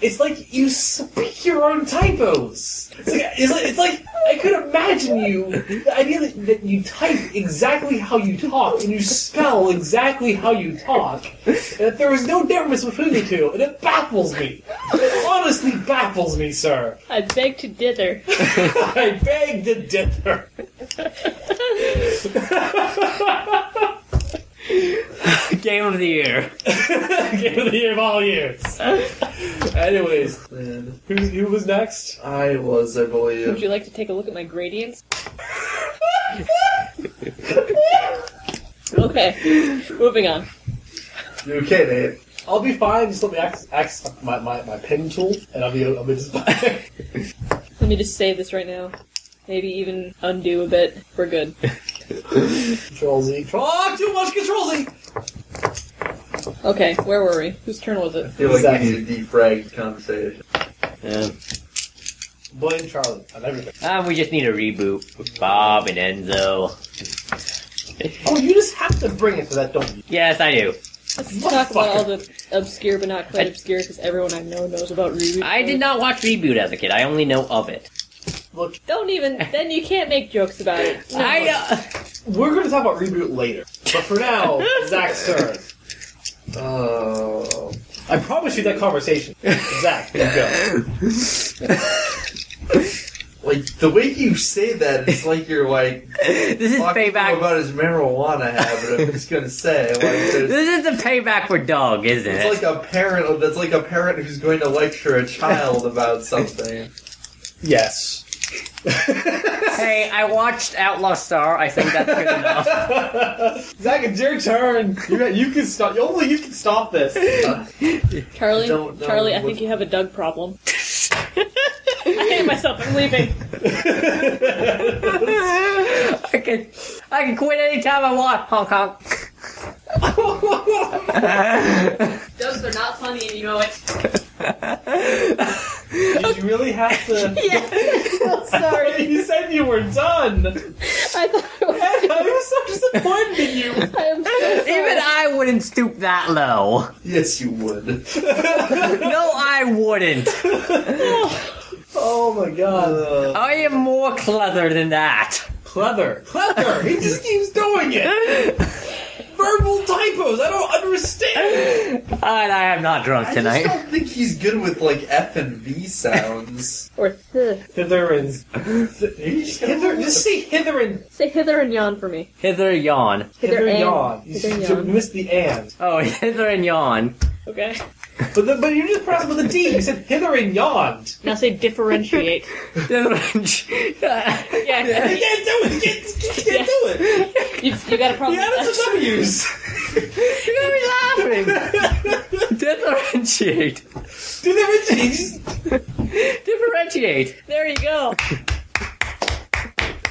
E: it's like you speak your own typos. It's like, it's like, it's like I could imagine you, the idea that, that you type exactly how you talk and you spell exactly how you talk, and that there is no difference between the two, and it baffles me. It honestly baffles me, sir.
C: I beg to dither.
E: I beg to differ.
B: Game of the year.
E: Game of the year of all years. Anyways,
D: And
E: who, who was next?
D: I was, I
C: Would
D: believe.
C: you like to take a look at my gradients? okay, moving on.
D: You okay, Nate?
E: I'll be fine. Just let me access, access my, my, my pen tool, and I'll be I'll be just fine.
C: Let me just save this right now. Maybe even undo a bit. We're good.
E: Control Z. Control, oh, too much Control Z.
C: Okay, where were we? Whose turn was it?
D: I feel like
E: Exactly.
D: we need a defragged conversation.
B: Uh,
E: Blame Charlie on everything.
B: ah, we just need a reboot. with Bob and Enzo.
E: Oh, you just have to bring it to that, don't you?
B: Yes, I do.
C: Let's talk about
E: Motherfucker.
C: all the obscure but not quite
B: I-
C: obscure because everyone I know knows about Ruby.
B: I did not watch Reboot as a kid. I only know of it.
E: Look,
C: Don't even. Then you can't make jokes about it. No.
B: I uh,
E: we're going to talk about reboot later, but for now, Zach's turn.
D: Oh.
E: I promise you that conversation. Zach, you go.
D: Like, the way you say that, it's like you're like.
B: this is
D: talking to him
B: payback.
D: about his marijuana habit. I'm just gonna say. Like, there's-
B: This is the payback for dog, isn't it?
D: it's like a parent. That's like a parent who's going to lecture a child about something.
E: Yes.
B: hey, I watched Outlaw Star. I think that's good enough.
E: Zach, it's your turn. You, got- you can stop. Only you can stop this.
C: Charlie,
D: Don't know
C: Charlie, I
D: what-
C: think you have a Doug problem. I hate myself. I'm leaving.
B: I can, I can quit anytime I want. Hong Kong.
C: Dogs are not funny, and you know it.
E: Did you really have to?
C: Sorry,
E: You said you were done.
C: I thought it was.
E: I'm so disappointed in you.
C: I am so sorry.
B: Even I wouldn't stoop that low.
D: Yes, you would.
B: No, I wouldn't.
E: Oh my god.
D: Uh,
B: I am more cluther than that.
E: Clever. Clever. He just keeps doing it. Verbal typos. I don't understand.
B: And I am not drunk
D: I just
B: tonight.
D: don't think he's good with like F and V sounds.
C: Or th.
E: Hither and
D: He's just
E: hither. Just say hither and
C: Say hither and yon for me.
B: Hither yawn.
E: hither,
C: and
E: yawn. You,
C: Hither
E: you
C: yawn.
E: missed the and.
B: Oh, hither and yawn.
C: Okay.
E: But the, but you just pressed with a D. You said hither and yawned.
C: Now say differentiate.
B: Hither and-
C: yeah.
E: You can't do it. You can't, you can't do it.
C: You, you got a problem.
E: You added
C: with
E: some W's.
B: You're gonna be laughing. Differentiate.
E: Do they really just
B: Differentiate.
C: that. There you go.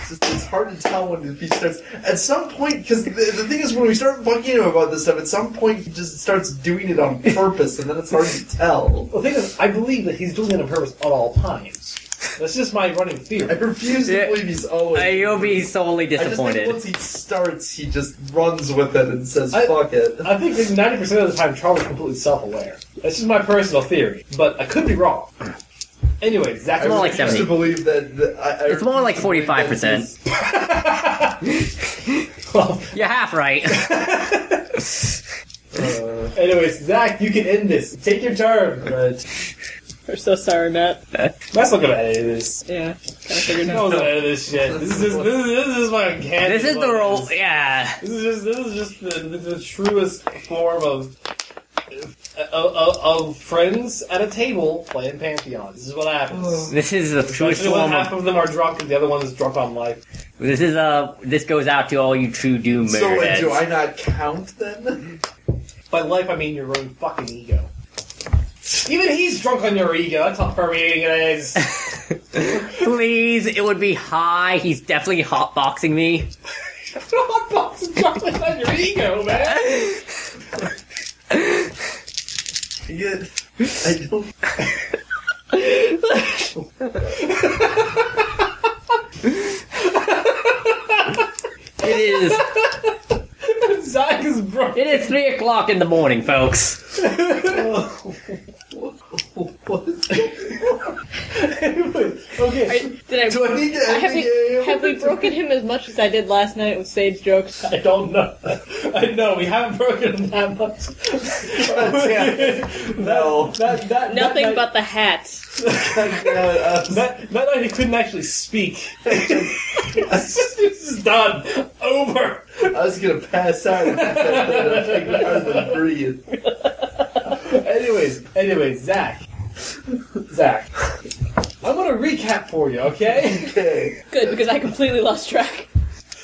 D: It's, just, it's hard to tell when he starts. At some point, because the, the thing is, when we start bugging him about this stuff, at some point he just starts doing it on purpose, and then it's hard to tell.
E: Well, the thing is, I believe that he's doing it on purpose at all times. That's just my running
D: I
E: theory.
D: refuse to
B: Yeah.
D: believe he's always.
B: Uh, You'll be solely
D: I just think
B: disappointed.
D: once he starts, he just runs with it and says,
E: I-
D: "Fuck it."
E: I think that 90% of the time, Charlie's completely self-aware. That's just my personal theory, but I could be wrong. Anyway, Zach,
B: It's more
D: I
B: like
D: refuse
B: 70.
D: to believe that. that I, I
B: It's more like
D: refuse to believe
B: 45%.
D: that he's-
E: well,
B: You're half right.
D: Uh,
E: anyways, Zach, you can end this. Take your turn. But
C: We're so sorry, Matt.
E: Matt's not gonna edit this.
C: Yeah. Kind of figured
E: No
C: out.
E: one's gonna edit this shit. This is just, this is, this is my candy.
B: This is the role. Yeah.
E: This is just this is just the, the, the truest form of, of of of friends at a table playing Pantheon. This is what
C: Oh.
E: happens.
B: This is the truest
E: Especially when
B: form
E: half
B: of.
E: of them are drunk and the other one is drunk on life.
B: This is uh. This goes out to all you true doom
D: so
B: murder
D: wait, do I
B: heads.
D: not count then?
E: By life, I mean your own fucking ego. Even he's drunk on your ego. That's how permeating it is.
B: Please, it would be high. He's definitely hotboxing me.
E: Hot box is drunk on your ego, man.
D: Yeah, I don't.
B: It is.
E: broken.
B: It is three o'clock in the morning, folks.
E: okay.
C: I, did I,
D: Do I need to end
C: have,
D: the
C: we,
D: game?
C: have we broken him as much as I did last night with Sage jokes?
E: I don't know. I know we haven't broken him that much. that,
D: No.
E: That, that,
C: Nothing
E: that,
C: but the hats.
E: That, that night he couldn't actually speak. this is done. Over.
D: I was gonna pass out if I could hardly breathe.
E: Anyways, anyways, Zach. Zach. I'm gonna recap for you, okay?
D: Okay.
C: Good, because I completely lost track.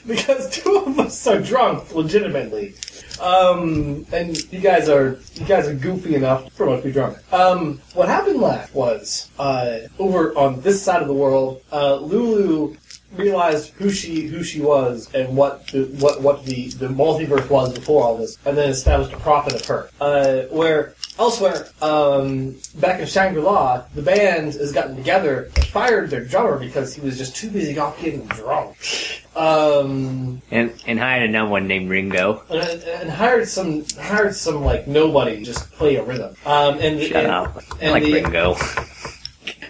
E: Because two of us are drunk, legitimately. Um, and you guys are you guys are goofy enough pretty much be drunk. Um, what happened last was uh, over on this side of the world, uh, Lulu realized who she who she was and what the, what what the, the multiverse was before all this, and then established a prophet of her. Uh, where elsewhere, um, back in Shangri La, the band has gotten together, fired their drummer because he was just too busy off getting drunk. Um,
B: And and hired another one named Ringo.
E: and, uh, and hired some hired some like nobody to just play a rhythm. Um, and
B: Shut
E: and,
B: up. I
E: and
B: like
E: the-
B: Ringo.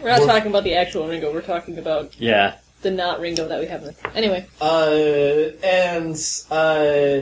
C: We're not
E: We're-
C: talking about the actual Ringo, we're talking about
B: Yeah.
C: the not Ringo that we have. in- Anyway,
E: Uh, and uh,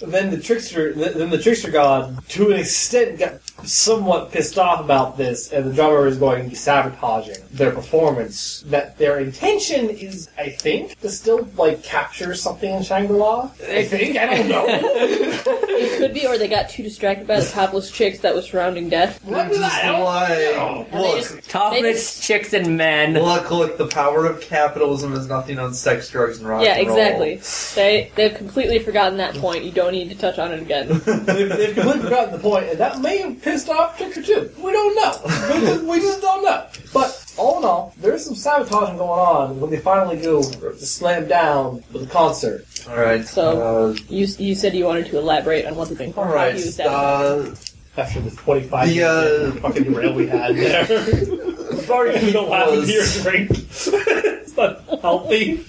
E: then the trickster, th- then the trickster god, to an extent, got somewhat pissed off about this, and the drummer is going to be sabotaging their performance. That their intention is, I think, to still like capture something in Shangri La. I think I don't know.
C: it could be, or they got too distracted by the topless chicks that was surrounding death.
E: What
D: Just
E: was I don't
D: like,
C: And Oh, they
D: look,
C: just-
B: Topless chicks and men.
D: look, look, the power of capitalism is nothing on sex, drugs, and rock
C: yeah,
D: and roll.
C: exactly. They they've completely forgotten that point. You don't need to touch on it again.
E: they've, they've completely forgotten the point, and that may have pissed off Trickster too. We don't know. We just, we just don't know. But all in all, there's some sabotaging going on when they finally go to slam down with the concert.
D: Alright.
C: So-
D: uh,
C: You you said you wanted to elaborate on what the thing.
D: Alright,
C: You said.
D: uh,
E: After the 25
D: The,
E: minute
D: uh,
E: fucking rail we had there. Sorry, the last
D: was-
E: beer drink. it's not healthy.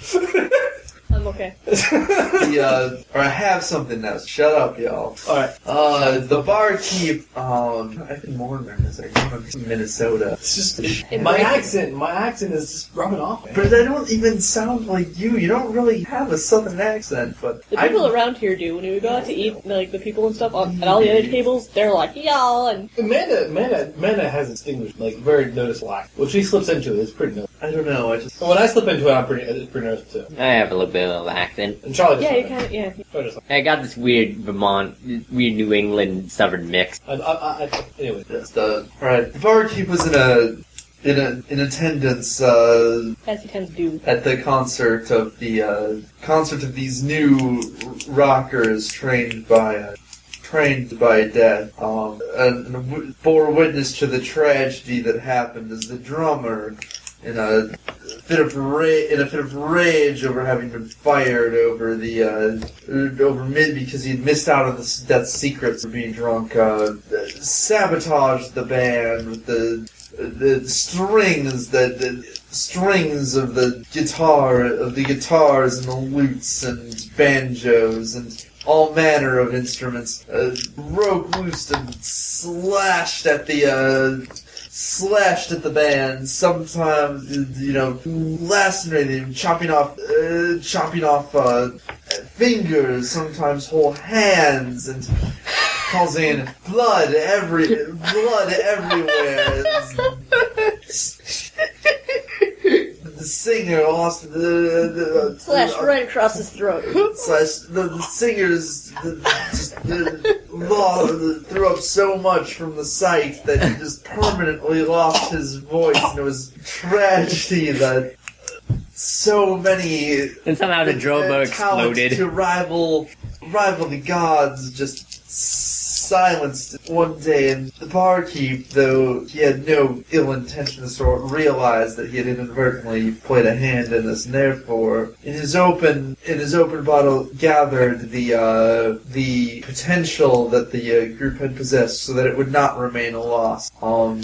C: I'm okay.
D: the, uh, or I have something now. Shut up, y'all.
E: Alright,
D: Uh, the barkeep, um, I can more remember this. I came from Minnesota.
E: it's just.
C: It
E: My
C: breaks-
E: accent, my accent is just rubbing off. man.
D: But I don't even sound like you. You don't really have a southern accent, but
C: The
D: I
C: people around here do. When we go out to eat, like the people and stuff on, at all the other tables, they're like y'all, and
E: Amanda, Amanda, Amanda has its English, like, very noticeable accent. When she slips into it, it's pretty noticeable.
D: I don't know. I just
E: And when I slip into it, I'm pretty, it's pretty noticeable too.
B: I have a little bit of acting.
E: And Charlie
C: yeah,
E: doesn't
C: you
E: know.
C: kind of yeah.
E: Charlie doesn't.
B: I got this weird Vermont, weird New England southern mix.
E: I, I, I, anyway,
D: just uh. Right, the barkeep was in a in a in attendance uh,
C: As he tends to do.
D: at the concert of the uh, concert of these new rockers trained by. Uh, Trained by death, um, and w- bore witness to the tragedy that happened as the drummer, in a fit of ra- in a fit of rage over having been fired over the uh, over mid because he had missed out on the s- death secrets for being drunk, uh, sabotaged the band with the the strings that the strings of the guitar of the guitars and the lutes and banjos and all manner of instruments uh, broke loose and slashed at the uh, slashed at the band. Sometimes, you know, lacerating, him, chopping off, uh, chopping off uh, fingers. Sometimes whole hands and causing blood every blood everywhere. The singer lost the, the
C: Slash
D: the-
C: right across his throat.
D: slash the, the singers the, just the law the, threw up so much from the sight that he just permanently lost his voice and it was tragedy that so many
B: And somehow the drummer
D: talent
B: exploded.
D: to rival rival the gods just silenced one day and the barkeep though he had no ill intention of sort realized that he had inadvertently played a hand in this and therefore in his open in his open bottle gathered the uh, the potential that the uh, group had possessed so that it would not remain a loss um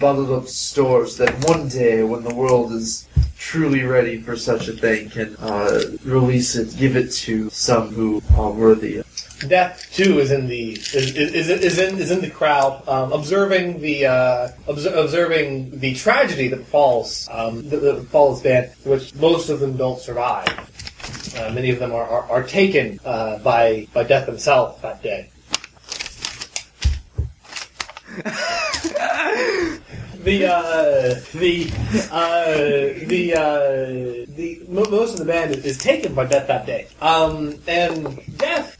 D: bottled up stores that one day when the world is truly ready for such a thing can uh, release it, give it to some who are worthy.
A: Death too is in the is, is, is in is in the crowd, um, observing the uh, obser- observing the tragedy that befalls um, that, that befalls band, which most of them don't survive. Uh, many of them are, are, are taken uh, by by death himself that day. the uh, the uh, the uh, the mo- most of the band is, is taken by death that day. Um, and death,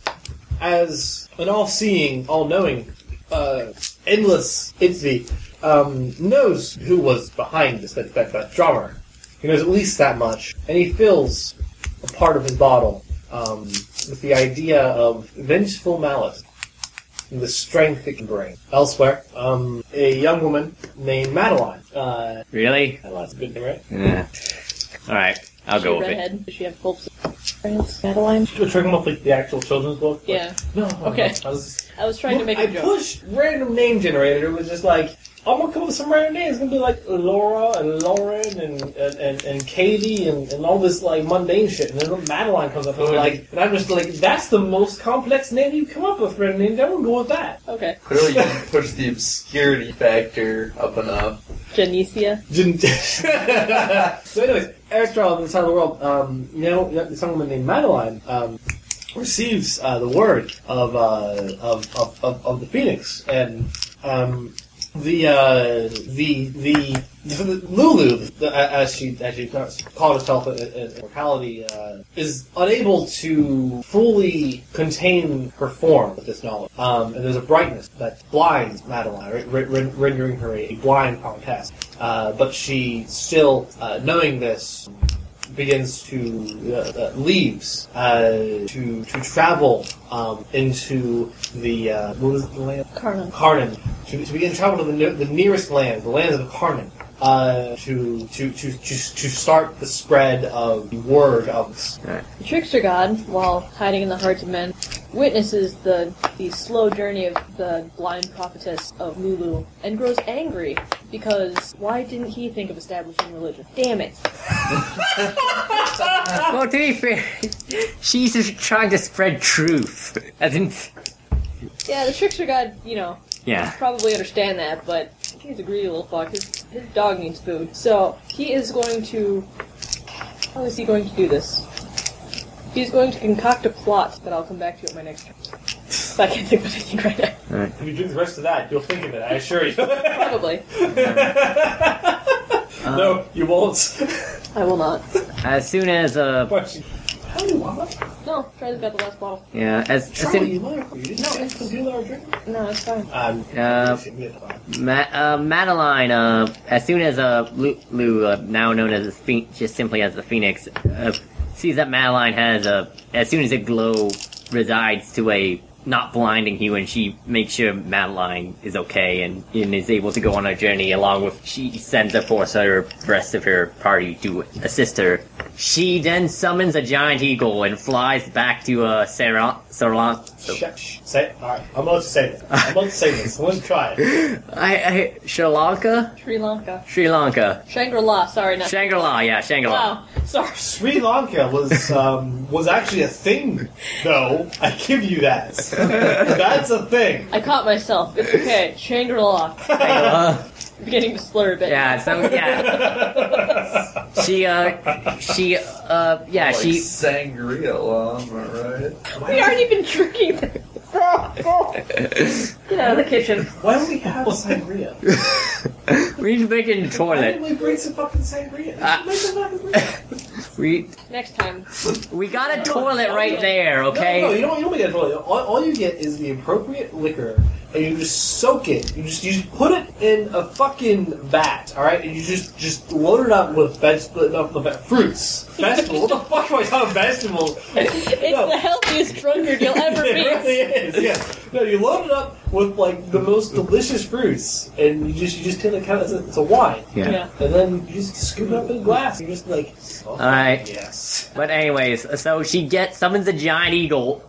A: as an all-seeing, all-knowing, uh, endless entity, um, knows who was behind this that, that, that drummer. He knows at least that much, and he fills a part of his bottle um, with the idea of vengeful malice and the strength it can bring. Elsewhere, um, a young woman named Madeline. Uh,
B: Really?
A: Madeline's a good name, right?
B: Yeah. All right, I'll
C: Is
B: go
C: she
B: with it.
C: redhead? Does she have bulbs? Friends? Madeline?
A: We're talking about like the actual children's book. like-
C: Yeah.
A: No. no,
C: Okay.
A: no, I was
C: I was trying to make
A: I
C: a joke.
A: pushed random name generator. It was just like I'm gonna come up with some random names. It's gonna be like Laura and Lauren and and, and, and Katie and, and all this like mundane shit. And then Madeline comes up and like, and I'm just like, that's the most complex name you come up with for a name. Everyone go with that.
C: Okay.
D: Clearly, you didn't push the obscurity factor up enough.
C: Janicia?
A: Didn't- so, anyways, Aristotle, in the side of the world, um, you know, this young woman named Madeline um, receives uh, the word of, uh, of, of, of of the phoenix, and um, the, uh, the the the Lulu, the, as she as she called herself in, in in locality, uh, is unable to fully contain her form with this knowledge. Um, and there's a brightness that blinds Madeline, re- re- re- rendering her a blind countess. Uh, but she still, uh, knowing this, begins to uh, uh, leaves uh, to to travel um, into the uh, what was the land?
C: Carmen.
A: Karnan to, to begin travel to the, ne- the nearest land, the lands of Karnan, uh, to, to, to, to, to start the spread of the word of.
C: The trickster god, while hiding in the hearts of men, witnesses the the slow journey of the blind prophetess of Lulu and grows angry because why didn't he think of establishing religion? Damn it!
B: Well, to be fair, she's just trying to spread truth. I didn't.
C: Yeah, the trickster god, you know,
B: Yeah.
C: probably understand that, but he's a greedy little fuck. His, his dog needs food, so he is going to. How is he going to do this? He's going to concoct a plot that I'll come back to at my next turn. So I can't think of anything right now.
A: If you drink the rest of that, you'll think of it. I assure you.
C: Probably.
A: no, you won't.
C: I will not.
B: As soon as uh,
A: Question. How do you want it?
C: No, try this about the last bottle.
B: yeah, as, as
A: Charlie,
B: soon
A: you motherfucker! You didn't no, drink some people that are drinking.
C: No, it's fine.
A: Um,
B: uh, Ma- uh, Madeline, uh, as soon as uh, Lu, Lu uh, now known as the Phoen- just simply as the Phoenix, uh, sees that Madeline has a, as soon as a glow resides to a not blinding hue, and she makes sure Madeline is okay and, and is able to go on her journey along with. She sends a force of her rest of her party to assist her. She then summons a giant eagle and flies back to uh, Saron. Saron.
A: Shh, shh, say it. All right, I'm about to say this. I'm about to say this. I'm going to try it.
B: I, I Sri Lanka,
C: Sri Lanka.
B: Sri Lanka,
C: Shangri La, sorry, not.
B: Shangri La. Yeah, Shangri La.
C: Wow, sorry.
A: Sri Lanka was um, was actually a thing, though. I give you that. That's a thing.
C: I caught myself. It's okay. Shangri La.
B: Uh,
C: Beginning to slur a bit.
B: yeah, some yeah. She uh she uh yeah,
D: like
B: she
D: sangria, am I right?
C: We aren't even drinking this. Get out of the kitchen.
A: Why don't we have sangria?
B: we should make it in the toilet.
A: we bring some fucking sangria?
B: Ah.
A: Make some fucking sangria.
B: We
C: Next time.
B: we got a toilet right there,
A: No, no, you
B: okay?
A: don't, you don't get a toilet. All, all you get is the appropriate liquor, and you just soak it. You just you just put it in a fucking vat, all right? And you just just load it up with vegetables, no, no, ve- fruits, vegetables. what the fuck am I talking about vegetables?
C: It's
A: No.
C: the healthiest drunkard you'll ever
A: It
C: be.
A: really is. Yeah. No, you load it up with like the most delicious fruits, and you just you just kind of kind of it's a wine,
B: Yeah.
C: Yeah.
A: and then you just scoop it up in a glass. You're just like, oh,
B: All right.
A: yes.
B: But anyways, so she gets summons a giant eagle.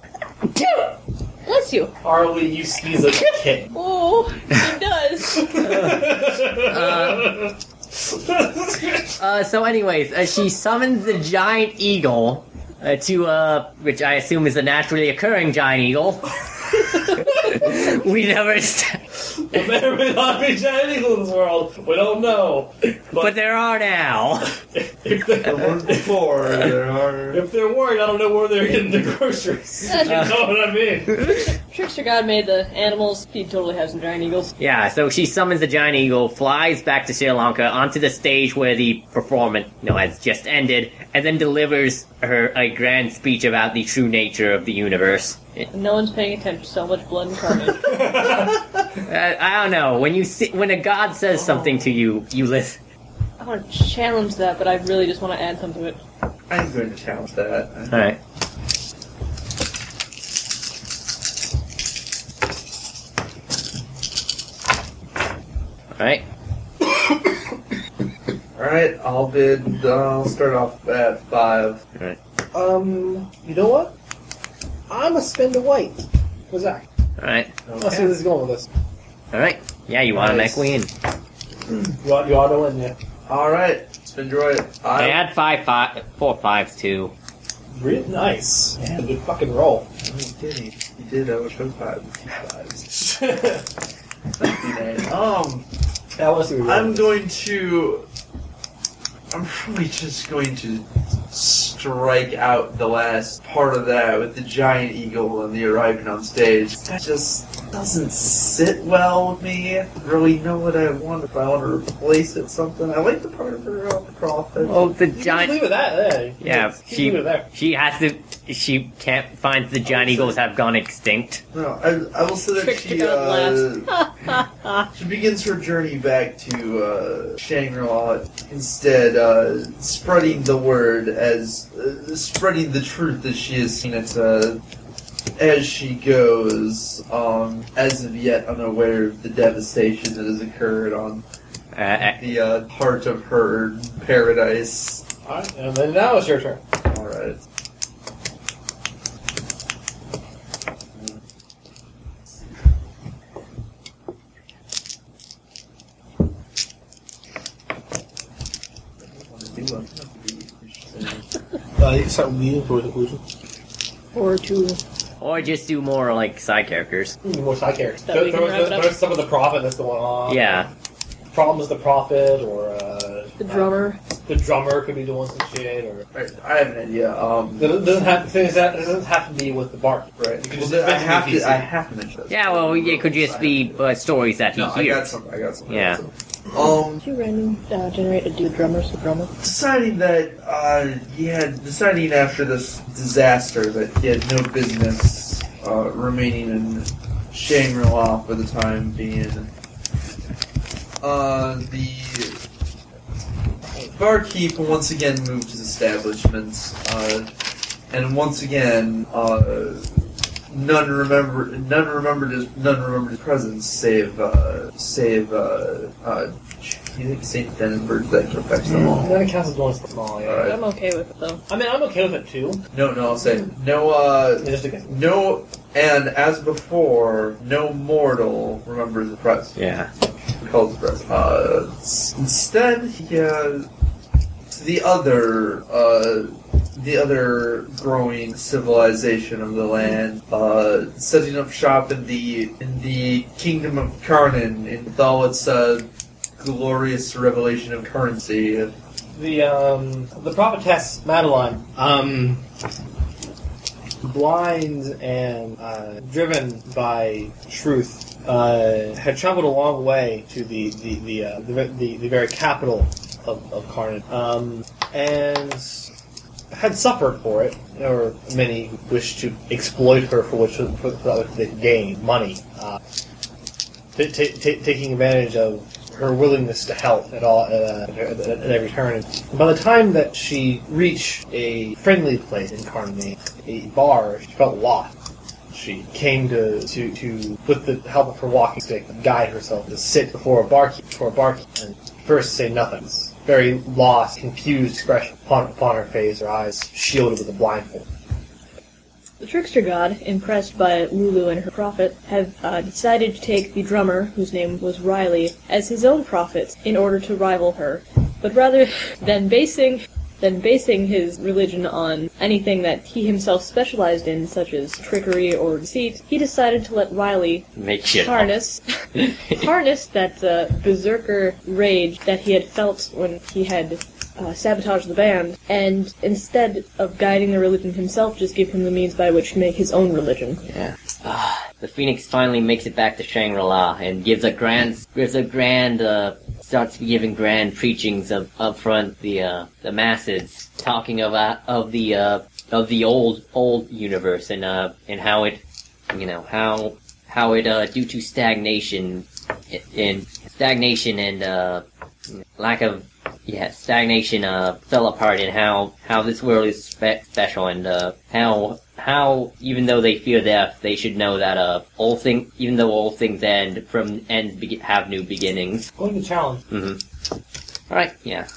C: Bless you.
A: Harley, you sneeze like a kid.
C: Oh, it does.
B: Uh so anyways, uh, she summons the giant eagle uh, to, uh, which I assume is a naturally occurring giant eagle. we never, est-
E: there may not be giant eagles in this world. We don't know.
B: but there are now.
E: If there,
D: One before there are.
E: if there were, I don't know where they're getting the groceries. You
D: Uh.
E: know what I mean?
C: Trickster God made the animals. He totally has some giant eagles.
B: Yeah, so she summons the giant eagle, flies back to Sri Lanka onto the stage where the performance, you know, has just ended, and then delivers her a grand speech about the true nature of the universe.
C: And no one's paying attention. So much blood and carnage.
B: Uh, I don't know. When you see, when a god says something to you, you listen.
C: I want to challenge that, but I really just want to add something to it.
D: I'm going to challenge that.
B: All right. All right.
D: All right, I'll bid. I'll start off at five.
A: Um, you know what? I'm gonna spend a white. What's that?
B: All right.
A: Let's see where this is going with this.
B: All right. Yeah, you want to make
D: Nice.
B: queen.
A: You ought, you ought to win, yeah.
D: All right, spin droid.
B: I
D: I
B: had five, five, four fives too.
E: Real nice. Yeah. Good fucking roll.
D: oh, did. He He did. I was from five. Fives.
E: I
D: Um,
E: want to see what
D: I'm going to. I'm probably just going to strike out the last part of that with the giant eagle and the arriving on stage. That just doesn't sit well with me. I really know what I want if I want to replace it with something. I like the part of her on the crawfish.
B: Oh, the
E: You can just
B: giant.
E: leave it that there. You
B: Yeah,
E: can
B: she-
E: leave it there.
B: She has to. She can't find the giant
D: Oh,
B: eagles have gone extinct.
D: No, I, I will say that
C: Trickster
D: she,
C: God
D: uh,
C: laughs.
D: she begins her journey back to uh, Shangri-La, instead uh, spreading the word as uh, spreading the truth as she has seen it uh, as she goes, um, as of yet unaware of the devastation that has occurred on
B: Uh, uh,
D: the uh, heart of her paradise.
E: Alright, and then now it's your turn.
D: All right.
A: Uh, you can start leading for the conclusion.
C: Or two.
B: or just do more like side characters.
E: Ooh, more side characters.
C: That we can
E: Throw, throw,
C: wrap it
E: throw,
C: up.
E: throw some of the profit that's going
D: Oh.
E: on.
B: Yeah.
E: Problem is the profit, or uh,
C: The drummer.
E: The drummer could be doing some shit, or
D: I have an idea. Um,
E: it doesn't have things that it doesn't have to be with the bark.
D: right.
E: You can just
D: Well, I
E: invent a new
D: have
E: PC.
D: to. I have to mention. this.
B: Yeah. Well, it could just be uh, stories that he
D: No, I
B: hears.
D: got something. I got something. I
B: Yeah.
D: got something. Um,
C: Did you random uh, generate a do drummers the drummer?
D: deciding that, uh, yeah, deciding after this disaster that he had no business uh, remaining in Shangri-La for the time being. Uh, the barkeep once again moved his establishment, uh, and once again, uh, none remember, none remembered his, none remembered his presence save, uh, save, uh, uh, you think Saint Dennisburg that affects them all.
E: That counts as one small. Yeah.
D: Alright.
C: I'm okay with it though.
E: I mean, I'm okay with it too.
D: No, no, I'll say no. Uh,
E: It's just a good-
D: no, and as before, no mortal remembers the press.
B: Yeah.
D: Recalls the press. Uh, s- instead, he uh, to the other, uh, the other growing civilization of the land, uh, setting up shop in the in the kingdom of Karnan, in with all its uh, glorious revelation of currency.
E: The um, the prophetess Madeline, um, blind and uh, driven by truth, uh, had traveled a long way to the the the uh, the, ve- the, the very capital of of Karnan, um, and had suffered for it. There were many who wished to exploit her for which for, for that they could gain money. Uh, t- t- t- taking advantage of her willingness to help at all uh, at, at, at every turn. And by the time that she reached a friendly place in Carnage, a bar, she felt lost. She came to, to, to with the help of her walking stick, guide herself to sit before a barkeep, before a barkeep, and first say nothing. Very lost, confused expression upon, upon her face, her eyes shielded with a blindfold.
C: The trickster god, impressed by Lulu and her prophet, have uh, decided to take the drummer, whose name was Riley, as his own prophet in order to rival her. But rather than basing than basing his religion on anything that he himself specialized in, such as trickery or deceit, he decided to let Riley
B: Make shit up.
C: harness harness that uh, berserker rage that he had felt when he had uh, sabotaged the band, and instead of guiding the religion himself, just give him the means by which to make his own religion.
B: The Phoenix finally makes it back to Shangri-La and gives a grand, gives a grand, uh, starts giving grand preachings of up front the uh, the masses, talking of uh, of the uh, of the old old universe and uh and how it, you know how how it uh due to stagnation, i- and stagnation and uh lack of yeah stagnation uh fell apart and how how this world is spe- special and uh how how even though they fear death they should know that uh all thing even though all things end from ends be- have new beginnings
E: Going to challenge.
B: mm-hmm. all right yeah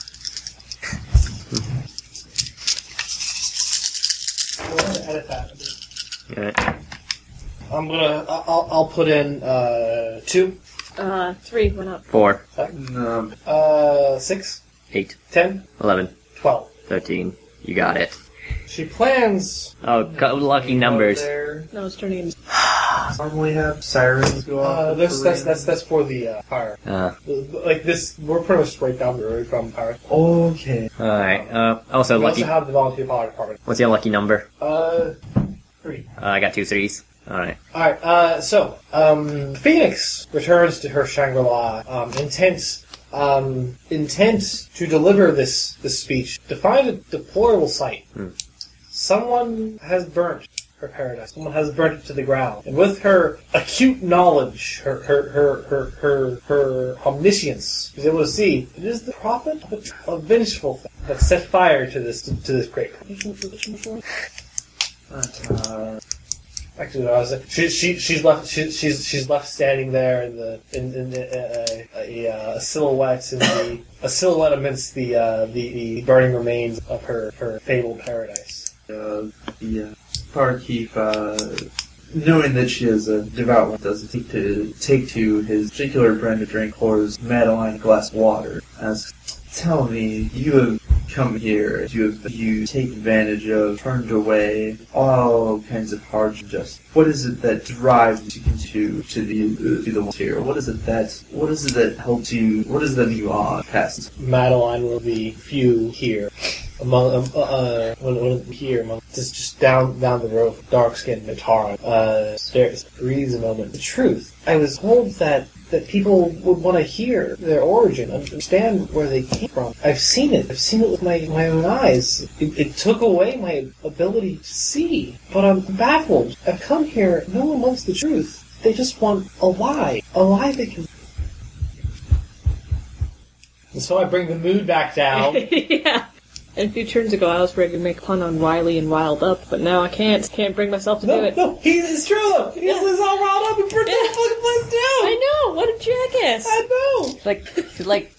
E: We'll have to edit that.
B: all right
E: I'm gonna. I- I'll, I'll put in uh, two,
C: Uh, three, one up.
B: four
D: Um,
E: uh, six,
B: eight
E: ten,
B: eleven
E: twelve.
B: thirteen you got it
E: She plans.
B: oh co- lucky numbers
D: There,
C: No, it's turning into
D: normally have sirens go off.
E: Uh,
D: at
E: that's, that's
D: parades.
E: that's that's for the uh, fire.
B: uh
E: Like this, we're pretty much right down the road from fire.
D: okay.
B: all right uh also
E: We
B: lucky
E: also have the volunteer fire department.
B: what's your lucky number
E: Uh, three.
B: uh, i got two threes all right
E: All right. Uh, so um, Phoenix returns to her Shangri La, um, intent um, intent to deliver this this speech. To find a deplorable sight. Someone has burnt her paradise. Someone has burnt it to the ground. And with her acute knowledge, her her her her her, her omniscience, she's able to see it is the prophet of a vengeful thing that set fire to this to this grape. Actually, no, I was like, she, she, she's left. She, she's she's left standing there in the in, in the, uh, a, a, a silhouette in the a silhouette amidst the, uh, the the burning remains of her her fabled paradise.
D: uh, the uh, power chief, uh, knowing that she is a devout one, does take to take to his particular brand of drink, pours Madeline a glass of water. Asks, "Tell me, you have come here. You have you take advantage of, turned away all kinds of hardship. Just what is it that drives you to to the to the ones here? What is it that what is it that helps you? What is it that you are past?
E: Madeline will be few here among um, uh, uh, one, one of them here among just just down down the road. Dark skinned Matara uh, stares, breathes a moment. The truth. I was told that. That people would want to hear their origin, understand where they came from. I've seen it. I've seen it with my, my own eyes. It, it took away my ability to see. But I'm baffled. I've come here. No one wants the truth. They just want a lie. A lie they can. And so I bring the mood back down.
C: yeah. And a few turns ago, I was ready to make a pun on Riley and Wild Up, but now I can't. Can't bring myself to do
E: No,
C: it.
E: no, he is true though. He
C: Yeah.
E: is all riled up and burnt
C: Yeah.
E: the fucking place down.
C: I know. What a jackass!
E: I know.
B: like like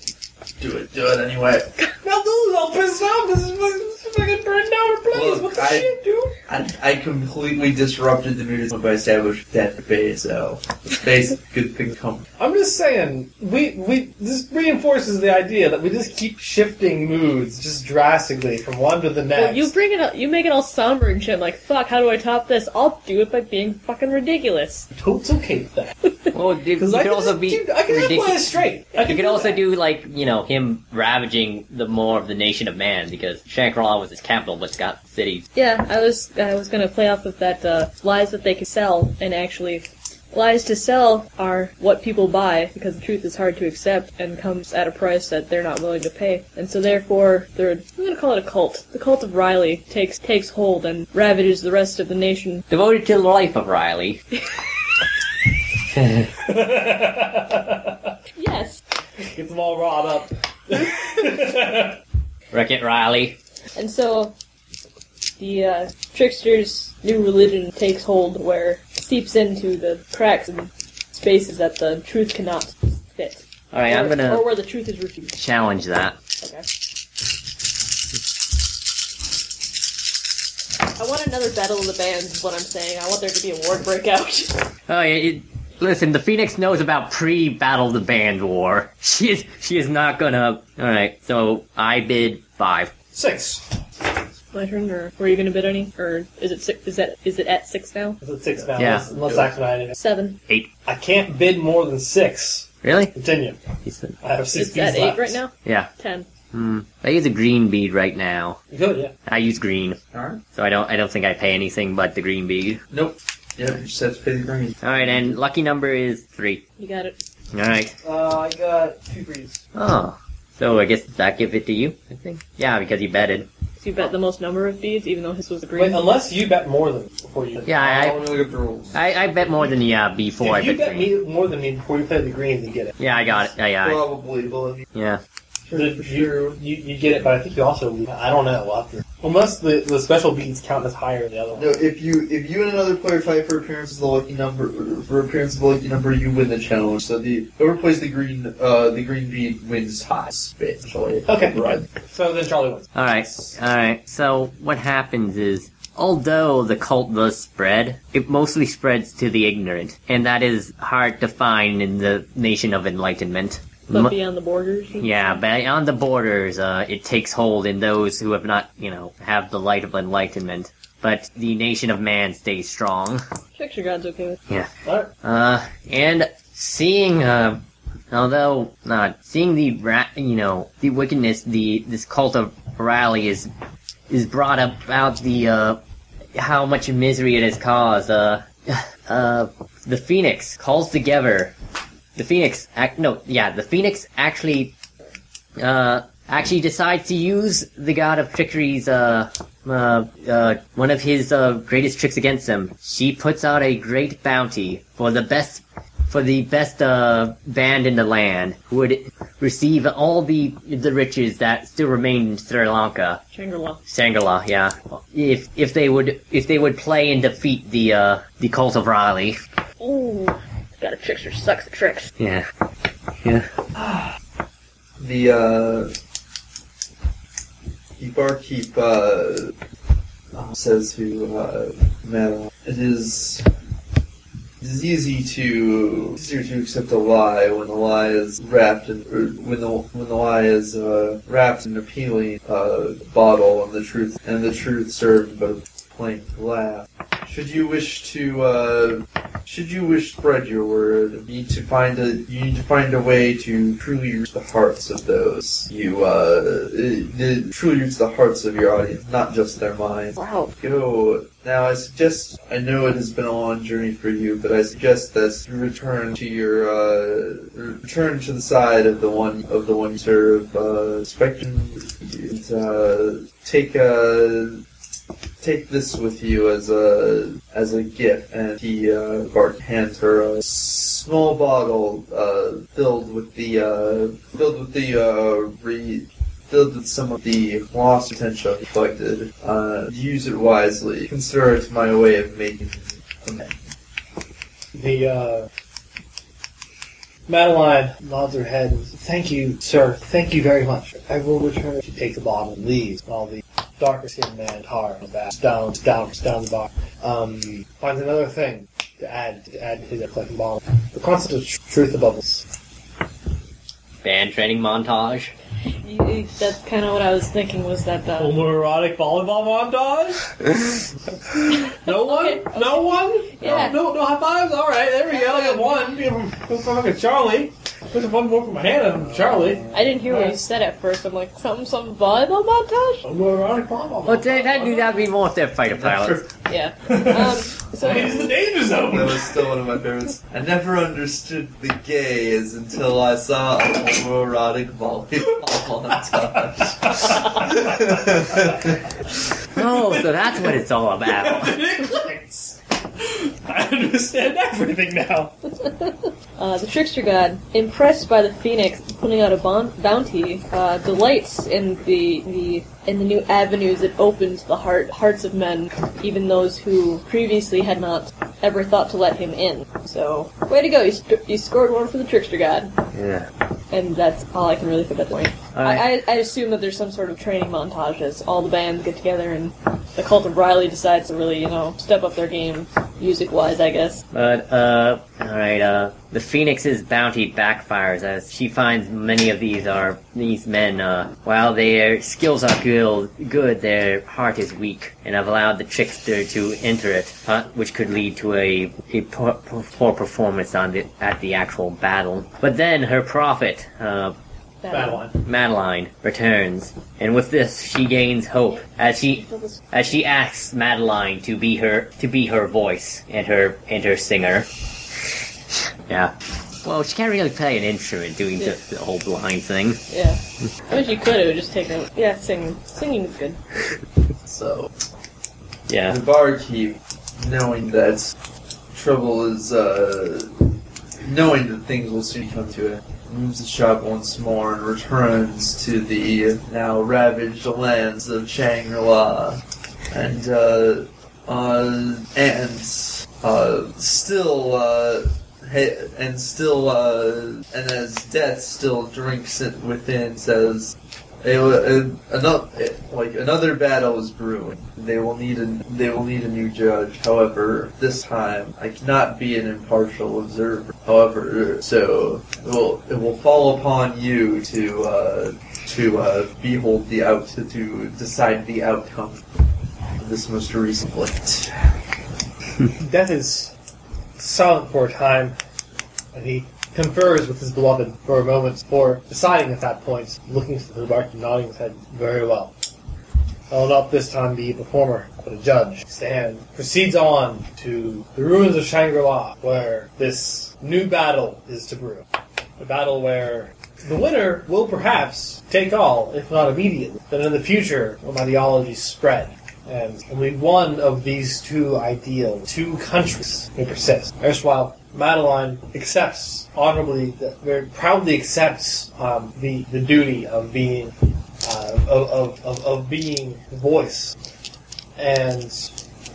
D: Do it, do it anyway."
E: Now dude's all pissed off. This is fucking, this is fucking burned down her place.
D: Look,
E: what the
D: I-
E: shit, dude?
D: I, I completely disrupted the mood by establishing that uh, base, so base good thing come.
E: I'm just saying, we we this reinforces the idea that we just keep shifting moods just drastically from one to the next.
C: Well, you bring it up. You make it all somber and shit. Like, fuck. How do I top this? I'll do it by being fucking ridiculous.
E: Totes okay with that.
B: well dude, you
E: Because
B: could
E: I can
B: also
E: also
B: be
E: keep, I can just
B: ridiculous
E: play it straight. I
B: You
E: can
B: could
E: do
B: also
E: that.
B: do like you know him ravaging the more of the nation of man because Shangri-La was his capital, but it's got cities.
C: Yeah, I was I was gonna play off of that uh, lies that they can sell, and actually, lies to sell are what people buy because the truth is hard to accept and comes at a price that they're not willing to pay, and so therefore, they're I'm gonna call it a cult. The cult of Riley takes takes hold and ravages the rest of the nation.
B: Devoted to the life of Riley.
C: Yes,
E: Get them all riled up.
B: Wreck it, Riley.
C: and so the uh, trickster's new religion takes hold, where it seeps into the cracks and spaces that the truth cannot fit,
B: All right, I'm
C: Or-
B: gonna
C: or where the truth is refused.
B: challenge that.
C: Okay. I want another battle of the bands. Is what I'm saying. I want there to be a war breakout.
B: Oh, yeah, it, listen, the Phoenix knows about pre-Battle of the Band War. She is she is not gonna. All right, so I bid five.
E: Six.
C: My turn, or were you going to bid any? Or is it six, is that is it at six now?
E: Is it six pounds?
B: Yeah.
E: Unless I can add it.
C: Seven.
E: I can't bid more than six.
B: Really?
E: Continue.
B: He said-
E: I have six
C: It's
E: beads
C: at eight
E: left.
C: right now.
B: Yeah.
C: Ten.
B: Hmm. I use a green bead right now.
E: Good, yeah.
B: I use green,
D: All right.
B: so I don't. I don't think I pay anything but the green bead.
D: Nope. Yep. You just have to pay the green.
B: All right, and lucky number is three.
C: You got it.
B: All right.
E: Uh, I got two beads.
B: Oh, so I guess I give it to you. I think. Yeah, because you betted.
C: So you bet the most number of beads, even though his was a green.
E: Wait, unless you bet more than before you.
B: Yeah,
D: I'm
B: I
D: gonna look up the rules.
B: I, I bet more than yeah before
E: if
B: I
E: you
B: bet
E: bet
B: green.
E: me more than me before you play the green, you get it.
B: Yeah, I got it. Yeah, yeah, I-
D: Probably, but
B: yeah.
E: The- you, you, you get it, but I think you also I don't know. We'll have to- unless the, the special beads count as higher than the other one.
D: No, if you if you and another player fight for appearance of the lucky number for appearance of the lucky number, you win the challenge. So the whoever plays the green uh the green bead wins ties. Basically.
E: Okay.
D: Right.
E: So then Charlie wins.
B: All right, all right. So what happens is, although the cult does spread, it mostly spreads to the ignorant, and that is hard to find in the nation of enlightenment.
C: but
B: Mu-
C: beyond the borders. you
B: yeah, but on the borders, uh, it takes hold in those who have not, you know, have the light of enlightenment. But the nation of man stays strong.
C: said. Picture God's okay with.
E: All right.
B: Uh, and seeing, uh, although not seeing the ra- you know the wickedness, the this cult of Raleigh is is brought up about the uh, how much misery it has caused. Uh, uh, the Phoenix calls together. The Phoenix, act no, yeah, the Phoenix actually, uh, actually decides to use the god of trickery's uh, uh, uh, one of his uh, greatest tricks against him. She puts out a great bounty for the best for the best uh, band in the land who would receive all the the riches that still remain in Sri Lanka.
C: Shangri-La.
B: Sangala, yeah. If if they would if they would play and defeat the uh, the cult of Riley.
C: Ooh, got a trickster sucks at tricks.
B: Yeah.
D: The uh the barkeep uh um, says to uh Mel, it is it is easy to easier to accept a lie when the lie is wrapped in or when the when the lie is uh, wrapped in an appealing uh, bottle and the truth and the truth served but a plain glass. Should you wish to uh, should you wish to spread your word, you need to find a you need to find a way to truly reach the hearts of those you uh, the, truly reach the hearts of your audience, not just their minds.
C: Wow.
D: Go. Now, I suggest, I know it has been a long journey for you, but I suggest that you return to your, uh, return to the side of the one, of the one you serve, uh, spectrum. And, uh, take, uh, take this with you as a, as a gift. And he, uh, Bart hands her a small bottle, uh, filled with the, uh, filled with the, uh, re, filled with some of the lost potential he collected. Uh, use it wisely. Consider it my way of making amends.
E: The uh, Madeline nods her head. and says, Thank you, sir. Thank you very much. I will return. She takes the bottle and leaves. While the darker skinned man, tar, and back down, down, down the bar. Um, finds another thing to add to add to his collecting bottle. The concept of tr- truth above us.
B: Band training montage.
C: You- you- That's kind of what I was thinking. Was that uh, the
E: Homoerotic volleyball montage. no one.
C: Okay.
E: No one.
C: Yeah.
E: No, no high fives. All right, there we go. I got one. Who's fucking Charlie? There's one more from Hannah. and Charlie.
C: I didn't hear what you said at first. I'm like something, some volleyball montage.
E: Homoerotic volleyball.
B: Well, that that do that be more if they're fighter pilots.
C: Yeah. Um. So.
E: the danger zone.
D: That was still one of my favorites. I never understood the gays until I saw a homoerotic volleyball montage.
B: Oh, so that's what it's all about.
E: it clicks. I understand everything now.
C: Uh, the trickster god, impressed by the phoenix putting out a bon- bounty, uh, delights in the the in the new avenues it opens the heart hearts of men, even those who previously had not ever thought to let him in. So, way to go! You, st- you scored one for the trickster god,
B: Yeah.
C: and that's all I can really think at the point.
B: All right.
C: I, I, I assume that there's some sort of training montage as all the bands get together and the cult of Riley decides to really, you know, step up their game music wise, I guess.
B: But, uh, alright, uh, the Phoenix's bounty backfires as she finds many of these are, these men, uh, while their skills are good, good, their heart is weak, and have allowed the trickster to enter it, uh, which could lead to a, a poor, poor performance on the, at the actual battle. But then her prophet, uh,
C: That
A: Madeline.
B: Madeline returns, and with this she gains hope as she as she asks Madeline to be her to be her voice and her and her singer. Yeah. Well, she can't really play an instrument doing the, the whole blind thing.
C: Yeah. I wish you could, it would just take a. Yeah, singing. Singing is good.
D: So
B: Yeah.
D: the barkeep, knowing that trouble is, uh, knowing that things will soon come to it, moves the shop once more and returns to the now ravaged lands of Shangri-La, and uh, uh, and uh, still. Uh, he- and still, uh, and as death still drinks it within, says, it, another, like another battle is brewing. They will need a they will need a new judge. However, this time I cannot be an impartial observer. However, so it will it will fall upon you to uh, to uh, behold the out to, to decide the outcome of this most recent conflict.
A: Death is silent for a time, and he confers with his beloved for a moment before deciding at that point, looking to the barkeep nodding his head very well. I will not this time be a performer, but a judge. Stand proceeds on to the ruins of Shangri-La, where this new battle is to brew. A battle where the winner will perhaps take all, if not immediately. Then in the future, will my ideology spread. And only one of these two ideals, two countries, may persist. Erstwhile, Madeline accepts honorably, very proudly accepts um, the, the duty of being uh, of, of, of, of being voice and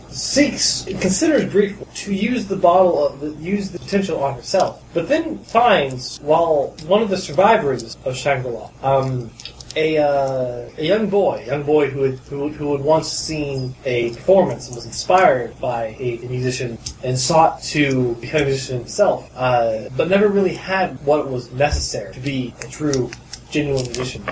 A: seeks considers briefly to use the bottle of use the potential on herself but then finds while one of the survivors of Shangri-La um, a, uh, a young boy young boy who had, who, who had once seen a performance and was inspired by a, a musician and sought to become a musician himself uh, but never really had what was necessary to be a true genuine musician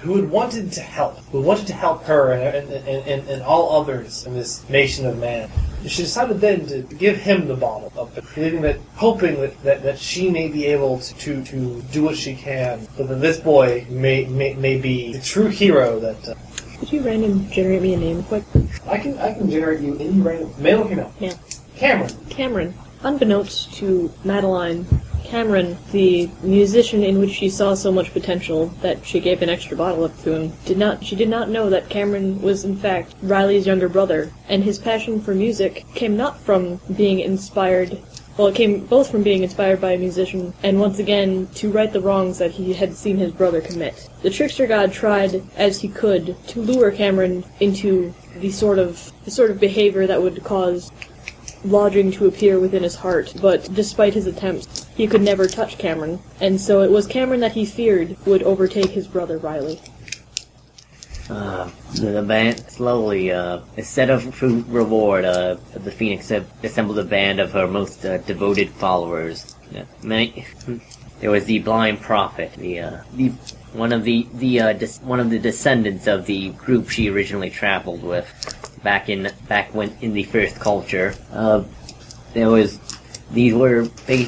A: who had wanted to help, who wanted to help her and, and, and, and all others in this nation of man. She decided then to give him the bottle of it, believing that, hoping that, that, that she may be able to, to, to do what she can, but that this boy may, may, may be the true hero that uh,
C: Could you random generate me a name quick?
A: I can I can generate you any random male or female.
C: Yeah.
A: Cameron.
C: Cameron. Unbeknownst to Madeline, Cameron, the musician in which she saw so much potential that she gave an extra bottle up to him, did not she did not know that Cameron was in fact Riley's younger brother, and his passion for music came not from being inspired well, it came both from being inspired by a musician and once again to right the wrongs that he had seen his brother commit. The trickster god tried as he could to lure Cameron into the sort of the sort of behavior that would cause lodging to appear within his heart, but despite his attempts, he could never touch Cameron, and so it was Cameron that he feared would overtake his brother Riley.
B: Uh, the band slowly, uh, instead of to reward, uh, the Phoenix a- assembled a band of her most uh, devoted followers. Yeah, many- There was the blind prophet, the uh, the one of the the uh, des- one of the descendants of the group she originally traveled with, back in back when in the first culture. Uh, there was these were they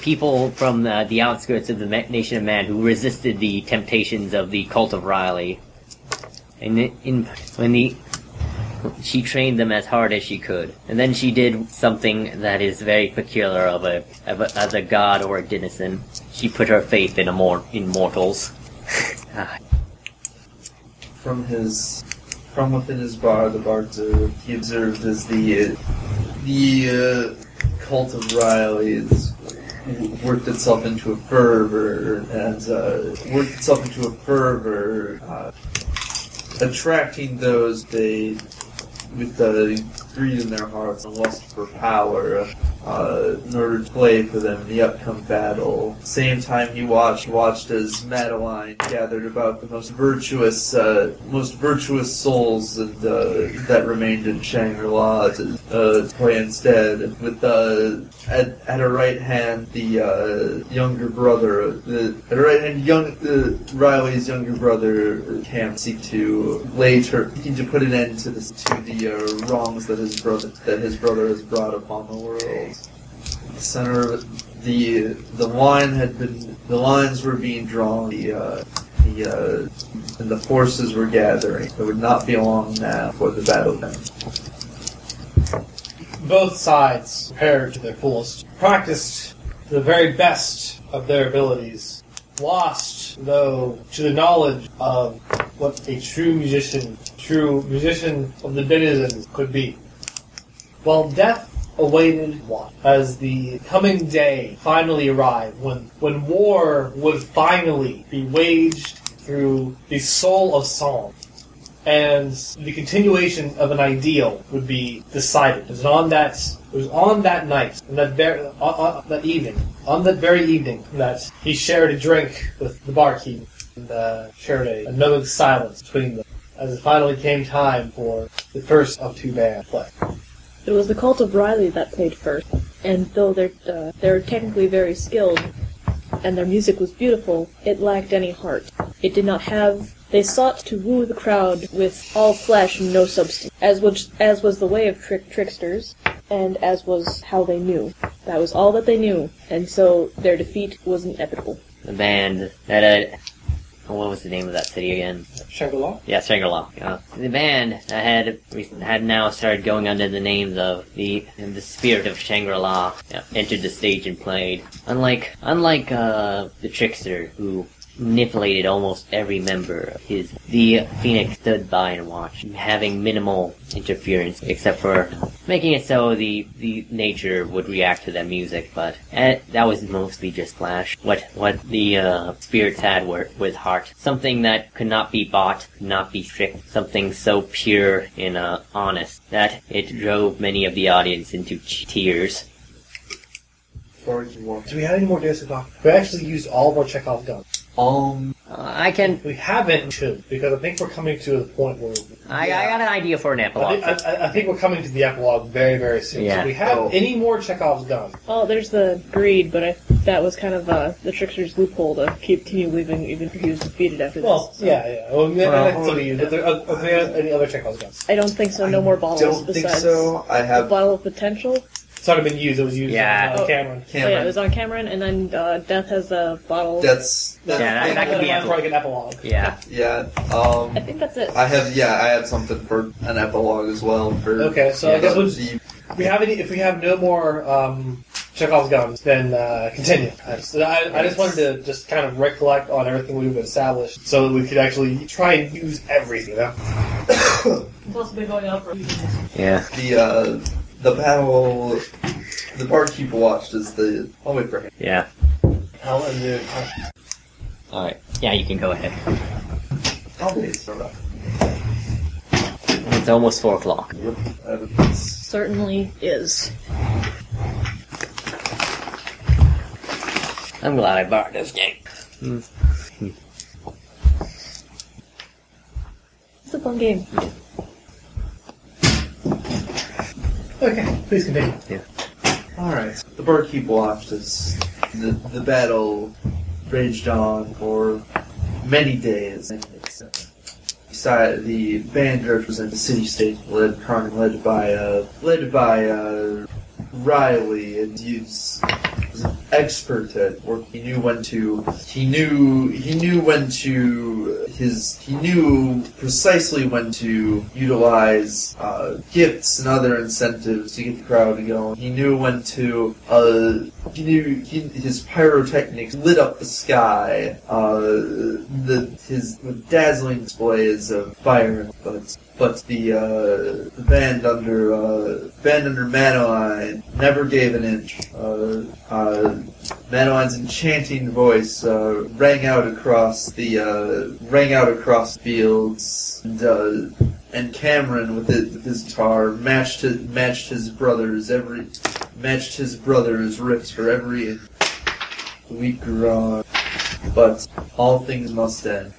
B: people from the, the outskirts of the ma- nation of man who resisted the temptations of the cult of Riley, and in, in when the she trained them as hard as she could, and then she did something that is very peculiar of a of a, as a god or a denizen. She put her faith in a mor- in mortals. Ah,
D: From his from within his bar, the bar observed, he observed as the uh, the uh, cult of Riley has worked itself into a fervor and uh, worked itself into a fervor, uh, attracting those they with the greed in their hearts and lust for power uh, in order to play for them in the upcoming battle. Same time he watched watched as Madeline gathered about the most virtuous uh, most virtuous souls and uh, that remained in Shangri La to uh, play instead. With uh, at, at her right hand, the uh, younger brother, the at her right hand, young the Riley's younger brother Cam seek to lay her, seeking to put an end to this to the uh, wrongs that his brother that his brother has brought upon the world. The center of the the line had been the lines were being drawn. The uh, the uh, and the forces were gathering. It would not be long now for the battle.
E: both sides prepared to their fullest, practiced the very best of their abilities, lost, though, to the knowledge of what a true musician, true musician of the denizens could be. While death awaited one, as the coming day finally arrived, when, when war would finally be waged through the soul of song, and the continuation of an ideal would be decided. It was on that it was on that night, and that very on, on that evening, on that very evening, that he shared a drink with the barkeep and uh, shared a, a knowing silence between them, as it finally came time for the first of two band play.
C: It was the cult of Riley that played first, and though they're uh, they're technically very skilled, and their music was beautiful, it lacked any heart. It did not have. They sought to woo the crowd with all flesh and no substance, as was as was the way of trick tricksters, and as was how they knew. That was all that they knew, and so their defeat was inevitable.
B: The band that uh, what was the name of that city again?
E: Shangri-La.
B: Yeah, Shangri-La. Yeah. The band that had recent, had now started going under the names of the the spirit of Shangri-La yeah, entered the stage and played. Unlike unlike uh, the trickster who manipulated almost every member of his, the phoenix stood by and watched, having minimal interference except for making it so the the nature would react to that music. But eh, that was mostly just flash. What what the uh, spirits had were with heart, something that could not be bought, could not be tricked, something so pure and uh, honest that it drove many of the audience into ch- tears.
D: Before you walk.
A: Do we have any more days to talk? We actually used all of our Chekhov guns.
D: Um,
B: Uh, I can.
A: We haven't too, because I think we're coming to the point where
B: I, I got an idea for an
A: I,
B: epilogue.
A: thi- I, I- I think we're coming to the epilogue very very soon.
B: Yeah.
A: So we have
D: Oh.
A: any more Chekhov's guns?
C: Oh, there's the greed, but I, that was kind of uh, the trickster's loophole to keep continue living even if he was defeated after this.
A: Well,
C: so.
A: yeah, yeah. Well,
B: Well,
A: that's what we use. But there- Are, are there any other Chekhov's guns?
C: I don't think so. No more bottles
D: don't think
C: besides
D: so. I
C: the
D: have
C: bottle of potential.
A: It's already been used. It was used
B: Yeah.
A: on uh, Cameron.
C: Oh, yeah, it
D: Cameron.
C: was on Cameron, and then uh, Death has a bottle.
D: That's, that's
B: Yeah, that- that could be
A: Otherwise,
B: epilogue.
A: probably an epilogue.
B: yeah.
D: yeah.
C: I
D: Um,
C: think that's it.
D: I have yeah. I have something for an epilogue as well. For
A: Okay, so I
D: uh,
A: guess we'll just,
D: the-
A: if we have any. If we have no more um, Chekhov's guns, then uh, continue. I just, I, I just wanted to just kind of recollect on everything we've established, so that we could actually try and use everything. You know?
C: Possibly going out for
B: Yeah.
D: the uh, the battle. The barkeep watched as the. I'll wait for him.
B: Yeah.
A: Hell and the-
B: All right. Yeah, you can go ahead.
D: I'll wait. It's all right.
B: It's almost four o'clock.
D: I have a piece.
C: Certainly is.
B: I'm glad I borrowed this game.
C: It's a fun game.
A: Okay, please continue.
D: All right. The barkeep watched as the the battle raged on for many days. And it's, uh, Beside the band represented the city state led crime led by uh, led by uh, Riley and he's was an expert at work. He knew when to he knew he knew when to his he knew precisely when to utilize uh, gifts and other incentives to get the crowd going. He knew when to uh, he knew he, his pyrotechnics lit up the sky. Uh, the his dazzling displays of fire, but but the, uh, the band under uh, band under Madeline never gave an inch. Uh, uh, Madeline's enchanting voice uh, rang out across the uh, rang out across fields and. Uh, and Cameron with his, with his guitar matched his, matched his brother's every matched his brother's riffs for every week run. But all things must end.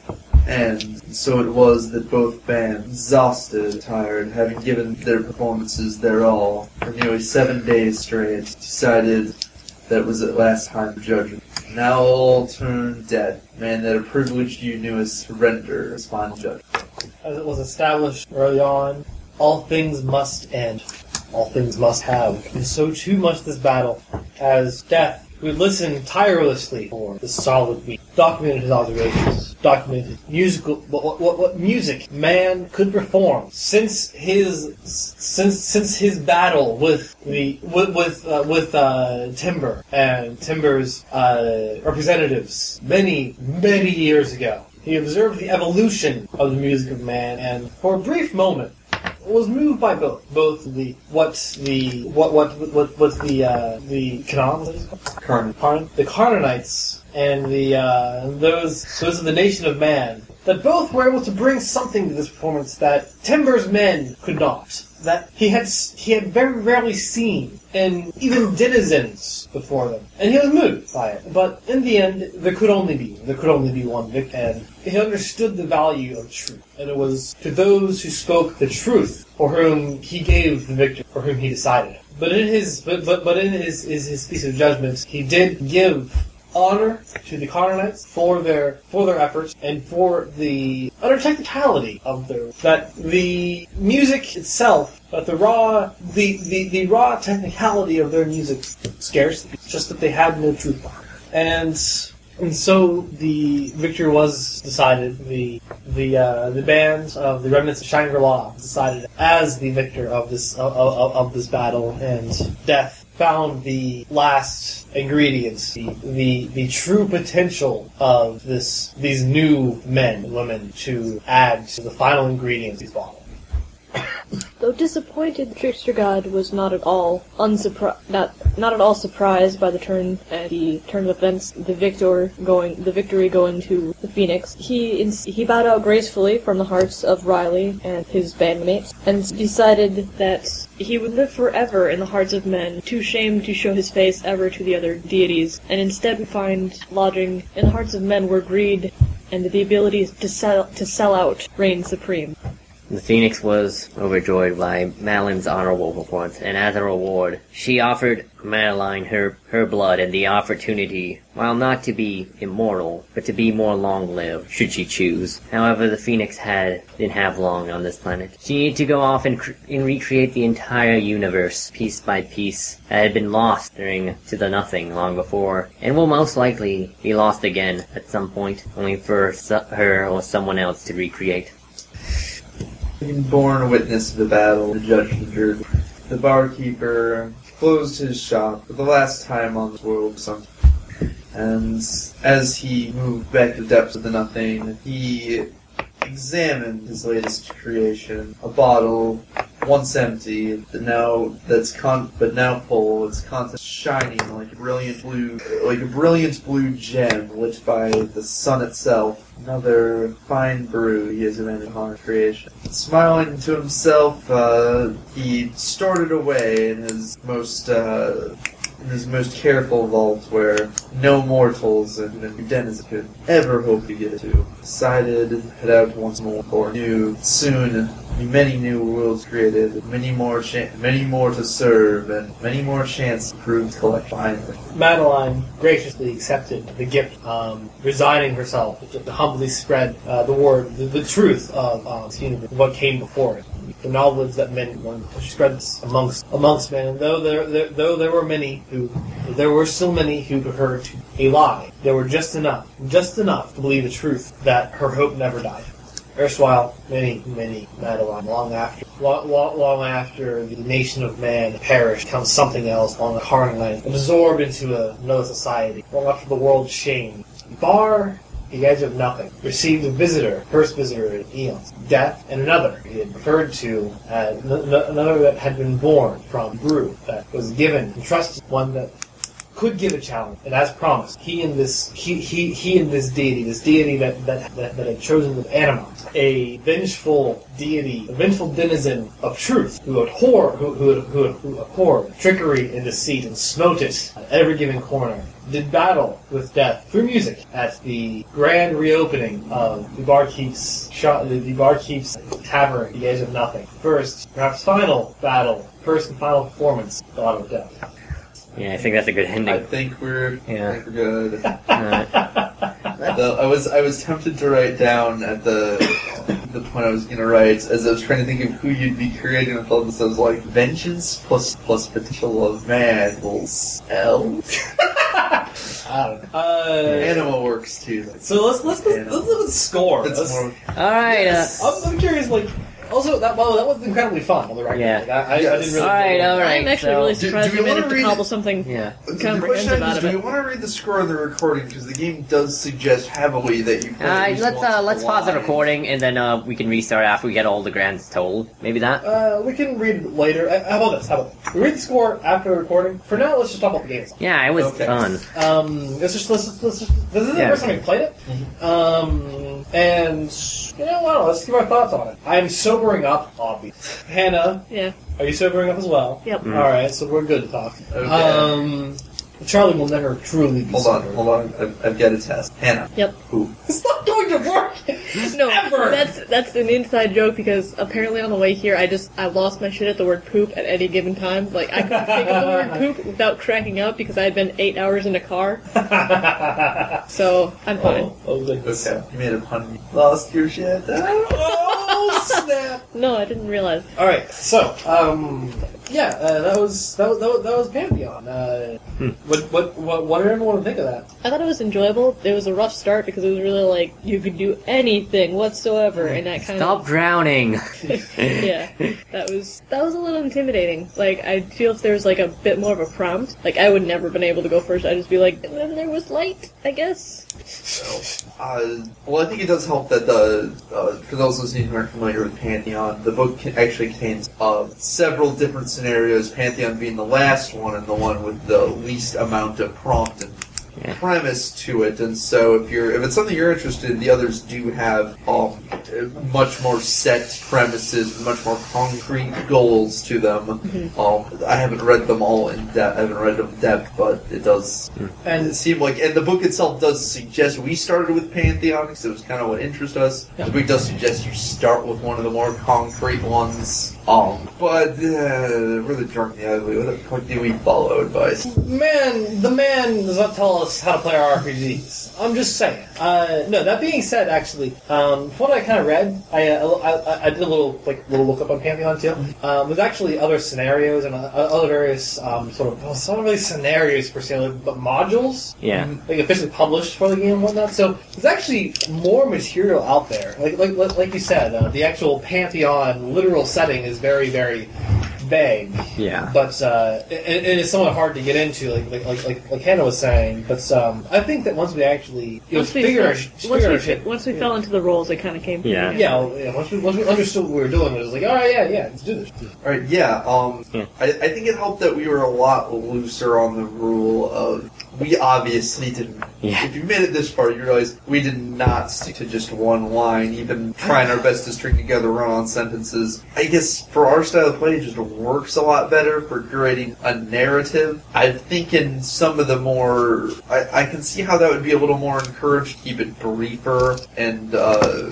D: And so it was that both bands, exhausted, tired, having given their performances their all for nearly seven days straight, decided that it was at last time for judgment. Now all turned dead, and that a privilege you knew as to render as final judgment.
A: As it was established early on, all things must end. All things must have. And so too must this battle. As death, who had listened tirelessly for the solid week, documented his observations, documented musical what, what, what, what music man could perform since his since since his battle with the with with, uh, with uh, Timber and Timber's uh, representatives many many years ago. He observed the evolution of the music of man, and for a brief moment, was moved by both. Both the what the what what what what the uh, the Canaan,
D: Carnage.
A: Carn- the Carnanites, and the uh, those those of the nation of man. That both were able to bring something to this performance that Timber's men could not. That he had s- he had very rarely seen, and even denizens before them, and he was moved by it. But in the end, there could only be there could only be one victim. And he understood the value of truth, and it was to those who spoke the truth for whom he gave the victory, for whom he decided. But in his but but, but in his, his his piece of judgment, he did give honor to the Connorites for their for their efforts and for the utter technicality of their that the music itself that the raw the, the, the raw technicality of their music scarce it's just that they had no truth behind it. and and so the victor was decided the the uh, the band of the remnants of Shangri-La was decided as the victor of this of, of, of this battle and death found the last ingredients the, the the true potential of this these new men and women to add to the final ingredients of these bottles.
C: Though disappointed, the trickster god was not at all unsurprised, not not at all surprised by the turn uh, the turn of events. The victor going, the victory going to the phoenix. He ins- he bowed out gracefully from the hearts of Riley and his bandmates, and decided that he would live forever in the hearts of men, too shamed to show his face ever to the other deities, and instead would find lodging in the hearts of men where greed and the ability to sell to sell out reigned supreme.
B: The Phoenix was overjoyed by Madeline's honorable performance, and as a reward, she offered Madeline her, her blood and the opportunity, while not to be immortal, but to be more long lived, should she choose. However, the Phoenix had didn't have long on this planet. She needed to go off and, cr- and recreate the entire universe, piece by piece, that had been lost during to the nothing long before, and will most likely be lost again at some point, only for su- her or someone else to recreate.
D: Having borne a witness of the battle, the judge and the jury, the barkeeper closed his shop for the last time on this world some and as he moved back to the depths of the nothing, he examined his latest creation, a bottle once empty, but now that's con- but now full, its contents shining like a brilliant blue like a brilliant blue gem lit by the sun itself. Another fine brew he has invented upon his creation. Smiling to himself, uh, he started away in his most uh, in his most careful vault where no mortals and even denizens could ever hope to get to. Decided to head out once more for new soon many new worlds created, many more cha- many more to serve, and many more chance to prove to collect finally.
A: Madeline graciously accepted the gift, um, resigning herself to humbly spread uh, the word, the, the truth of um, this universe, what came before it, the knowledge that men learned. She spread this amongst amongst men, and though there, there though there were many who, there were still many who heard a lie. There were just enough, just enough to believe the truth that her hope never died. Erstwhile, many, many Madeline, long after, long, long, long after the nation of man perished, comes something else on the Harn line, absorbed into a, another society, long after the world shamed. Bar, the edge of nothing, received a visitor, first visitor in eons, death, and another he had referred to, uh, as n- n- another that had been born from brew, that was given, entrusted, one that could give a challenge, and as promised, he and this he he, he and this deity, this deity that that, that, that had chosen the anima, a vengeful deity, a vengeful denizen of truth, who abhor who who who, who abhorred trickery and deceit, and smote it at every given corner. Did battle with death through music at the grand reopening of the barkeep's shop, the, the barkeep's tavern, the edge of nothing. First, perhaps final battle, first and final performance, God of Death.
B: Yeah, I think that's a good
D: I
B: ending.
D: think we're
B: Yeah.
D: I think we're good.
B: Uh,
D: Though I was I was tempted to write down at the the point I was gonna write as I was trying to think of who you'd be creating with all this. I was like vengeance plus plus potential of man equals L.
A: I don't know. Uh,
D: Animal works too.
A: so let's let's let's,
D: Yeah.
A: let's look at the score.
D: It's
A: Let's-
D: more,
B: all right. Uh,
A: I'm, I'm curious. Like, also that well, that was incredibly fun on the record.
B: Yeah.
A: Like, I, I, I didn't really.
B: all right.
D: uh,
B: All right.
C: I'm actually
B: so-
C: really
D: Do- do
C: surprised
D: we
C: we
D: wanna
C: managed to
D: read-
C: cobble something.
B: Yeah.
D: the
C: Comprehensive
D: question
C: out
D: is,
C: of
D: do
C: it.
D: we want to read the score on the recording? Because the game does suggest heavily that you. play at
B: Uh,
D: least
B: let's
D: once
B: uh,
D: a
B: let's pause the
D: line.
B: recording and then uh, we can restart after we get all the grands told. Maybe that.
A: Uh, we can read later. Uh, How about this? How about this? we read the score after the recording? For now, let's just talk about the game.
B: Yeah, it was
D: Okay.
B: fun.
A: Um, let's just let's, let's, let's this is the
B: Yeah.
A: first time we played it. Um, and you know what? Let's give our thoughts on it. I'm sobering up, obviously. Hannah,
C: Yeah.
A: are you sobering up as well?
C: Yep.
B: Mm.
A: All right, so we're good to talk.
D: Mm-hmm. Okay.
A: Um, Charlie will never truly be
D: Hold on,
A: sober.
D: hold on. I've, I've got a test. Hannah.
C: Yep.
D: Who?
A: It's not going to work.
C: No,
A: Ever.
C: that's that's an inside joke because apparently on the way here I just I lost my shit at the word poop at any given time. Like I couldn't think of the word poop without cracking up because I had been eight hours in a car. So I'm fine.
A: Oh, oh goodness.
D: Okay. You made a pun. Lost your shit.
A: oh snap!
C: No, I didn't realize.
A: All right, so um, yeah, uh, that was that was that was, that was Pantheon. Uh, What what what what did everyone think of that?
C: I thought it was enjoyable. It was a rough start because it was really like you could do anything whatsoever, and that kind
B: Stop drowning.
C: of yeah, that was that was a little intimidating. Like I feel if there was like a bit more of a prompt, like I would never been able to go first. I'd just be like, and then there was light, I guess.
D: Uh, well, I think it does help that the uh, for those listening who aren't familiar with Pantheon, the book can, actually contains uh, several different scenarios. Pantheon being the last one and the one with the least amount of prompt and
B: Yeah.
D: premise to it. And so, if you're if it's something you're interested in, the others do have um, uh, much more set premises, much more concrete goals to them. Um, I haven't read them all in depth. I haven't read them in depth, but it does and it
A: And
D: seemed like, and the book itself does suggest we started with Pantheon because it was kind of what interested us. The book does suggest you start with one of the more concrete ones. Um, but uh, really drunk the other way. What the fuck did we follow advice?
A: man, the man does not tell us how to play our RPGs. I'm just saying. Uh, no, that being said, actually, um, from what I kind of read, I, uh, I, I I did a little like little lookup on Pantheon too. Um, there's actually other scenarios and uh, other various um, sort of well, it's not really scenarios per se, like, but modules. Mm-hmm.
B: Yeah.
A: like officially published for the game and whatnot. So there's actually more material out there. Like like like, like you said, uh, the actual pantheon literal setting is very very vague.
B: Yeah.
A: But uh, it, it is somewhat hard to get into, like like like, like, like Hannah was saying. But um, I think that once we actually you know,
C: Once we,
A: figure our, sh-
C: felt- once
A: figure
C: we,
A: our shit,
C: once we fell into the roles, it kind of came.
B: Yeah.
A: yeah, well, yeah, once we once we understood what we were doing, it was like, all right, yeah, yeah, let's do this.
D: All right, yeah. Um,
B: Yeah.
D: I, I think it helped that we were a lot looser on the rule of we obviously didn't.
B: Yeah.
D: If you made it this far, you realize we did not stick to just one line, even trying our best to string together run-on sentences. I guess for our style of play, it just works a lot better for creating a narrative. I think in some of the more, I, I can see how that would be a little more encouraged. Keep it briefer and. Uh,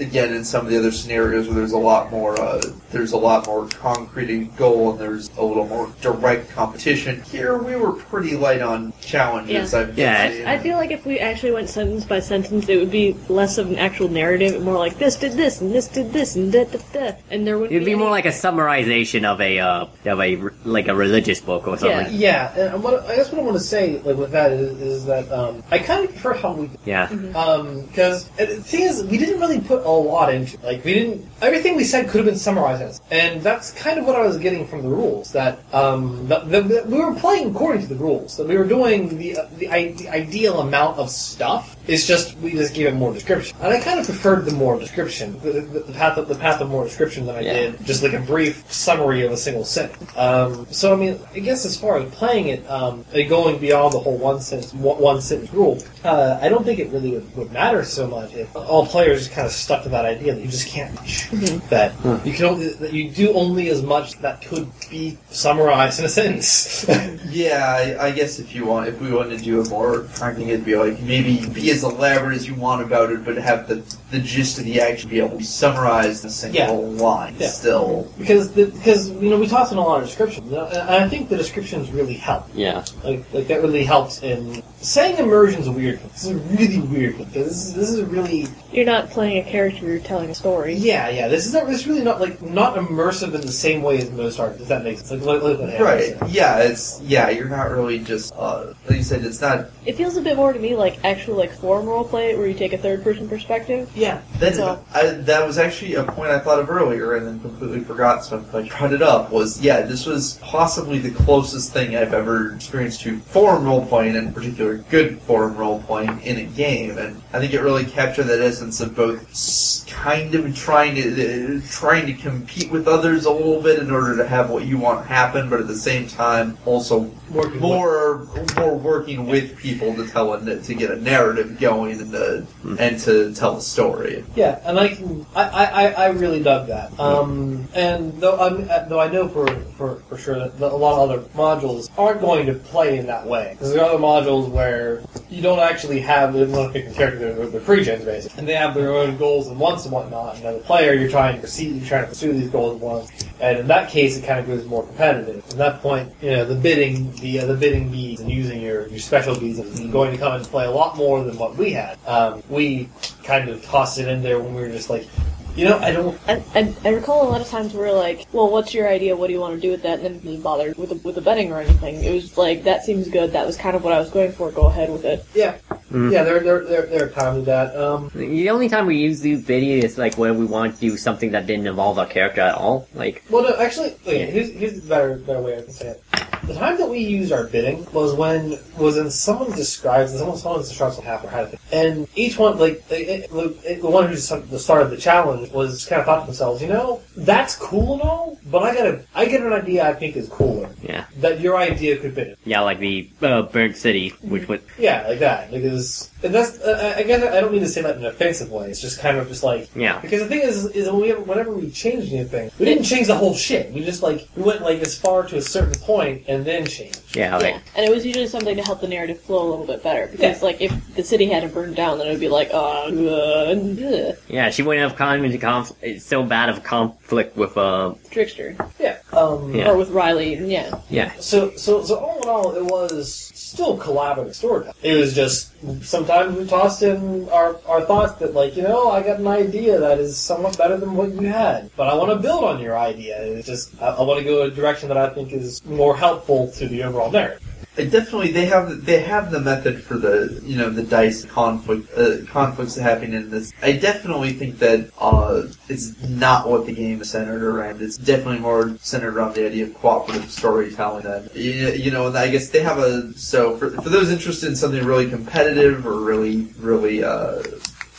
D: again in some of the other scenarios where there's a lot more uh, there's a lot more concrete and goal and there's a little more direct competition here we were pretty light on challenges
C: Yeah.
D: I've been
B: Yeah.
D: seeing.
C: I feel like if we actually went sentence by sentence, it would be less of an actual narrative, and more like this did this and this did this and da da da, and there would.
B: It'd be more
C: any-
B: like a summarization of a uh, of a r- like a religious book or something.
A: Yeah, and what I guess what I want to say like with that is, is that um, I kind of prefer how we
B: Yeah.
C: Mm-hmm.
A: Um, because the thing is, we didn't really put a a lot into. Like we didn't. Everything we said could have been summarized, as- and that's kind of what I was getting from the rules. That um, that, that- that we were playing according to the rules. That we were doing the uh, the, I- the ideal amount of stuff. It's just we just gave it more description, and I kind of preferred the more description, the, the, the path of, the path of more description than I
B: Yeah.
A: did just like a brief summary of a single sentence. Um, so I mean, I guess as far as playing it um, and going beyond the whole one sentence one, one sentence rule, uh, I don't think it really would, would matter so much if all players just kind of stuck to that idea that you just can't reach that you can only that you do only as much that could be summarized in a sentence.
D: Yeah, I, I guess if you want, if we want to do a more cracking, it'd be like maybe be as elaborate as you want about it, but have the the gist of the action be able to be summarized in a single line.
A: Yeah.
D: Still,
A: because the, because you know we talked in a lot of descriptions, and I I think the descriptions really help.
B: Yeah.
A: Like, like that really helped. And saying immersion's a weird. This is a really weird because this is, this is really
C: You're not playing a character, you're telling a story.
A: Yeah, yeah. This is not. This is really not like not immersive in the same way as most art. If that makes sense. Like, look, look what
D: right?
A: happens.
D: Yeah, it's yeah. You're not really just uh, like you said. It's not
C: It feels a bit more to me like actual like forum roleplay where you take a third person perspective.
A: Yeah.
D: That,
C: So-
D: I, that was actually a point I thought of earlier and then completely forgot, so I brought it up. Was yeah, this was possibly the closest thing I've ever experienced to forum role playing, in particular, good forum role playing in a game, and I think it really captured that essence of both s- kind of trying to uh, trying to compete with others a little bit in order to have what you want happen, but at the same time also
A: Working
D: more more working with people to tell a, to get a narrative going and to, and to tell a story.
A: Yeah, and I can. I, I, I- I really dug that. Um, and though I'm, uh, though I know for, for, for sure that a lot of other modules aren't going to play in that way. Because there are other modules where you don't actually have the one picking character. They're, they're pre-gens based, and they have their own goals and wants and whatnot. And as a player, you're trying to proceed, you're trying to pursue these goals and wants. And in that case, it kind of goes more competitive. At that point, you know, the bidding, the uh, the bidding beads and using your, your special beads is going to come into play a lot more than what we had. Um, we kind of tossed it in there when we were just like, you know, I don't.
C: I, I, I recall a lot of times where like, well, what's your idea? What do you want to do with that? And then didn't bother with the, with the betting or anything. It was like that seems good. That was kind of what I was going for. Go ahead with it.
A: Yeah,
B: Mm.
A: yeah. There, there, there, there are times of that. Um,
B: The only time we use these videos is like when we want to do something that didn't involve our character at all. Like,
A: well, no, actually, okay, here's here's the better better way I can say it. The time that we used our bidding was when was when someone describes someone someone describes what happened or how to think, and each one like the the- the one who started the challenge was kind of thought to themselves, you know, that's cool and all, but I got a I get an idea I think is cooler
B: yeah,
A: that your idea could fit. in.
B: yeah, like the uh, burnt city, which
C: Mm-hmm.
B: would
A: Yeah, like that because and that's uh, I I guess I don't mean to say that in an offensive way. It's just kind of just like
B: yeah,
A: Because the thing is, is when we, whenever we changed anything, we didn't change the whole shit. We just like we went like as far to a certain point and then changed.
B: yeah, like
C: Yeah, and it was usually something to help the narrative flow a little bit better because like if the city hadn't burned down, then it would be like, oh, uh, ugh,
B: yeah. She wouldn't have come into conflict. It's so bad of conflict with uh,
C: trickster
A: Yeah. Um,
B: Yeah.
C: or with Riley. Yeah,
B: yeah,
A: So so so all in all, it was still collaborative storytelling. It was just sometimes we tossed in our our thoughts that like you know I got an idea that is somewhat better than what you had, but I want to build on your idea. It's just I, I want to go in a direction that I think is more helpful to the overall narrative.
D: Uh, Definitely, they have they have the method for the you know the dice conflict uh, conflicts that happen in this. I definitely think that uh, it's not what the game is centered around. It's definitely more centered around the idea of cooperative storytelling. Than, you, you know, and I guess they have a so for, for those interested in something really competitive or really really uh,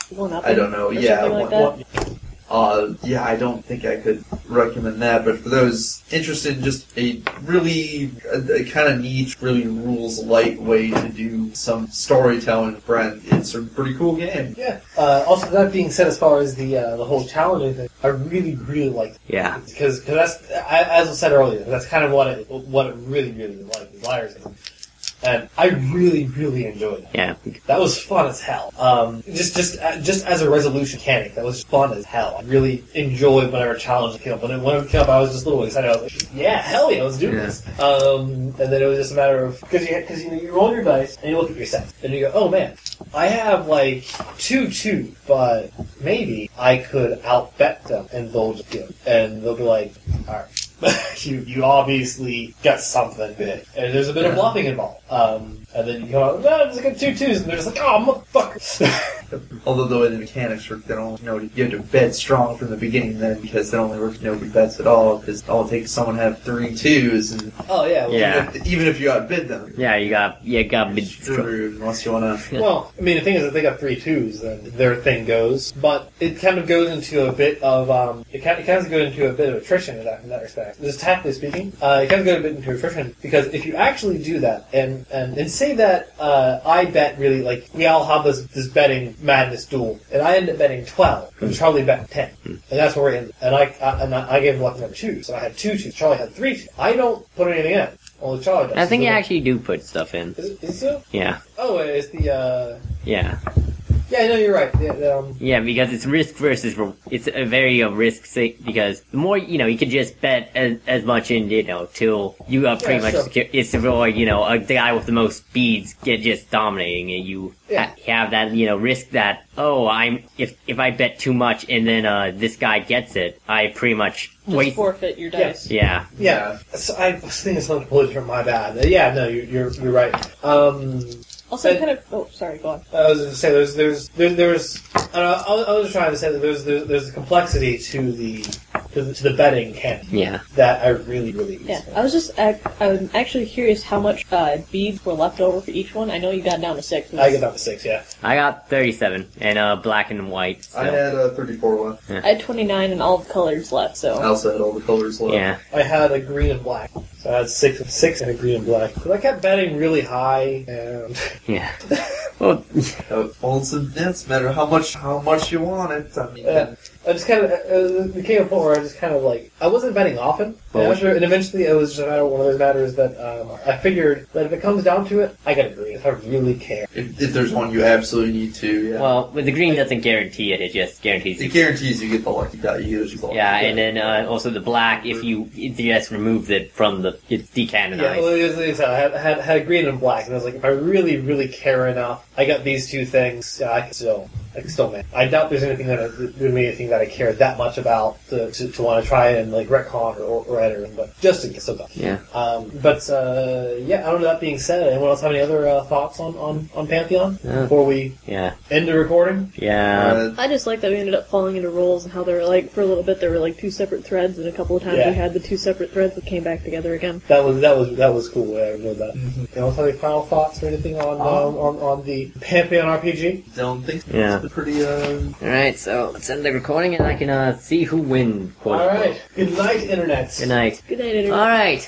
C: one up.
D: I don't know
C: Or
D: yeah
C: something like
D: one-
C: that.
D: one- uh, yeah, I don't think I could recommend that. But for those interested in just a really a, kind of niche, really rules light way to do some storytelling, friend, it's a pretty cool game.
A: Yeah. Uh, also, that being said, as far as the uh, the whole challenging thing, I really really liked
B: yeah,
A: because cause that's I, as I said earlier, that's kind of what it what it really really is like is liars, Game. and I really really enjoyed it.
B: yeah.
A: That was fun as hell. Um, just just uh, just as a resolution mechanic, that was fun as hell. I really enjoyed whenever challenges came up. When it, when it came up, I was just a little excited. I was like, yeah, hell yeah, let's do
B: Yeah.
A: this. Um, and then it was just a matter of because you because you, you roll your dice and you look at your sets and you go, oh man, I have like two two, but maybe I could outbet them and they'll just give. And they'll be like, alright. you you obviously got something big. And there's a bit of bluffing involved. Um and then you come out, no, there's like two twos, and they're just like, oh motherfucker
D: Although the way the mechanics work, they don't know you have to bet strong from the beginning then because they only work nobody bets at all because all it takes someone to have three twos and
A: Oh yeah. Well,
B: Yeah.
D: even, if, even if you outbid them,
B: Yeah, you got you got
D: you're
B: bid.
D: screwed unless you want to.
A: Well, I mean, the thing is, if they got three twos, then their thing goes. But it kind of goes into a bit of um, it kind it kind of goes into a bit of attrition in that, in that respect. Just tactfully speaking, uh, it kind of goes a bit into attrition because if you actually do that and and and say that uh, I bet really like we all have this this betting madness duel, and I end up betting twelve, and Charlie bet ten, and that's where we're in. And I, I and I I gave him lucky number two, so I had two twos. Charlie had three. Twos. I don't put anything in. Only Charlie does.
B: I think
A: So
B: you
A: the-
B: actually do put stuff in.
A: Is it, is it so?
B: Yeah,
A: Oh, it's the. Uh,
B: yeah,
A: yeah, no, you're right. Yeah, um,
B: yeah. Because it's risk versus re- it's a very a risk si- because the more you know, you can just bet as, as much in you know till you are pretty
A: Yeah,
B: much
A: sure.
B: secure. It's really you know a the guy with the most speeds get just dominating, and you
A: Yeah.
B: ha- have that you know risk that oh I'm if if I bet too much and then uh this guy gets it, I pretty much
C: Just
B: wait.
C: forfeit your
A: Yeah.
C: dice.
B: Yeah,
A: Yeah, so I was thinking something completely different. My bad. Uh, Yeah, no, you're you're, you're right. Um,
C: Also,
A: And-
C: kind of. Oh, sorry. Go on.
A: I was going to say there's there's there, there's I, don't know, I was- I was trying to say that there's there's, there's a complexity to the to the, to the betting camp
B: yeah.
A: that I really really
C: Yeah, I was just. I, I'm actually curious how much uh, beads were left over for each one. I know you got down to six.
A: I get up to six. Yeah,
B: I got thirty-seven and uh black and white. So.
D: I had uh, 34 left.
C: I had 29 and all the colors left,
D: I
C: so.
D: also had all the colors left.
B: yeah.
A: I had a green and black. So I had six six and a green and black. But I kept betting really high, and
B: Yeah. Well,
D: Uh, folds and dents matter how much how much you want it. I mean,
A: Yeah. I just kind of uh, it became a point where I just kind of like I wasn't betting often,
B: Well,
A: and,
B: we-
A: after, and eventually it was just a matter one of those matters that um, I figured that if it comes down to it, I gotta agree if I really care.
D: if, if there's one you absolutely need to, yeah.
B: well, but the green doesn't guarantee it. It just guarantees
D: it
B: you.
D: guarantees you get the lucky die. You get the lucky
B: Yeah,
D: die.
B: and then uh, also the black. If you if you just remove it from the, it's
A: Yeah, well,
B: decanonized.
A: it was- like I said, I had, had had green and black, and I was like, if I really really care enough, I got these two things. Yeah, I can still. I can still man. I doubt there's anything that would be anything that I care that much about to, to, to want to try and like retcon or, or, or edit, but just in case of that.
B: Yeah.
A: Um, but uh, yeah, I don't know. That being said, anyone else have any other uh, thoughts on on, on Pantheon
B: No.
A: before we
B: Yeah.
A: end the recording?
B: Yeah.
D: Uh,
C: I just like that we ended up falling into roles and how they were like, for a little bit, there were like two separate threads, and a couple of times
A: Yeah.
C: we had the two separate threads that came back together again.
A: That was that was that was cool. I enjoyed that. Anyone else have any final thoughts or anything on Mm-hmm. um,
D: Um,
A: on on the Pantheon RPG?
D: don't think
B: Yeah.
D: it's a pretty. Uh,
B: All right. So let's end the recording, and I can uh, see who wins. Quote
A: All
B: unquote.
A: right. Good night, internet.
B: Good night.
C: Good night, Internet.
B: All right.